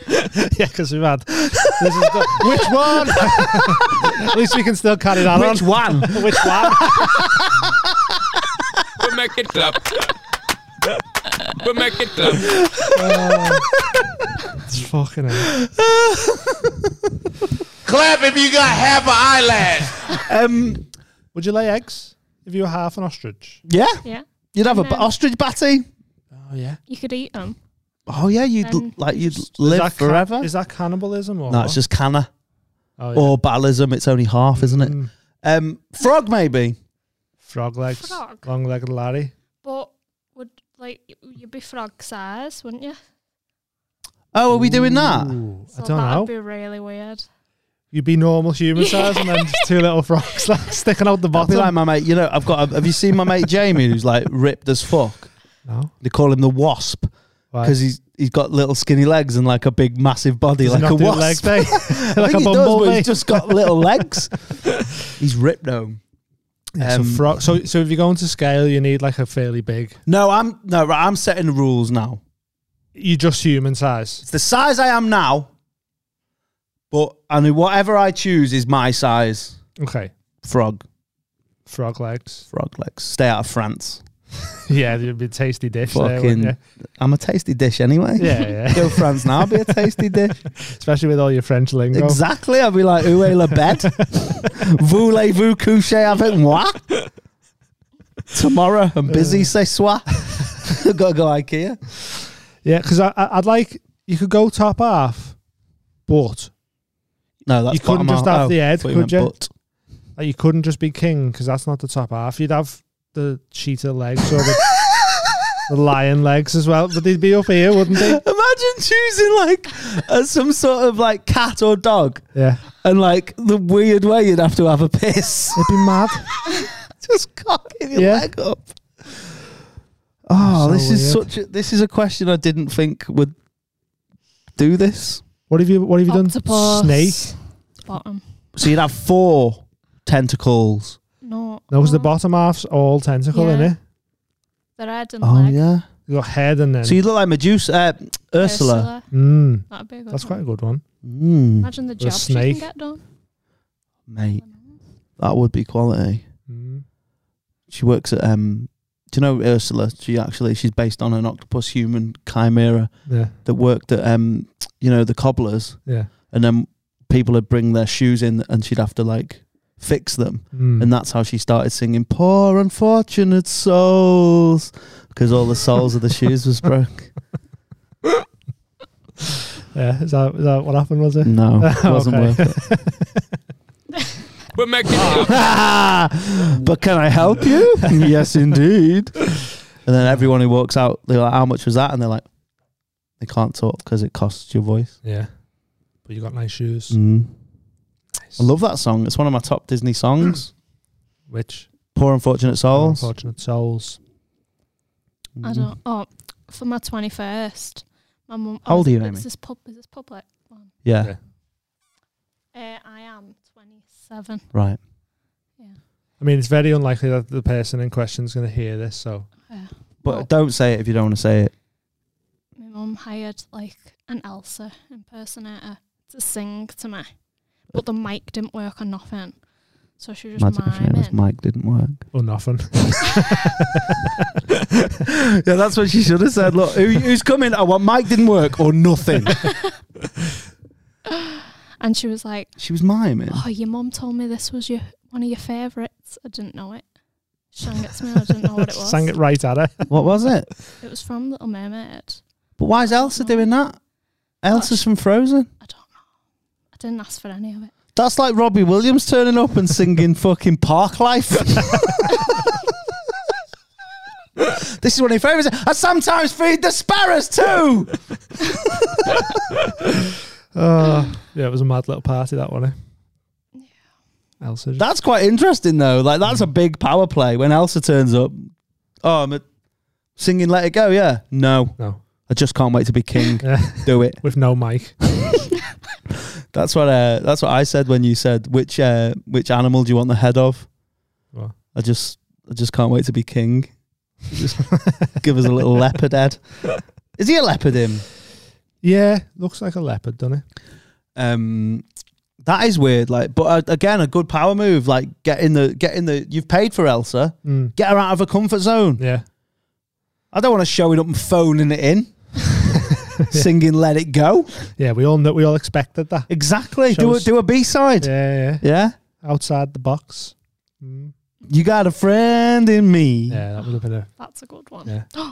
S6: yeah, because we've had. This is the, which one? At least we can still carry that
S1: Which
S6: on.
S1: one?
S6: Which one?
S8: We make it clap. We make it clap.
S6: It's fucking hell.
S3: Clap if you got half an eyelash.
S1: Um,
S6: Would you lay eggs if you were half an ostrich?
S1: yeah,
S11: Yeah.
S1: you'd have a b-
S11: No.
S1: ostrich batty.
S6: Oh yeah.
S11: You could eat them.
S1: Oh yeah, you'd l-
S11: Then
S1: like you'd live
S6: Um, that ca-
S1: forever.
S6: is that cannibalism or?
S1: no, it's just canna
S6: oh, yeah.
S1: or ballism. It's only half, isn't it?
S6: Mm.
S1: Um, frog maybe.
S6: frog legs,
S11: Frog.
S6: long-legged Larry.
S11: But would like y- you'd be frog size, wouldn't you?
S1: Oh, are we doing that?
S6: Ooh,
S11: So
S6: I don't
S11: that'd
S6: know.
S11: be really weird.
S6: You'd be normal human size and then just two little frogs like sticking out the
S1: I'll
S6: bottom.
S1: be like my mate. You know, I've got. A, have you seen my mate Jamie, who's like ripped as fuck?
S6: no,
S1: They call him the wasp
S6: Why?
S1: because he's he's got little skinny legs and like a big massive body,
S6: Does he
S1: like
S6: not
S1: a
S6: do
S1: wasp.
S6: legs, eh?
S1: I
S6: like
S1: think
S6: a
S1: he does, but
S6: bumblebee.
S1: he's just got little legs. he's ripped though.
S6: Yeah, so,
S1: Um,
S6: frog, so so if you're going to scale, you need like a fairly big.
S1: No, I'm no. Right, I'm setting the rules now.
S6: You're just human size.
S1: It's the size I am now, but and whatever I choose is my size.
S6: Okay,
S1: Frog,
S6: frog legs.
S1: frog legs. Stay out of France.
S6: Yeah, it'd be a tasty dish. There,
S1: Fucking,
S6: wouldn't you?
S1: I'm a tasty dish anyway.
S6: yeah, yeah.
S1: Go France now, be a tasty dish.
S6: Especially with all your French lingo.
S1: Exactly. I'll be like, oué la bed. Voulez-vous coucher avec moi? Tomorrow,
S6: Uh.
S1: I'm busy, c'est soir. Gotta go Ikea.
S6: Yeah, because I, I, I'd like you could go top half, but
S1: No, that's oh,
S6: You couldn't
S1: bottom
S6: just
S1: out.
S6: have the head,
S1: I thought you
S6: could
S1: meant
S6: you? like, you couldn't just be king because that's not the top half. You'd have the cheetah legs or the, the lion legs as well, but they'd be up here, wouldn't they?
S1: Imagine choosing like uh, some sort of like cat or dog,
S6: Yeah,
S1: and like the weird way you'd have to have a piss,
S6: it'd be mad.
S1: just cocking your
S6: Yeah.
S1: leg up. Oh,
S6: So
S1: this is
S6: weird.
S1: such a this is a question I didn't think would do this.
S6: What have you What have you
S11: Octopus.
S6: done? Snake.
S11: Bottom.
S1: So you'd have four tentacles.
S11: No.
S6: No, because the
S11: no.
S6: bottom half's all tentacle
S11: Mm-hmm. Yeah.
S6: in it.
S11: The red and
S1: Oh
S11: leg.
S1: yeah.
S6: You got head and then.
S1: So you look like Medusa, uh, Ursula.
S6: Mm,
S11: That'd be a good
S6: that's
S11: one.
S6: quite a good one.
S1: Mm,
S11: Imagine the
S6: The
S11: job she can
S6: snake.
S11: get done.
S1: mate, that would be quality.
S6: Mm.
S1: She works at um, do you know Ursula? She actually she's based on an octopus human chimera
S6: Yeah.
S1: that worked at um you know the cobblers.
S6: Yeah.
S1: And then people would bring their shoes in and she'd have to like fix them.
S6: Mm.
S1: And that's how she started singing poor unfortunate souls because all the soles of the shoes was broke.
S6: Yeah, is that, is that what happened? Was it?
S1: No, it wasn't worth
S6: it.
S8: We're making
S1: but can I help you? yes, indeed. And then everyone who walks out, they're like, "How much was that?" And they're like, "They can't talk because it costs your voice."
S6: yeah, but you got nice shoes.
S1: Mm. I love that song. It's one of my top Disney songs.
S6: Which
S1: Poor mm-hmm. unfortunate souls.
S6: unfortunate souls. mm-hmm.
S11: I don't. Oh, for my twenty first, my mum.
S1: How old are you,
S11: is
S1: Amy?
S11: This pub, is this public? one?
S1: Yeah.
S11: Uh, I am twenty seven.
S1: Right.
S6: I mean, it's very unlikely that the person in question is going to hear this. So
S1: But don't say it if you don't want to say it.
S11: My mum hired like an Elsa impersonator to sing to me, but the mic didn't work or nothing, so she was just
S1: Magic if
S11: miming.
S1: Shayna's mic didn't work.
S6: Or nothing.
S1: yeah, that's what she should have said. Look, who, who's coming? I want Mike didn't work or nothing.
S11: And she was like,
S1: she was miming.
S11: "Oh, your mum told me this was your one of your favourites. I didn't know it. She Sang it to me. and I didn't know what it was.
S6: Sang it right at her.
S1: What was it?
S11: It was from Little Mermaid.
S1: But why is Elsa doing that? Elsa's from Frozen.
S11: I didn't ask for any of it.
S1: That's like Robbie Williams turning up and singing fucking Park Life. this is one of your favourites. I sometimes feed the sparrows too. Ah.
S6: Uh, yeah, it was a mad little party that one. Eh? Elsa. just-
S1: That's quite interesting though. Like that's a big power play when Elsa turns up. Oh, I'm a- singing "Let It Go." Yeah, no,
S6: No.
S1: I just can't wait to be king.
S6: Yeah.
S1: Do it
S6: with no mic.
S1: that's what. Uh, that's what I said when you said which uh, which animal do you want the head of.
S6: What?
S1: I just I just can't wait to be king. Just give us a little leopard head. Is he a leopard? Him.
S6: Yeah, looks like a leopard, doesn't it?
S1: Um, that is weird. Like, but uh, again, a good power move. Like getting the getting the you've paid for Elsa.
S6: Mm.
S1: Get her out of her comfort zone.
S6: Yeah.
S1: I don't want to show it up and phoning it in. Singing "Let It Go."
S6: Yeah, we all know, we all expected that.
S1: Exactly. Do a,
S6: Shows-
S1: do a B side.
S6: Yeah, yeah.
S1: Yeah.
S6: Outside the box. Mm.
S1: You got a friend in me.
S6: Yeah, that would have been a.
S11: That's a good one.
S6: Yeah.
S11: Do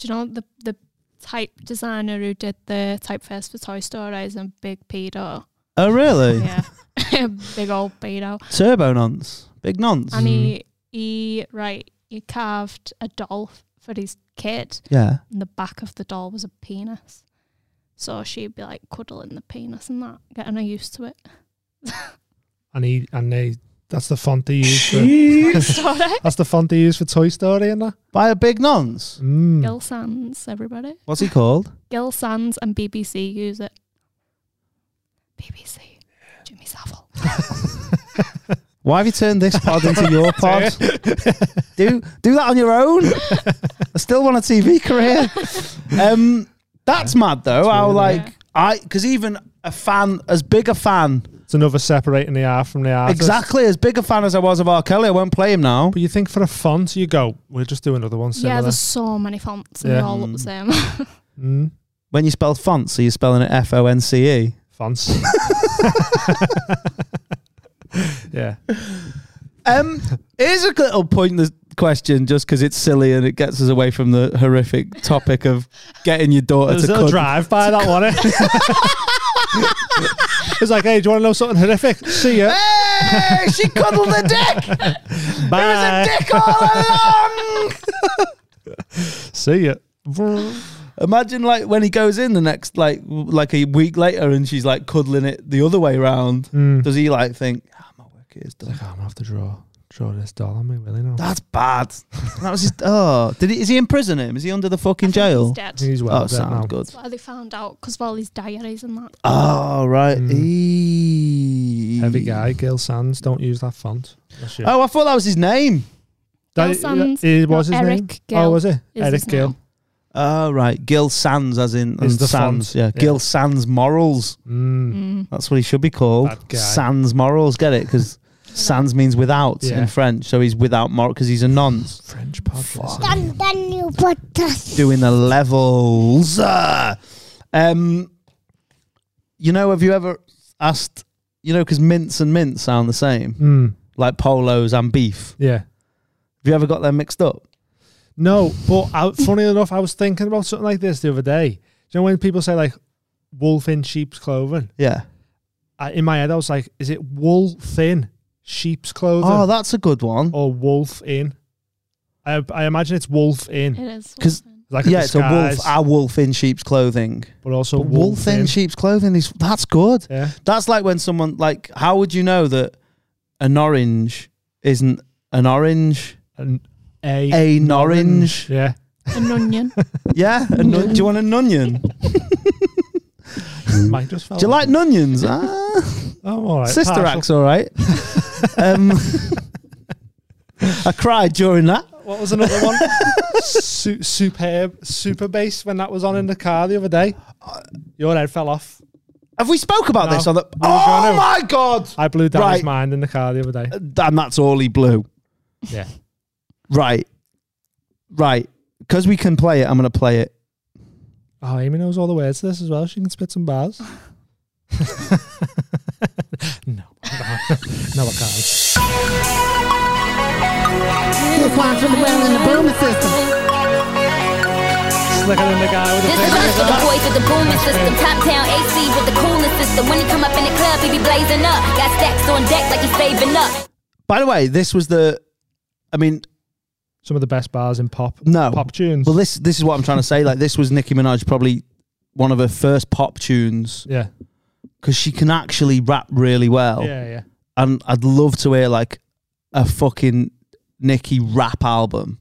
S11: you know the the type designer who did the typeface for Toy Story is a big pedo.
S1: Oh really?
S11: Yeah, big old pedo.
S1: Turbo nonce. Big nonce.
S11: And
S6: Mm.
S11: he he right he carved a doll for his kid.
S1: Yeah.
S11: And the back of the doll was a penis. So she'd be like cuddling the penis and that, getting her used to it.
S6: And he and they. That's the font they use.
S11: Sorry.
S6: For, that's the font they use for Toy Story and that.
S1: By a big nonce.
S6: Mm.
S11: Gil Sands, everybody.
S1: What's he called?
S11: Gil Sands and BBC use it. BBC. Jimmy Savile.
S1: Why have you turned this pod into your pod? do do that on your own. I still want a TV career. Um, that's mad though. How like I because even a fan as big a fan
S6: It's another separating the R from the R.
S1: exactly as big a fan as I was of R Kelly. I won't play him now.
S6: But you think for a font, you go, we'll just do another one similar.
S11: Yeah, there's so many fonts and
S6: Yeah. Hmm.
S11: they all look the same.
S6: Mm.
S1: When you spell fonts, are you spelling it F O N C E?
S6: Fonts. yeah.
S1: Um, here's a little pointless question, just because it's silly and it gets us away from the horrific topic of getting your daughter
S6: There's
S1: to
S6: a little
S1: cuddle-
S6: drive by that one. eh? it's like, hey, do you want to know something horrific? See ya.
S1: Hey, she cuddled the dick.
S6: Bye.
S1: dick all along.
S6: See ya.
S1: Imagine like when he goes in the next like w- like a week later and she's like cuddling it the other way round. Does he like think "Ah, my work is done?
S6: I'm gonna have to draw draw this doll on me, will you know?
S1: That's bad. that was just oh. Did he, is he in prison? Him? Is he under the fucking jail?
S11: he's dead.
S6: He's well
S1: oh,
S6: dead
S1: sounds
S6: now.
S1: good.
S11: That's why they found out because of all these diaries and that.
S1: Oh right. Eee.
S6: Hmm. Heavy guy, Gil Sands. Don't use that font.
S1: Oh, I thought that was his name.
S11: Gil Sands,
S6: It was his
S11: no,
S6: name.
S11: Eric
S6: Oh,
S11: Gil
S6: was it?
S11: is
S6: Eric
S11: his
S6: Gill.
S11: name.
S1: Oh right, Gil Sans, as in
S6: Is
S1: and
S6: the font.
S1: Sans. Yeah,
S6: Yeah.
S1: Gil Sans Morals.
S6: Mm.
S11: Hmm.
S1: That's what he should be called.
S6: Bad guy.
S1: Sans Morals. Get it? Because Sans means without
S13: Yeah.
S1: in French, so he's without moral because he's a nonce.
S6: French podcast.
S13: Dan, Daniel Podcast.
S1: doing the levels. Ah. Um, you know, have you ever asked? You know, because mince and mince sound the same,
S6: Mm.
S1: like polos and beef.
S6: Yeah.
S1: Have you ever got them mixed up?
S6: No, but I, funny enough, I was thinking about something like this the other day. Do you know when people say like wolf in sheep's clothing?
S1: Yeah.
S6: I, in my head, I was like, is it wolf in sheep's clothing?
S1: Oh, that's a good one.
S6: Or wolf in. I, I imagine it's wolf in.
S11: It is.
S1: Because
S6: like
S1: yeah,
S6: a
S1: it's a wolf.
S6: disguise.
S1: A wolf in sheep's clothing.
S6: But also
S1: wolf, in sheep's clothing is that's good.
S6: Yeah.
S1: That's like when someone like how would you know that an orange isn't an orange?
S6: An a
S1: a orange.
S6: Yeah.
S11: An onion.
S1: Yeah. A nun- do you want an onion?
S6: Mike just
S1: Mm. do
S6: fell
S1: you
S6: off.
S1: like nunions? Ah.
S6: Oh, all right.
S1: Sister
S6: Partial.
S1: Act's all right. um, I cried during that.
S6: What was another one? Su- superb, super bass when that was on in the car the other day.
S1: Uh,
S6: Your head fell off.
S1: Have we spoke about
S6: No.
S1: this on the?
S6: We were
S1: Oh
S6: gonna.
S1: my god!
S6: I blew down his
S1: Right. Uh,
S6: mind in the car the other day.
S1: And that's all he blew.
S6: Yeah.
S1: Right, right. Because we can play it, I'm gonna play it.
S6: Oh, Amy knows all the words to this as well. She can spit some bars. no, no, I can't.
S13: This one from the ground in the booming system.
S6: Slicker than the guy with the
S14: This is us with the boys with the booming system. Top town AC with the coolest system. When he come up in the club, he be blazing up. Got stacks on deck like he's saving up.
S1: By the way, this was the. I mean,
S6: some of the best bars in pop.
S1: No
S6: pop tunes.
S1: Well, this this is what I'm trying to say. Like, this was Nicki Minaj probably one of her first pop tunes.
S6: Yeah.
S1: because she can actually rap really well.
S6: Yeah, yeah.
S1: And I'd love to hear like a fucking Nicki rap album.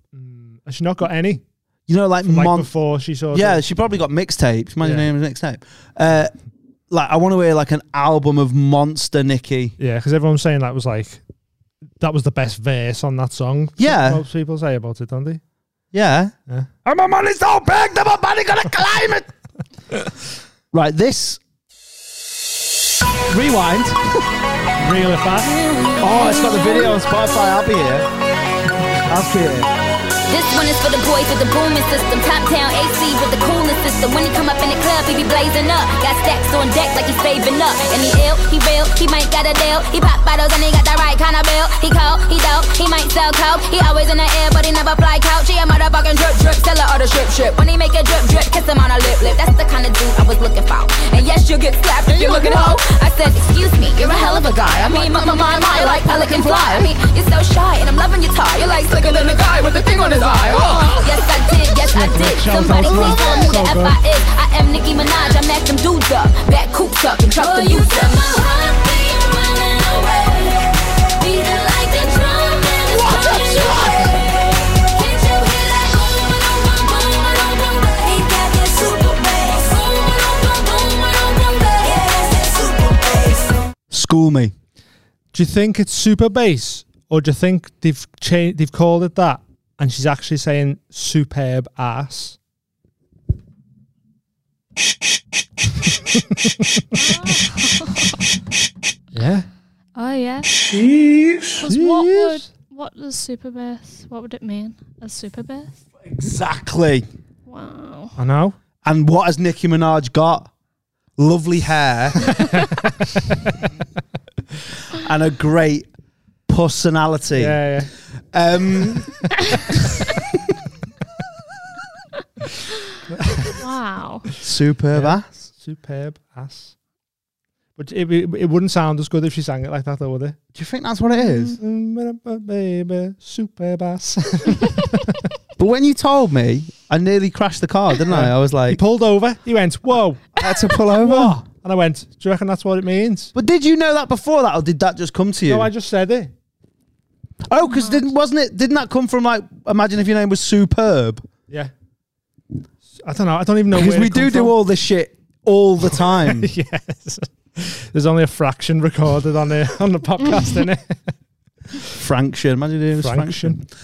S6: Has she not got any?
S1: You know, like,
S6: From, like
S1: mon-
S6: before she saw.
S1: Yeah, she probably got mixtapes. Imagine
S6: Yeah.
S1: her name was mixtape. Uh, like I want to hear like an album of monster Nicki.
S6: Yeah, because everyone's saying that was like that was the best verse on that song.
S1: Yeah.
S6: most people say about it, don't they?
S1: Yeah.
S6: Yeah.
S1: And my money's so big that my body gonna climb it. right, this rewind.
S6: Reel it back.
S1: Oh, it's got the video on Spotify. I'll be here. I'll be here.
S14: This one is for the boys with the booming system. Top town AC with the coolest system. When he come up in the club, he be blazing up. Got stacks on deck like he's saving up. And he ill, he real, he might got a deal. He pop bottles and he got the right kind of bill. He cold, he dope, he might sell coke. He always in the air, but he never fly couch. He a motherfucking drip drip, seller or the strip strip. When he make a drip drip, kiss him on a lip lip. That's the kind of dude I was looking for. And yes, you'll get slapped if you're looking hoe. I said, excuse me, you're a hell of a guy. I mean, my, my, my, my, you're like pelican fly. I mean, you're so shy and I'm loving your tie. You're like slicker than the guy with the thing on his eye. Oh. Yes, I did. Yes, I did. Somebody please tell me who the F I is. I am Nicki Minaj. I match them dudes up. Back coops up and truck the boots up.
S1: School me.
S6: Do you think it's super bass, or do you think they've changed? They've called it that, and she's actually saying superb ass. yeah.
S11: Oh yeah.
S6: Sheesh.
S11: 'Cause what
S6: Sheesh.
S11: would what does super bass? What would it mean? A super bass?
S1: Exactly.
S11: Wow.
S6: I know.
S1: And what has Nicki Minaj got? Lovely hair and a great personality.
S6: Yeah,
S1: yeah. Um,
S11: Wow.
S1: superb
S6: Yeah.
S1: ass.
S6: Superb ass. But it, it, it wouldn't sound as good if she sang it like that, though, would it?
S1: Do you think that's what it is?
S6: Mm. Baby, superb ass.
S1: But when you told me, I nearly crashed the car, didn't I? I was like,
S6: he pulled over. He went, "Whoa!"
S1: I had to pull over.
S6: And I went, "Do you reckon that's what it means?"
S1: But did you know that before that, or did that just come to you?
S6: No, I just said it.
S1: oh, because didn't wasn't it? Didn't that come from like? Imagine if your name was superb.
S6: Yeah. I don't know. I don't even know
S1: Because
S6: where
S1: we
S6: it
S1: do
S6: come
S1: do
S6: from.
S1: all this shit all the time.
S6: yes. There's only a fraction recorded on the on the podcast, isn't it?
S1: Franction. Imagine if it was Franction.
S6: Franction.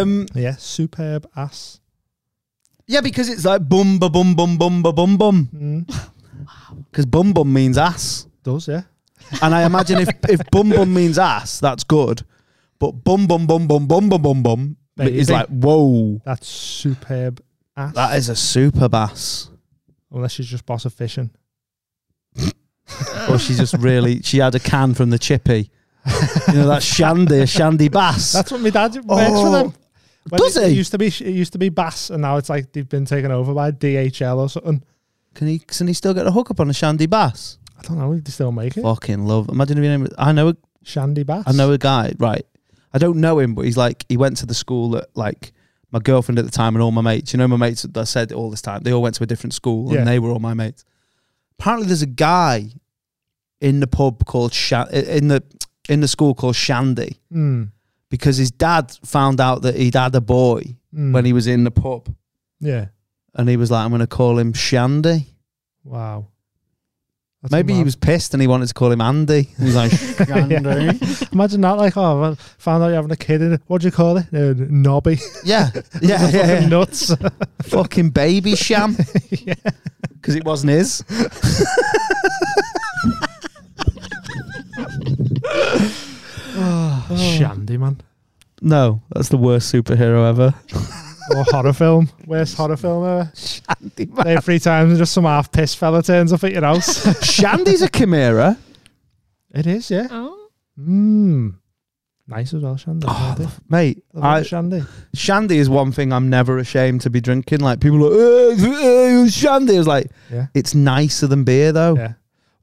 S1: Um,
S6: yeah, superb ass.
S1: Yeah, because it's like bum
S6: Hmm.
S1: ba bum bum bum ba bum bum. Because bum bum means ass.
S6: Does yeah.
S1: And I imagine if if bum bum means ass, that's good. But bum bum bum bum bum bum bum bum
S6: There you
S1: is
S6: go.
S1: like whoa.
S6: That's superb ass.
S1: That is a super bass.
S6: Unless she's just boss of fishing.
S1: or she just really she had a can from the chippy. you know that shandy, a shandy bass.
S6: That's what my dad works
S1: Oh.
S6: for them.
S1: Does
S6: it,
S1: he?
S6: It used to be it used to be Bass, and now it's like they've been taken over by DHL or something.
S1: Can he can he still get a hookup on a shandy bass?
S6: I don't know. They still make it.
S1: Fucking love. Imagine if your name. was- I know. A,
S6: Shandy Bass.
S1: I know a guy. Right. I don't know him, but he's like he went to the school that like my girlfriend at the time and all my mates. You know my mates that I said all this time. They all went to a different school
S6: Yeah.
S1: and they were all my mates. Apparently, there's a guy in the pub called Sha- in the in the school called Shandy
S6: Hmm.
S1: because his dad found out that he'd had a boy
S6: Mm.
S1: when he was in the pub
S6: Yeah.
S1: and he was like, I'm going to call him Shandy.
S6: Wow. That's
S1: Maybe he
S6: mad.
S1: was pissed and he wanted to call him Andy. He's like,
S6: Yeah.
S1: Shandy.
S6: Imagine that, like, oh, I found out you're having a kid in it. What do you call it? Uh, knobby.
S1: Yeah, yeah, yeah,
S6: Fucking
S1: yeah.
S6: Nuts.
S1: Fucking baby sham. Because it wasn't his. Oh.
S6: Shandy, man.
S1: No, that's the worst superhero ever.
S6: Or horror film. Worst horror film ever. Shandy, man. They have three times and just some half pissed fella turns up at your house.
S1: Shandy's a chimera.
S6: It is, yeah.
S11: Oh,
S6: Mmm. Nice as well, Shandy.
S1: Oh,
S6: Shandy.
S1: Mate,
S6: Love a bit of Shandy.
S1: Shandy is one thing I'm never ashamed to be drinking. Like, people are like, "Eh, eh, Shandy. I was like,
S6: Yeah.
S1: it's nicer than beer, though.
S6: Yeah.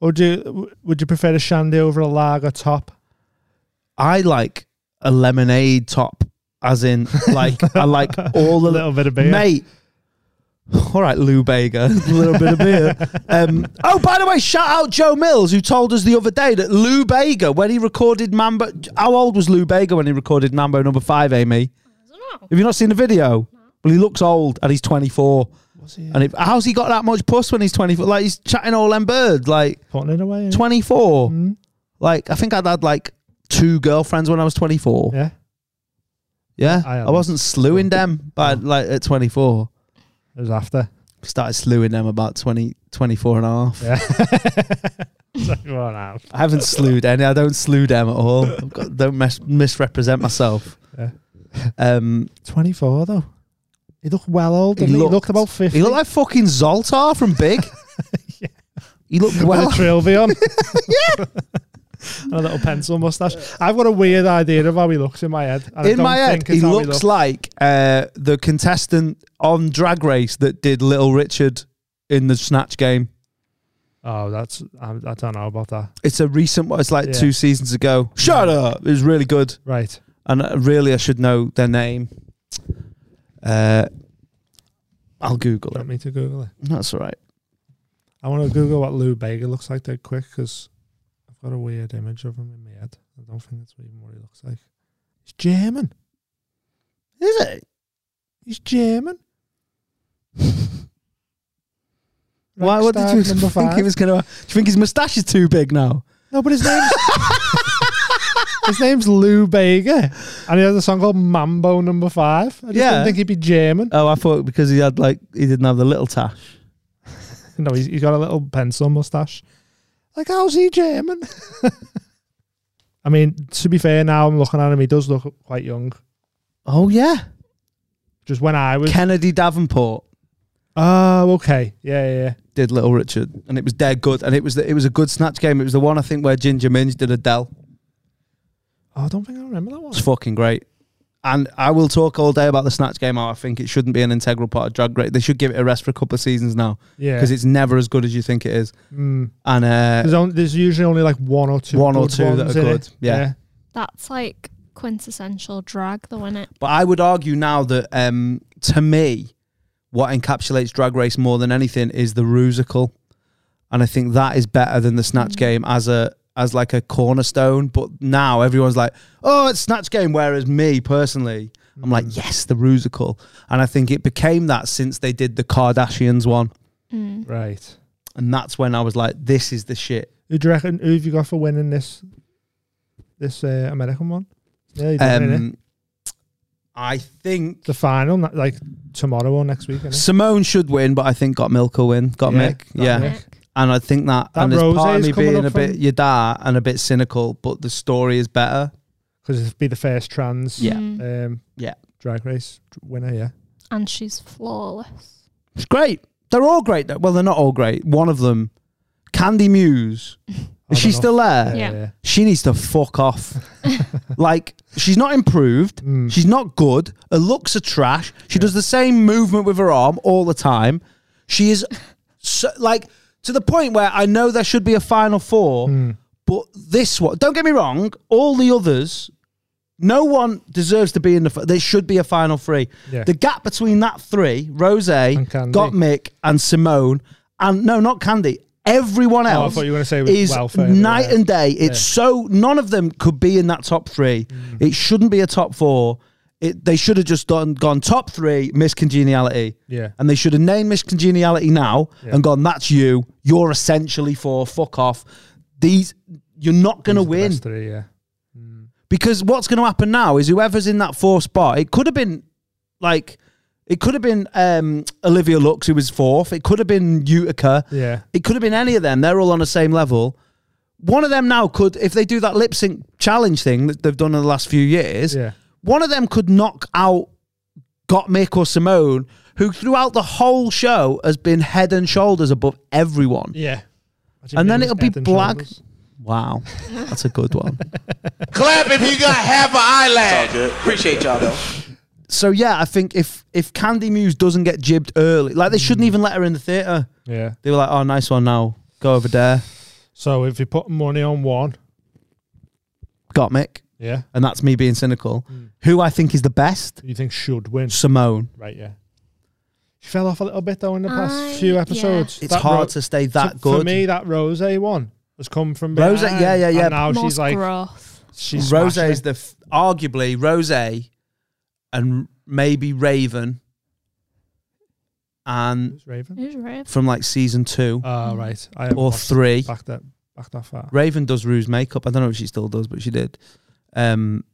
S6: Or do you, w- would you prefer a Shandy over a lager top?
S1: I like a lemonade top, as in like I like all the
S6: Little bit of beer.
S1: mate. All right, Lou Bega, a little bit of beer. Um, oh, by the way, shout out Joe Mills who told us the other day that Lou Bega, when he recorded Mambo, how old was Lou Bega when he recorded Mambo Number Five? Amy, have you not seen the video? Well, he looks old and he's twenty four. And if, how's he got that much puss when he's twenty four? Like he's chatting all them birds, like
S6: Putting it away.
S1: 24.
S6: Hmm?
S1: Like, I think I'd had like two girlfriends when I was 24.
S6: Yeah.
S1: Yeah.
S6: I
S1: I,
S6: had
S1: wasn't slewing them, but like at 24.
S6: It was after.
S1: Started slewing them about 20, 24 and a half.
S6: Yeah. It's like, well, now.
S1: I haven't slewed any. I don't slew them at all. I've got, don't mes- misrepresent myself.
S6: Yeah.
S1: Um,
S6: 24, though. He looked well old.
S1: he,
S6: didn't He,
S1: looked,
S6: he looked about 50.
S1: He looked like fucking Zoltar from Big. He looked well.
S6: with a trilby on. yeah. and a little pencil mustache. I've got a weird idea of how he looks in my head. and I
S1: in
S6: don't
S1: my head,
S6: think it's
S1: he
S6: how
S1: looks like uh, the contestant on Drag Race that did Little Richard in the Snatch game.
S6: Oh, that's. I, I don't know about that.
S1: It's a recent one. It's like
S6: Yeah.
S1: two seasons ago. Shut up! It was really good,
S6: Right.
S1: and uh, really, I should know their name. Uh, I'll Google
S6: Do you
S1: it.
S6: want me to Google it?
S1: That's all right.
S6: I want to Google what Lou Bega looks like dead quick because I've got a weird image of him in my head. I don't think that's even what he looks like. He's German.
S1: Is it?
S6: He's German.
S1: Why? What did
S6: Rockstar
S1: you
S6: number
S1: think
S6: five.
S1: he was gonna? Do you think his moustache is too big now?
S6: No, but his name's his name's Lou Bega, and he has a song called Mambo Number Five. I just
S1: Yeah.
S6: didn't think he'd be German.
S1: Oh, I thought because he had like he didn't have the little tash.
S6: No, he's, he's got a little pencil mustache. Like, how's he German? I mean, to be fair, now I'm looking at him, he does look quite young.
S1: Oh yeah,
S6: Just when I was,
S1: Kennedy Davenport.
S6: oh, okay, yeah, yeah, yeah.
S1: did Little Richard, and it was dead good, and it was the, it was a good snatch game. It was the one I think where Ginger Minge did Adele.
S6: Oh, I don't think I remember that one.
S1: It's fucking great. And I will talk all day about the snatch game. How I think it shouldn't be an integral part of drag race. They should give it a rest for a couple of seasons now.
S6: Yeah.
S1: because it's never as good as you think it is.
S6: Mm.
S1: And uh,
S6: There's, on, there's usually only like one or two,
S1: One or
S6: good
S1: two that
S6: ones
S1: are
S6: in
S1: good,
S6: it.
S1: yeah.
S11: That's like quintessential drag, though, innit?
S1: but I would argue now that um, to me, what encapsulates drag race more than anything is the rusical, and I think that is better than the snatch
S6: Mm.
S1: game as a as like a cornerstone. But now everyone's like, oh, it's snatch game. Whereas me personally, I'm like,
S6: Mm.
S1: yes, the rusical, and I think it became that since they did the Kardashians one,
S6: right.
S1: and that's when I was like, this is the shit.
S6: Who do you reckon? Who have you got for winning this? This uh, American one? Yeah, you done it, innit?
S1: Um, I think
S6: the final not- like tomorrow or next week. innit?
S1: Simone should win, but I think Got Milk will win. Got
S6: Yeah,
S1: Mick,
S6: Got
S1: yeah.
S6: Mick.
S1: And I think that,
S6: That
S1: and it's part
S6: rosé
S1: of
S6: is
S1: me
S6: coming
S1: being a
S6: up
S1: bit
S6: from-
S1: yada and a bit cynical, but the story is better.
S6: because it'd be the first trans
S1: Yeah.
S6: um,
S1: yeah
S6: drag race winner. Yeah,
S11: mm. and she's flawless.
S1: It's great. They're all great. though. Well, they're not all great. One of them, Candy Muse, is she still there?
S11: Yeah. Yeah.
S1: She needs to fuck off. like she's not improved. She's not good. Her looks are trash. She does the same movement with her arm all the time. She is so, like to the point where I know there should be a final four, but this one. Don't get me wrong. All the others. No one deserves to be in the. fi- There should be a final three.
S6: Yeah.
S1: The gap between that three, Rose, got Mick and Simone, and no, not Candy. Everyone
S6: Oh, I
S1: else
S6: thought you were gonna say with
S1: is
S6: welfare,
S1: night
S6: yeah. Mm.
S1: and day. It's so none of them could be in that top three. It shouldn't be a top four. It, they should have just done gone top three, Miss Congeniality.
S6: Yeah.
S1: And they should have named Miss Congeniality now
S6: Yeah.
S1: and gone, that's you. You're essentially four. Fuck off. These you're not gonna win.
S6: three. Yeah,
S1: Because what's going to happen now is whoever's in that fourth spot, it could have been like, it could have been um, Olivia Lux, who was fourth. It could have been Utica.
S6: yeah.
S1: It could have been any of them. They're all on the same level. One of them now could, if they do that lip sync challenge thing that they've done in the last few years, one of them could knock out Got Mick or Simone, who throughout the whole show has been head and shoulders above everyone.
S6: Yeah.
S1: and then it'll be black. Wow. That's a good one.
S3: Clap if you got half an eyelash. Appreciate y'all though.
S1: so yeah, I think if if Candy Muse doesn't get jibbed early, like they
S6: Hmm.
S1: shouldn't even let her in the theater.
S6: Yeah.
S1: They were like, "Oh, nice one now. Go over there."
S6: So if you put money on one,
S1: Got Mick.
S6: Yeah.
S1: And that's me being cynical.
S6: Hmm.
S1: Who I think is the best?
S6: You think should win?
S1: Simone.
S6: right? Yeah. She fell off a little bit though in the past few episodes.
S1: It's hard to stay that
S6: For
S1: good.
S6: me, that Rose one has come from behind.
S1: Rose, yeah, yeah, yeah.
S6: And now she's like she's
S1: Rose
S6: smashing
S1: is
S6: it.
S1: the f- arguably Rose and maybe Raven and
S6: Who's Raven?
S11: Who's Raven?
S1: from like season two.
S6: Ah, right. I haven't
S1: or
S6: watched
S1: three.
S6: back that back that far.
S1: Raven does Rue's makeup. I don't know if she still does, but she did. Um,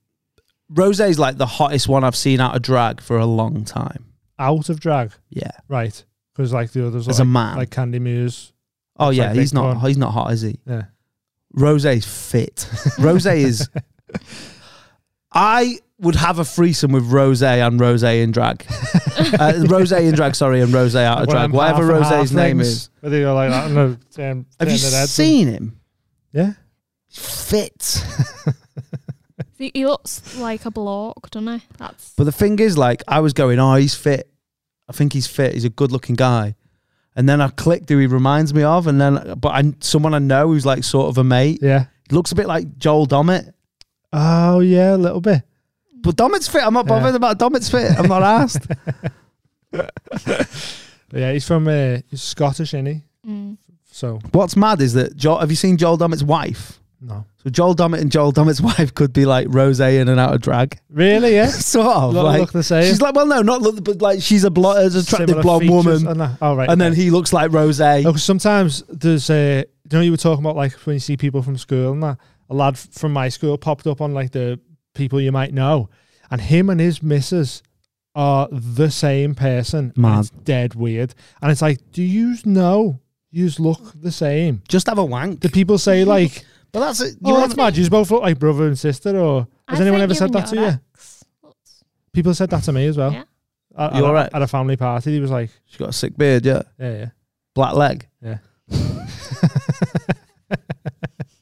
S1: Rose's like the hottest one I've seen out of drag for a long time.
S6: out of drag.
S1: Yeah.
S6: Right. Because like the others,
S1: As
S6: like,
S1: a man.
S6: like Candy Muse.
S1: Oh
S6: looks
S1: yeah,
S6: like
S1: he's
S6: Big
S1: not
S6: Pun.
S1: he's not hot, is he?
S6: Yeah.
S1: Rose's fit. Rose is. I would have a threesome with Rose and Rose in drag. uh, Rose in drag, sorry, and Rose out of
S6: One
S1: drag.
S6: and
S1: Whatever
S6: half and
S1: Rose's
S6: half
S1: name
S6: things.
S1: is.
S6: Whether you're like that, no, turn,
S1: Have you
S6: turn their heads and-
S1: seen him?
S6: Yeah.
S1: Fit.
S11: He, he looks like a bloke, doesn't he? That's
S1: But the thing is, like, I was going, oh, he's fit. I think he's fit. He's a good-looking guy. And then I clicked who he reminds me of, and then but I someone I know who's like sort of a mate.
S6: Yeah,
S1: looks a bit like Joel Dommett.
S6: Oh yeah, a little bit.
S1: But Dommett's fit. I'm not
S6: Yeah.
S1: bothered about Dommett's fit. I'm not asked.
S6: But yeah, he's from uh, he's Scottish, isn't he?
S11: Mm.
S6: So
S1: What's mad is that Joel. Have you seen Joel Dommett's wife?
S6: No.
S1: So Joel Dommett and Joel Dommett's wife could be like Rose in and out of drag.
S6: Really? Yeah.
S1: sort of.
S6: Lot of
S1: like,
S6: look the same.
S1: She's like, well, no, not look, but like she's a blonde, an attractive
S6: Similar
S1: blonde
S6: features
S1: woman.
S6: And, that. oh, right,
S1: and then
S6: okay.
S1: he looks like Rose.
S6: Oh, 'cause sometimes there's uh, you know you were talking about like when you see people from school and that a lad f- from my school popped up on like the people you might know, and him and his missus are the same person. and
S1: Mad.
S6: it's dead weird, and it's like, do you know? You look the same.
S1: Just have a wank.
S6: Do people say like?
S1: But that's it.
S6: oh, that's mad. You both look like brother and sister, or has
S11: I
S6: anyone
S11: think
S6: ever
S11: you
S6: said
S11: and
S6: that to
S11: your
S6: you? People said that to me as well.
S11: Yeah.
S6: At,
S1: You
S6: at a-
S1: alright?
S6: at a family party, he was like,
S1: She's got a sick beard, yeah.
S6: Yeah, yeah.
S1: Black leg.
S6: Yeah.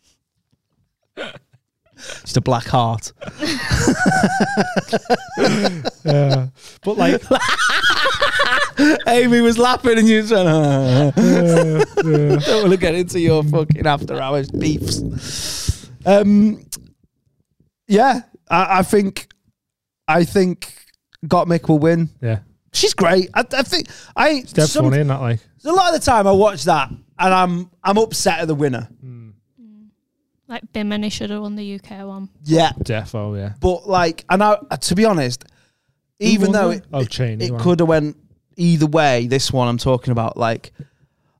S1: Just a black heart.
S6: yeah. Uh, But like
S1: Amy was laughing and you said, "Ah."
S6: Don't
S1: want to get into your fucking after hours beefs. Um, yeah, I, I think, I think Got Mick will win.
S6: Yeah.
S1: She's great. I, I think I
S6: Deb's funny, isn't that like?
S1: a lot of the time I watch that and I'm I'm upset at the winner.
S11: like Bimini should have won the UK one.
S1: Yeah,
S6: Defo, oh, yeah.
S1: but like, and I uh, to be honest,
S6: Who won
S1: even though
S6: that?
S1: it
S6: Oh, Cheney
S1: it
S6: won.
S1: could have went either way. This one I'm talking about, like,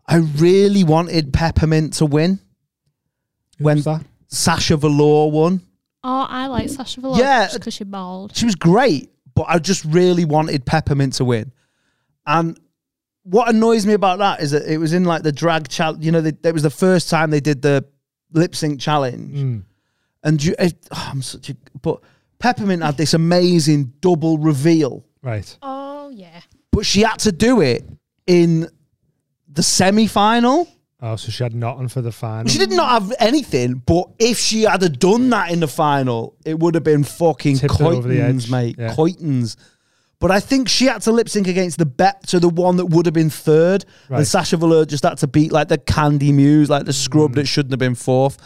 S1: I really wanted Peppermint to win when Sasha Velour won.
S11: Oh, I like
S6: Mm.
S11: Sasha Velour
S1: Yeah.
S11: because she bald.
S1: She was great, but I just really wanted Peppermint to win. And what annoys me about that is that it was in like the drag challenge. You know, they, it was the first time they did the lip sync challenge,
S6: Hmm.
S1: and you, it, oh, I'm such a but Peppermint had this amazing double reveal,
S6: right?
S11: Oh yeah.
S1: But she had to do it in the semi final.
S6: Oh, so she had nothing for the final.
S1: She did not have anything, but if she had have done that in the final, it would have been fucking
S6: Tipped it over the
S1: coitons,
S6: edge,
S1: mate.
S6: yeah.
S1: Coitons. But I think she had to lip sync against the bet to the one that would have been third.
S6: Right.
S1: And Sasha Velour just had to beat like the Candy Muse, like the
S6: Mm.
S1: scrub that shouldn't have been fourth.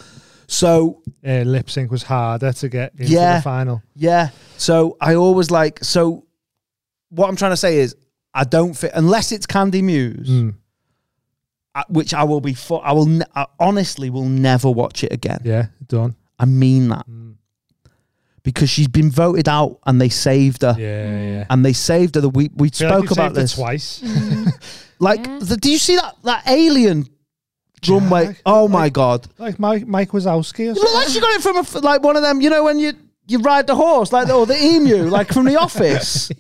S1: So
S6: uh, lip sync was harder to get into
S1: Yeah.
S6: the final.
S1: Yeah. So I always like so what I'm trying to say is I don't fit unless it's Candy Muse,
S6: Hmm.
S1: I- which I will be. Fu- I will. Ne- I honestly will never watch it again.
S6: Yeah, Hmm. done.
S1: I mean that because she's been voted out and they saved her.
S6: Yeah, yeah.
S1: And they saved her. The week we
S6: I feel like
S1: spoke
S6: you've
S1: about
S6: saved it
S1: this
S6: twice.
S1: Like, the, do you see that that alien runway? oh my god!
S6: Like Mike, Mike Wazowski or
S1: You look
S6: something.
S1: like she got it from a f like one of them. You know when you you ride the horse like the, or the emu, like from the office.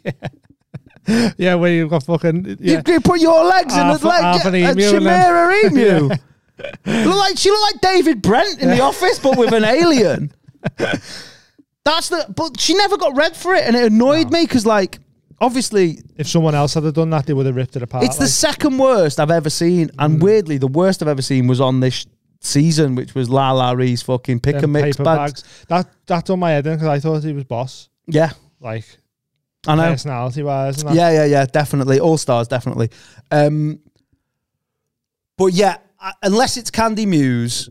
S6: Yeah, where you've got fucking. Yeah.
S1: You, you put your legs in
S6: Half-
S1: the leg,
S6: half an
S1: a
S6: emu and then-
S1: chimera emu.
S6: Yeah.
S1: You look like she looked like David Brent in the
S6: Yeah.
S1: office, but with an alien. That's the. But she never got red for it, and it annoyed me because, like, obviously,
S6: if someone else had done that, they would have ripped it apart.
S1: it's the
S6: like. Mm.
S1: second worst I've ever seen, and weirdly, the worst I've ever seen was on this sh- season, which was La La Ree's fucking pick
S6: Them
S1: and mix
S6: paper
S1: bags.
S6: That that on my head because I thought he was boss.
S1: Yeah,
S6: like
S1: I know.
S6: personality wise. And that.
S1: Yeah, yeah, yeah, definitely. All stars, definitely. Um, but yeah, I, unless it's Candy Muse,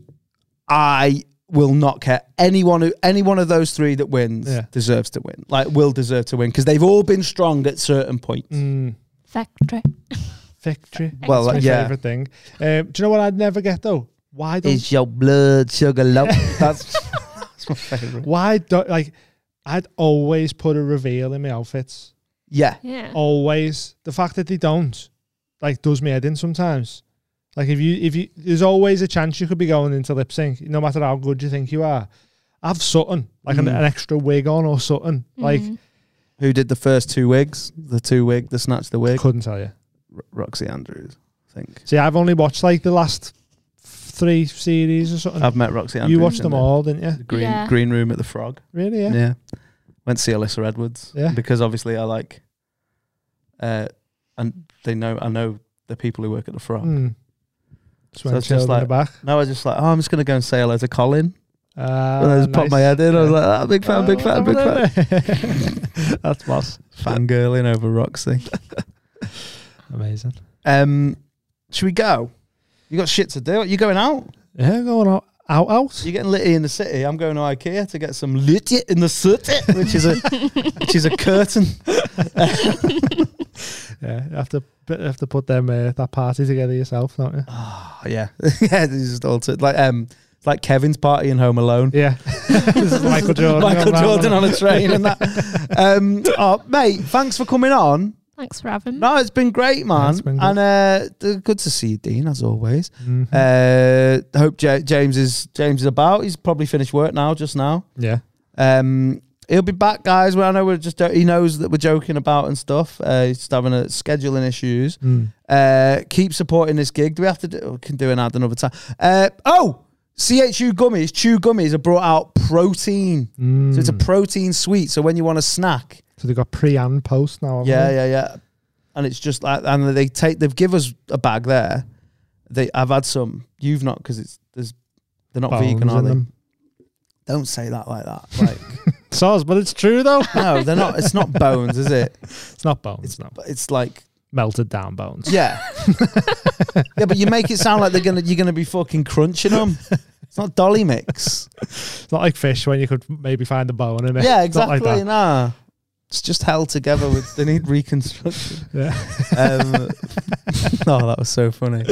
S1: I will not care. Anyone who, any one of those three that wins
S6: Yeah.
S1: deserves to win. Like, will deserve to win because they've all been strong at certain points.
S6: Mm.
S11: Factory.
S6: Victory.
S1: Well,
S6: It's my
S1: yeah.
S6: favorite thing. Um, do you know what I'd never get though? Why don't
S1: Is your blood sugar low? That's, that's my favorite.
S6: Why don't like? I'd always put a reveal in my outfits.
S1: Yeah.
S11: Yeah.
S6: Oh. Always. The fact that they don't, like, does me head in sometimes. Like if you if you there's always a chance you could be going into lip sync, no matter how good you think you are. Have something like an,
S1: Mm.
S6: an extra wig on or something. Like
S11: Mhm.
S1: Who did the first two wigs? The two wig, the snatch, the wig.
S6: couldn't tell you.
S1: R- Roxy Andrews, I think.
S6: See, I've only watched like the last three series or something.
S1: I've met Roxy Andrews.
S6: you watched them
S1: in the-
S6: all, didn't you?
S1: the Green
S6: Yeah.
S1: Green Room at the Frog.
S6: Really? Yeah.
S1: Yeah. Went to see Alyssa Edwards.
S6: Yeah.
S1: Because obviously I like uh and they know I know the people who work at the front.
S6: Mm. Just went
S1: it's
S6: chilled in
S1: like
S6: the back.
S1: No, I was just like, oh I'm just gonna go and say hello to Colin.
S6: Uh,
S1: and I just popped my head in, I was like, ah, big fan, big fan, big fan.
S6: fan. That's boss.
S1: Fangirling over Roxy.
S6: Amazing.
S1: um should we go? You got shit to do. You going out?
S6: Yeah, going out, out, out.
S1: You're getting litty in the city. I'm going to IKEA to get some litty in the city, which is a which is a curtain.
S6: Yeah, you have to you have to put them uh, that party together yourself, don't you?
S1: Oh, yeah, yeah. This is all to, like um, it's like Kevin's party in Home Alone.
S6: Yeah, this is Michael Jordan.
S1: Michael
S6: on that
S1: Jordan
S6: one.
S1: on a train and that. Um, oh, mate, thanks for coming on.
S11: Thanks for having me.
S1: No, it's been great, man,
S6: it's been
S1: and uh, d- good to see you, Dean, as always.
S6: Mhm.
S1: Uh, hope Ja James is James is about. He's probably finished work now, just now.
S6: Yeah,
S1: Um, he'll be back, guys. Well, I know we're just jo- he knows that we're joking about and stuff. Uh, he's just having a scheduling issues.
S6: Hmm.
S1: Uh, keep supporting this gig. Do we have to do? oh, We can do an ad another time. Uh, oh, CHU gummies, chew gummies are brought out protein.
S6: Mm.
S1: So
S6: Hmm.
S1: it's a protein sweet. So when you want a snack,
S6: so they got pre and post now. haven't
S1: yeah,
S6: they?
S1: yeah, yeah. And it's just like, and they take, they've give us a bag there. They, I've had some. You've not because it's there's, they're not vegan,
S6: Bones
S1: are
S6: in
S1: they?
S6: them.
S1: Don't say that like that. Like,
S6: Soz, but it's true though.
S1: no, they're not. It's not bones, is it?
S6: It's not bones. no,
S1: But It's like
S6: melted down bones.
S1: Yeah. yeah, but you make it sound like they're gonna you're gonna be fucking crunching them. It's not dolly mix.
S6: It's not like fish when you could maybe find a bone in it.
S1: Yeah,
S6: It's not
S1: exactly.
S6: like that.
S1: nah. It's just held together with they need reconstruction.
S6: Yeah.
S1: Um Oh, that was so funny.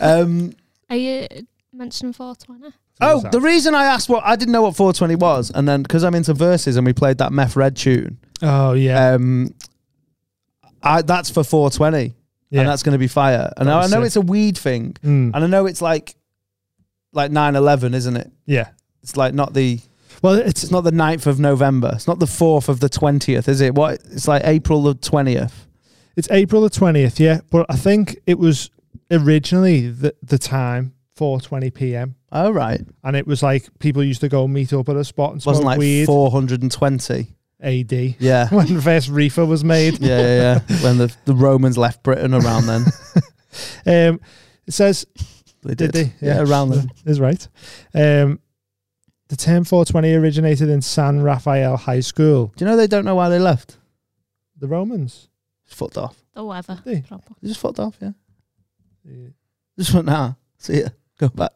S1: Um
S11: Are you mentioning 420?
S1: Oh, the reason I asked what I didn't know what 420 was, and then because I'm into verses and we played that Meth Red tune,
S6: Oh yeah.
S1: um, I that's for 420,
S6: Yeah.
S1: and that's going to be fire. And
S6: That
S1: I
S6: was
S1: know
S6: sick.
S1: it's a weed thing,
S6: Mm.
S1: and I know it's like like 9/11, isn't it?
S6: yeah.
S1: It's like not the
S6: Well, it's
S1: it's not the 9th of November. It's not the 4th of the 20th, is it? What it's like April the 20th.
S6: It's April the twentieth, yeah. But I think it was originally the the time four twenty p.m.
S1: Oh right.
S6: And it was like people used to go meet up at a spot and smoke
S1: Wasn't like
S6: weed.
S1: 420
S6: AD.
S1: Yeah.
S6: when the first reefer was made.
S1: Yeah, yeah, yeah. when the, the Romans left Britain around then.
S6: Um, it says
S1: They
S6: did.
S1: did.
S6: they?
S1: Yeah, around then.
S6: is right. Um, the term 420 originated in San Rafael High School.
S1: Do you know they don't know why they left?
S6: The Romans.
S1: Fucked off.
S11: The weather. Probably.
S1: They just fucked off, yeah. Just went, nah, see ya. Go back.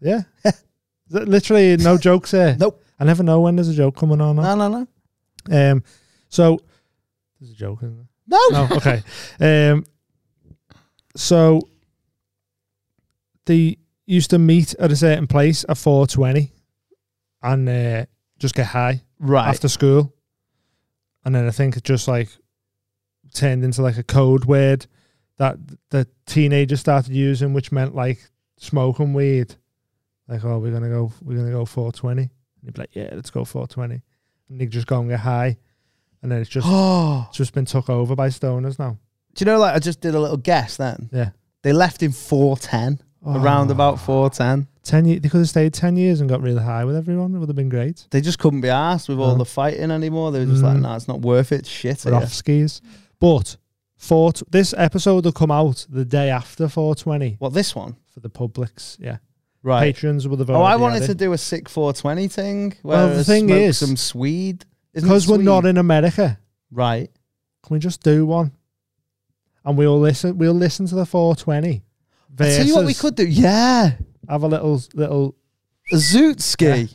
S6: Yeah. Th- Literally, no jokes here. nope. I never know when there's a joke coming on. No,
S1: no,
S6: no. Um, so there's a joke, isn't there?
S1: No.
S6: No. Okay. um, so they used to meet at a certain place at four twenty, and uh, just get high
S1: Right.
S6: after school, and then I think it just like turned into like a code word that the teenagers started using, which meant like smoking weed. Like, oh, we're gonna go, we're gonna go four twenty. And you'd be like, yeah, let's go four twenty, and they just go and get high, and then it's just it's just been took over by stoners now.
S1: Do you know, like, I just did a little guess then.
S6: Yeah.
S1: They left in 410, around about 410.
S6: Ten years, they could have stayed ten years and got really high with everyone. It would have been great.
S1: They just couldn't be asked with all
S6: No.
S1: the fighting anymore. They were just like,
S6: Uh-huh. Mm.
S1: nah, it's not worth it. Shit.
S6: We're off skis. But four t- this episode will come out the day after 420.
S1: What this one
S6: for the Publix? Yeah,
S1: Right.
S6: Patrons will have.
S1: Oh, I
S6: already
S1: wanted
S6: had
S1: to
S6: it.
S1: do a sick 420 thing. Where
S6: Well, the thing is,
S1: some Swede. Isn't it
S6: because we're not
S1: Swede?
S6: in America.
S1: Right.
S6: Can we just do one? And we'll listen. We'll listen to the 420.
S1: I tell you what we
S6: versus-
S1: could do. Yeah.
S6: Have a little little
S1: a zoot ski.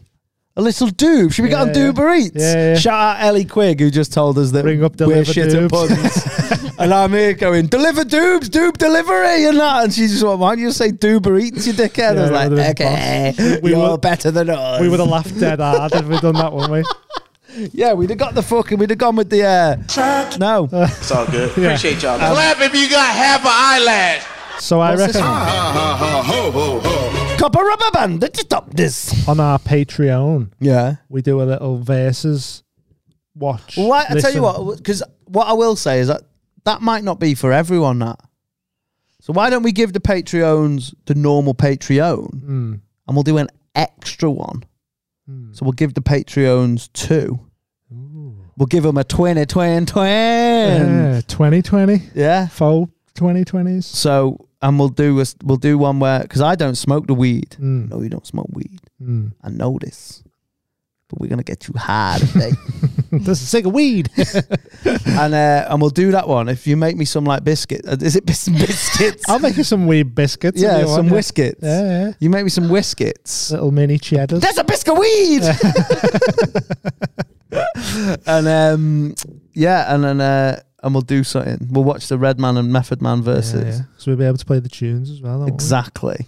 S1: A little doob. Should we get on
S6: Yeah, yeah.
S1: Doober Eats?
S6: Yeah, yeah.
S1: Shout out Ellie Quigg, who just told us that
S6: Bring up
S1: we're
S6: Deliver
S1: shit at puns. and I'm here going, deliver doobs, doob delivery, and that. And she just went, why don't you say Doober Eats, you dickhead?
S6: Yeah,
S1: I
S6: it
S1: was
S6: would've
S1: like,
S6: been
S1: okay,
S6: class. We
S1: you're
S6: would-
S1: better than us.
S6: we would have laughed dead hard if we'd done that one, we.
S1: Yeah, we'd have got the fucking, we'd have gone with the, uh, no.
S15: It's all good. Appreciate y'all.
S1: Um,
S15: Clap if you got half an eyelash.
S6: So I
S15: What's this
S6: reckon.
S15: one? Ha, ha, ha, ho, ho, ho.
S1: Copper rubber band. Let's stop this.
S6: on our Patreon.
S1: Yeah,
S6: we do a little versus watch.
S1: Well, I, I tell
S6: listen.
S1: you what, because what I will say is that that might not be for everyone. That so why don't we give the Patreons the normal Patreon,
S6: Hmm.
S1: and we'll do an extra one. So we'll give the Patreons two. We'll give them a 20, 20, 20. um,
S6: Yeah, 2020.
S1: Yeah.
S6: Full 2020s.
S1: So and we'll do a, s- we'll do one where because I don't smoke the weed.
S6: Mm.
S1: No, you don't smoke weed.
S6: Mm.
S1: I know this, but we're gonna get you high today.
S6: This is sick of weed.
S1: and uh, and we'll do that one if you make me some like biscuit. uh, Is it bis- biscuits?
S6: I'll make you some weed biscuits. if
S1: yeah,
S6: you
S1: some
S6: want.
S1: whiskets.
S6: Yeah, Uh, yeah.
S1: You make me some whiskets.
S6: Little mini cheddars.
S1: There's a biscuit weed. and um, yeah, and then uh, and we'll do something. We'll watch the Red Man and Method Man versus.
S6: Yeah, yeah. So we'll be able to play the tunes as well. then, won't we?
S1: Exactly.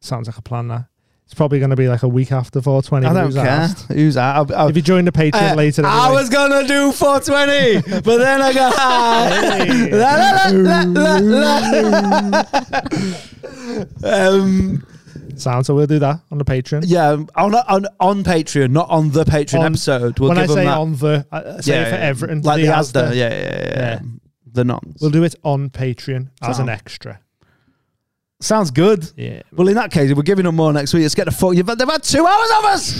S6: Sounds like a plan. That it's probably going to be like a week after 420.
S1: I
S6: but
S1: don't
S6: who's
S1: care.
S6: asked?
S1: Who's out? I'll, I'll,
S6: If you join the Patreon later,
S1: Uh, I
S6: anyway.
S1: was gonna do 420, but then I got high. La, la, la, la, la, la. um,
S6: sound. So we'll do that on the Patreon.
S1: yeah, on on on Patreon, not on the Patreon
S6: On-
S1: episode. We'll
S6: when
S1: give
S6: I
S1: them
S6: say
S1: that.
S6: on the, I I say it for everything,
S1: like the, Asda.
S6: Asda.
S1: Yeah, yeah, yeah, yeah.
S6: Yeah.
S1: The noms.
S6: We'll do it on Patreon as an
S1: Sound.
S6: extra.
S1: Sounds good.
S6: Yeah.
S1: Well, in that case, we're giving them more next week. Let's get the fuck. You've had, they've had two hours of us.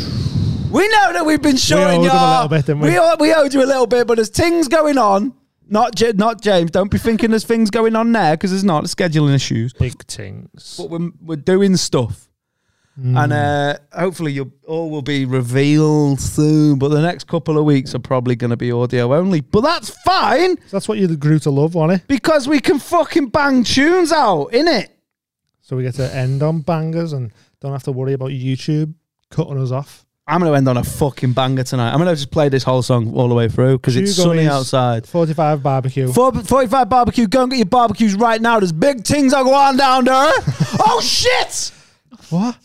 S1: We know that we've been shorting
S6: owed
S1: you
S6: them a little bit, didn't we?
S1: We, owe- we owed you a little bit, but there's things going on. Not J- not James. Don't be thinking there's things going on there because there's not. There's scheduling issues.
S6: Big things.
S1: But we're, we're doing stuff.
S6: Hmm.
S1: And uh, hopefully, you all will be revealed soon. But the next couple of weeks are probably going to be audio only. But that's fine
S6: So that's what you grew to love, wasn't it?
S1: because we can fucking bang tunes out, innit?
S6: So we get to end on bangers and don't have to worry about YouTube cutting us off.
S1: I'm going to end on a fucking banger tonight. I'm going to just play this whole song all the way through because it's
S6: Two
S1: sunny
S6: goalies,
S1: outside.
S6: 45 barbecue.
S1: Four- 45 barbecue. Go and get your barbecues right now. There's big things are going down there. oh, shit.
S6: What?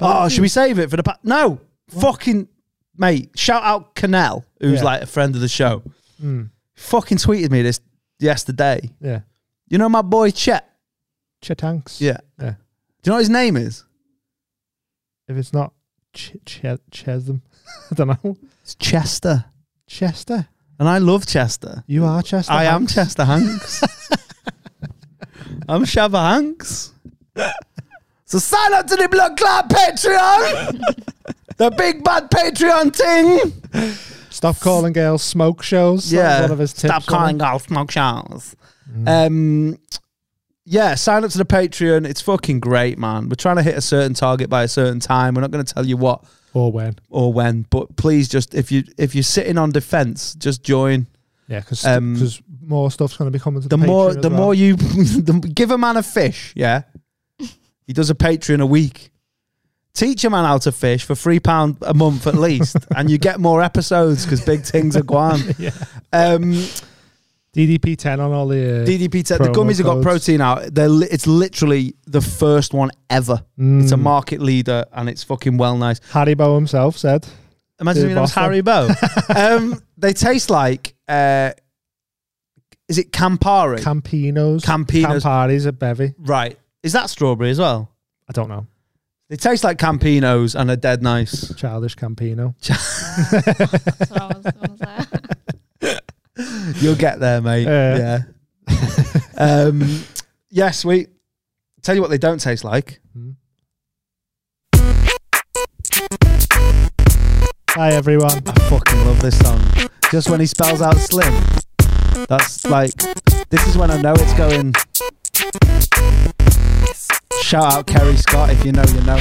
S1: Oh, should we save it for the pa- No. Fucking, mate. Shout out Canal, who's
S6: Yeah.
S1: like a friend of the show. Hmm.
S6: Mm,
S1: Fucking tweeted me this yesterday.
S6: yeah.
S1: You know my boy Chet?
S6: Chetanks.
S1: Yeah.
S6: Yeah.
S1: Do you know what his name is?
S6: If it's not Ch- Ch- Chesham, I don't know.
S1: It's Chester.
S6: Chester.
S1: And I love Chester.
S6: You are Chester.
S1: I am Chester Hanks. I'm Shabba Hanks. so sign up to the Blood Club Patreon. the big bad Patreon thing.
S6: Stop calling girls smoke shows. That was
S1: Yeah.
S6: one of his tips,
S1: Stop
S6: wasn't
S1: calling
S6: it? Mm.
S1: girls smoke shows.
S10: Um,
S1: yeah, sign up to the Patreon. It's fucking great, man. We're trying to hit a certain target by a certain time. We're not going to tell you what
S6: or when
S1: or when, but please just if you if you're sitting on defense, just join.
S6: Yeah, because
S1: Um,
S6: more stuff's going to be coming to the,
S1: the more
S6: Patreon as
S1: the
S6: well.
S1: more you the, give a man a fish, yeah. He does a Patreon a week. Teach a man how to fish for three pound a month at least, and you get more episodes because big things are gone.
S6: yeah.
S1: Um,
S6: DDP ten on all the uh,
S1: DDP te- the
S6: promo
S1: gummies have got
S6: codes.
S1: protein out. They're li- it's literally the first one ever. It's a
S6: Mm.
S1: market leader, and it's fucking well nice.
S6: Haribo himself said.
S1: Imagine
S6: to
S1: if it was
S6: Boston.
S1: Harry Bow. um, they taste like uh, is it Campari?
S6: Campinos.
S1: Campinos.
S6: Campari's a bevy.
S1: right. Is that strawberry as well?
S6: I don't know.
S1: They taste like Campinos and are dead nice.
S6: Childish Campino.
S1: You'll get there, mate.
S6: Yeah.
S1: yeah. um, yeah, sweet. Tell you what they don't taste like.
S6: Hi everyone.
S1: I fucking love this song. Just when he spells out slim. That's like this is when I know it's going. Shout out Kerry Scott if you know you know.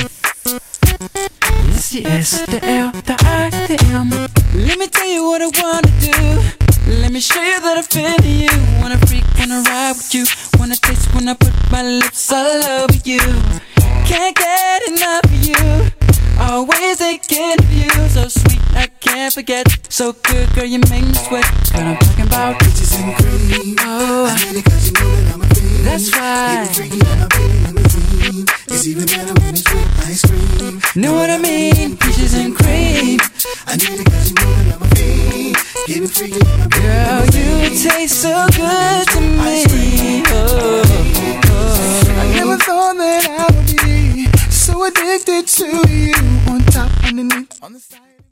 S9: It's the S, the L, the I, the M. Let me tell you what I wanna do. Let me show you that I feel you. Wanna freak, wanna ride with you. Wanna taste when I put my lips all over you. Can't get enough of you. Always thinking of you. So sweet, I can't forget. So good, girl, you make me sweat. Girl, I'm talking about bitches and cream. Oh, that's right. It's even better when it's with ice cream. Know what I mean? Peaches and cream. I need it cause you know that I'm a fiend. Give it free, Girl, you taste so good to me. Oh, oh. I never thought that I would be so addicted to you. On top, underneath, on the side.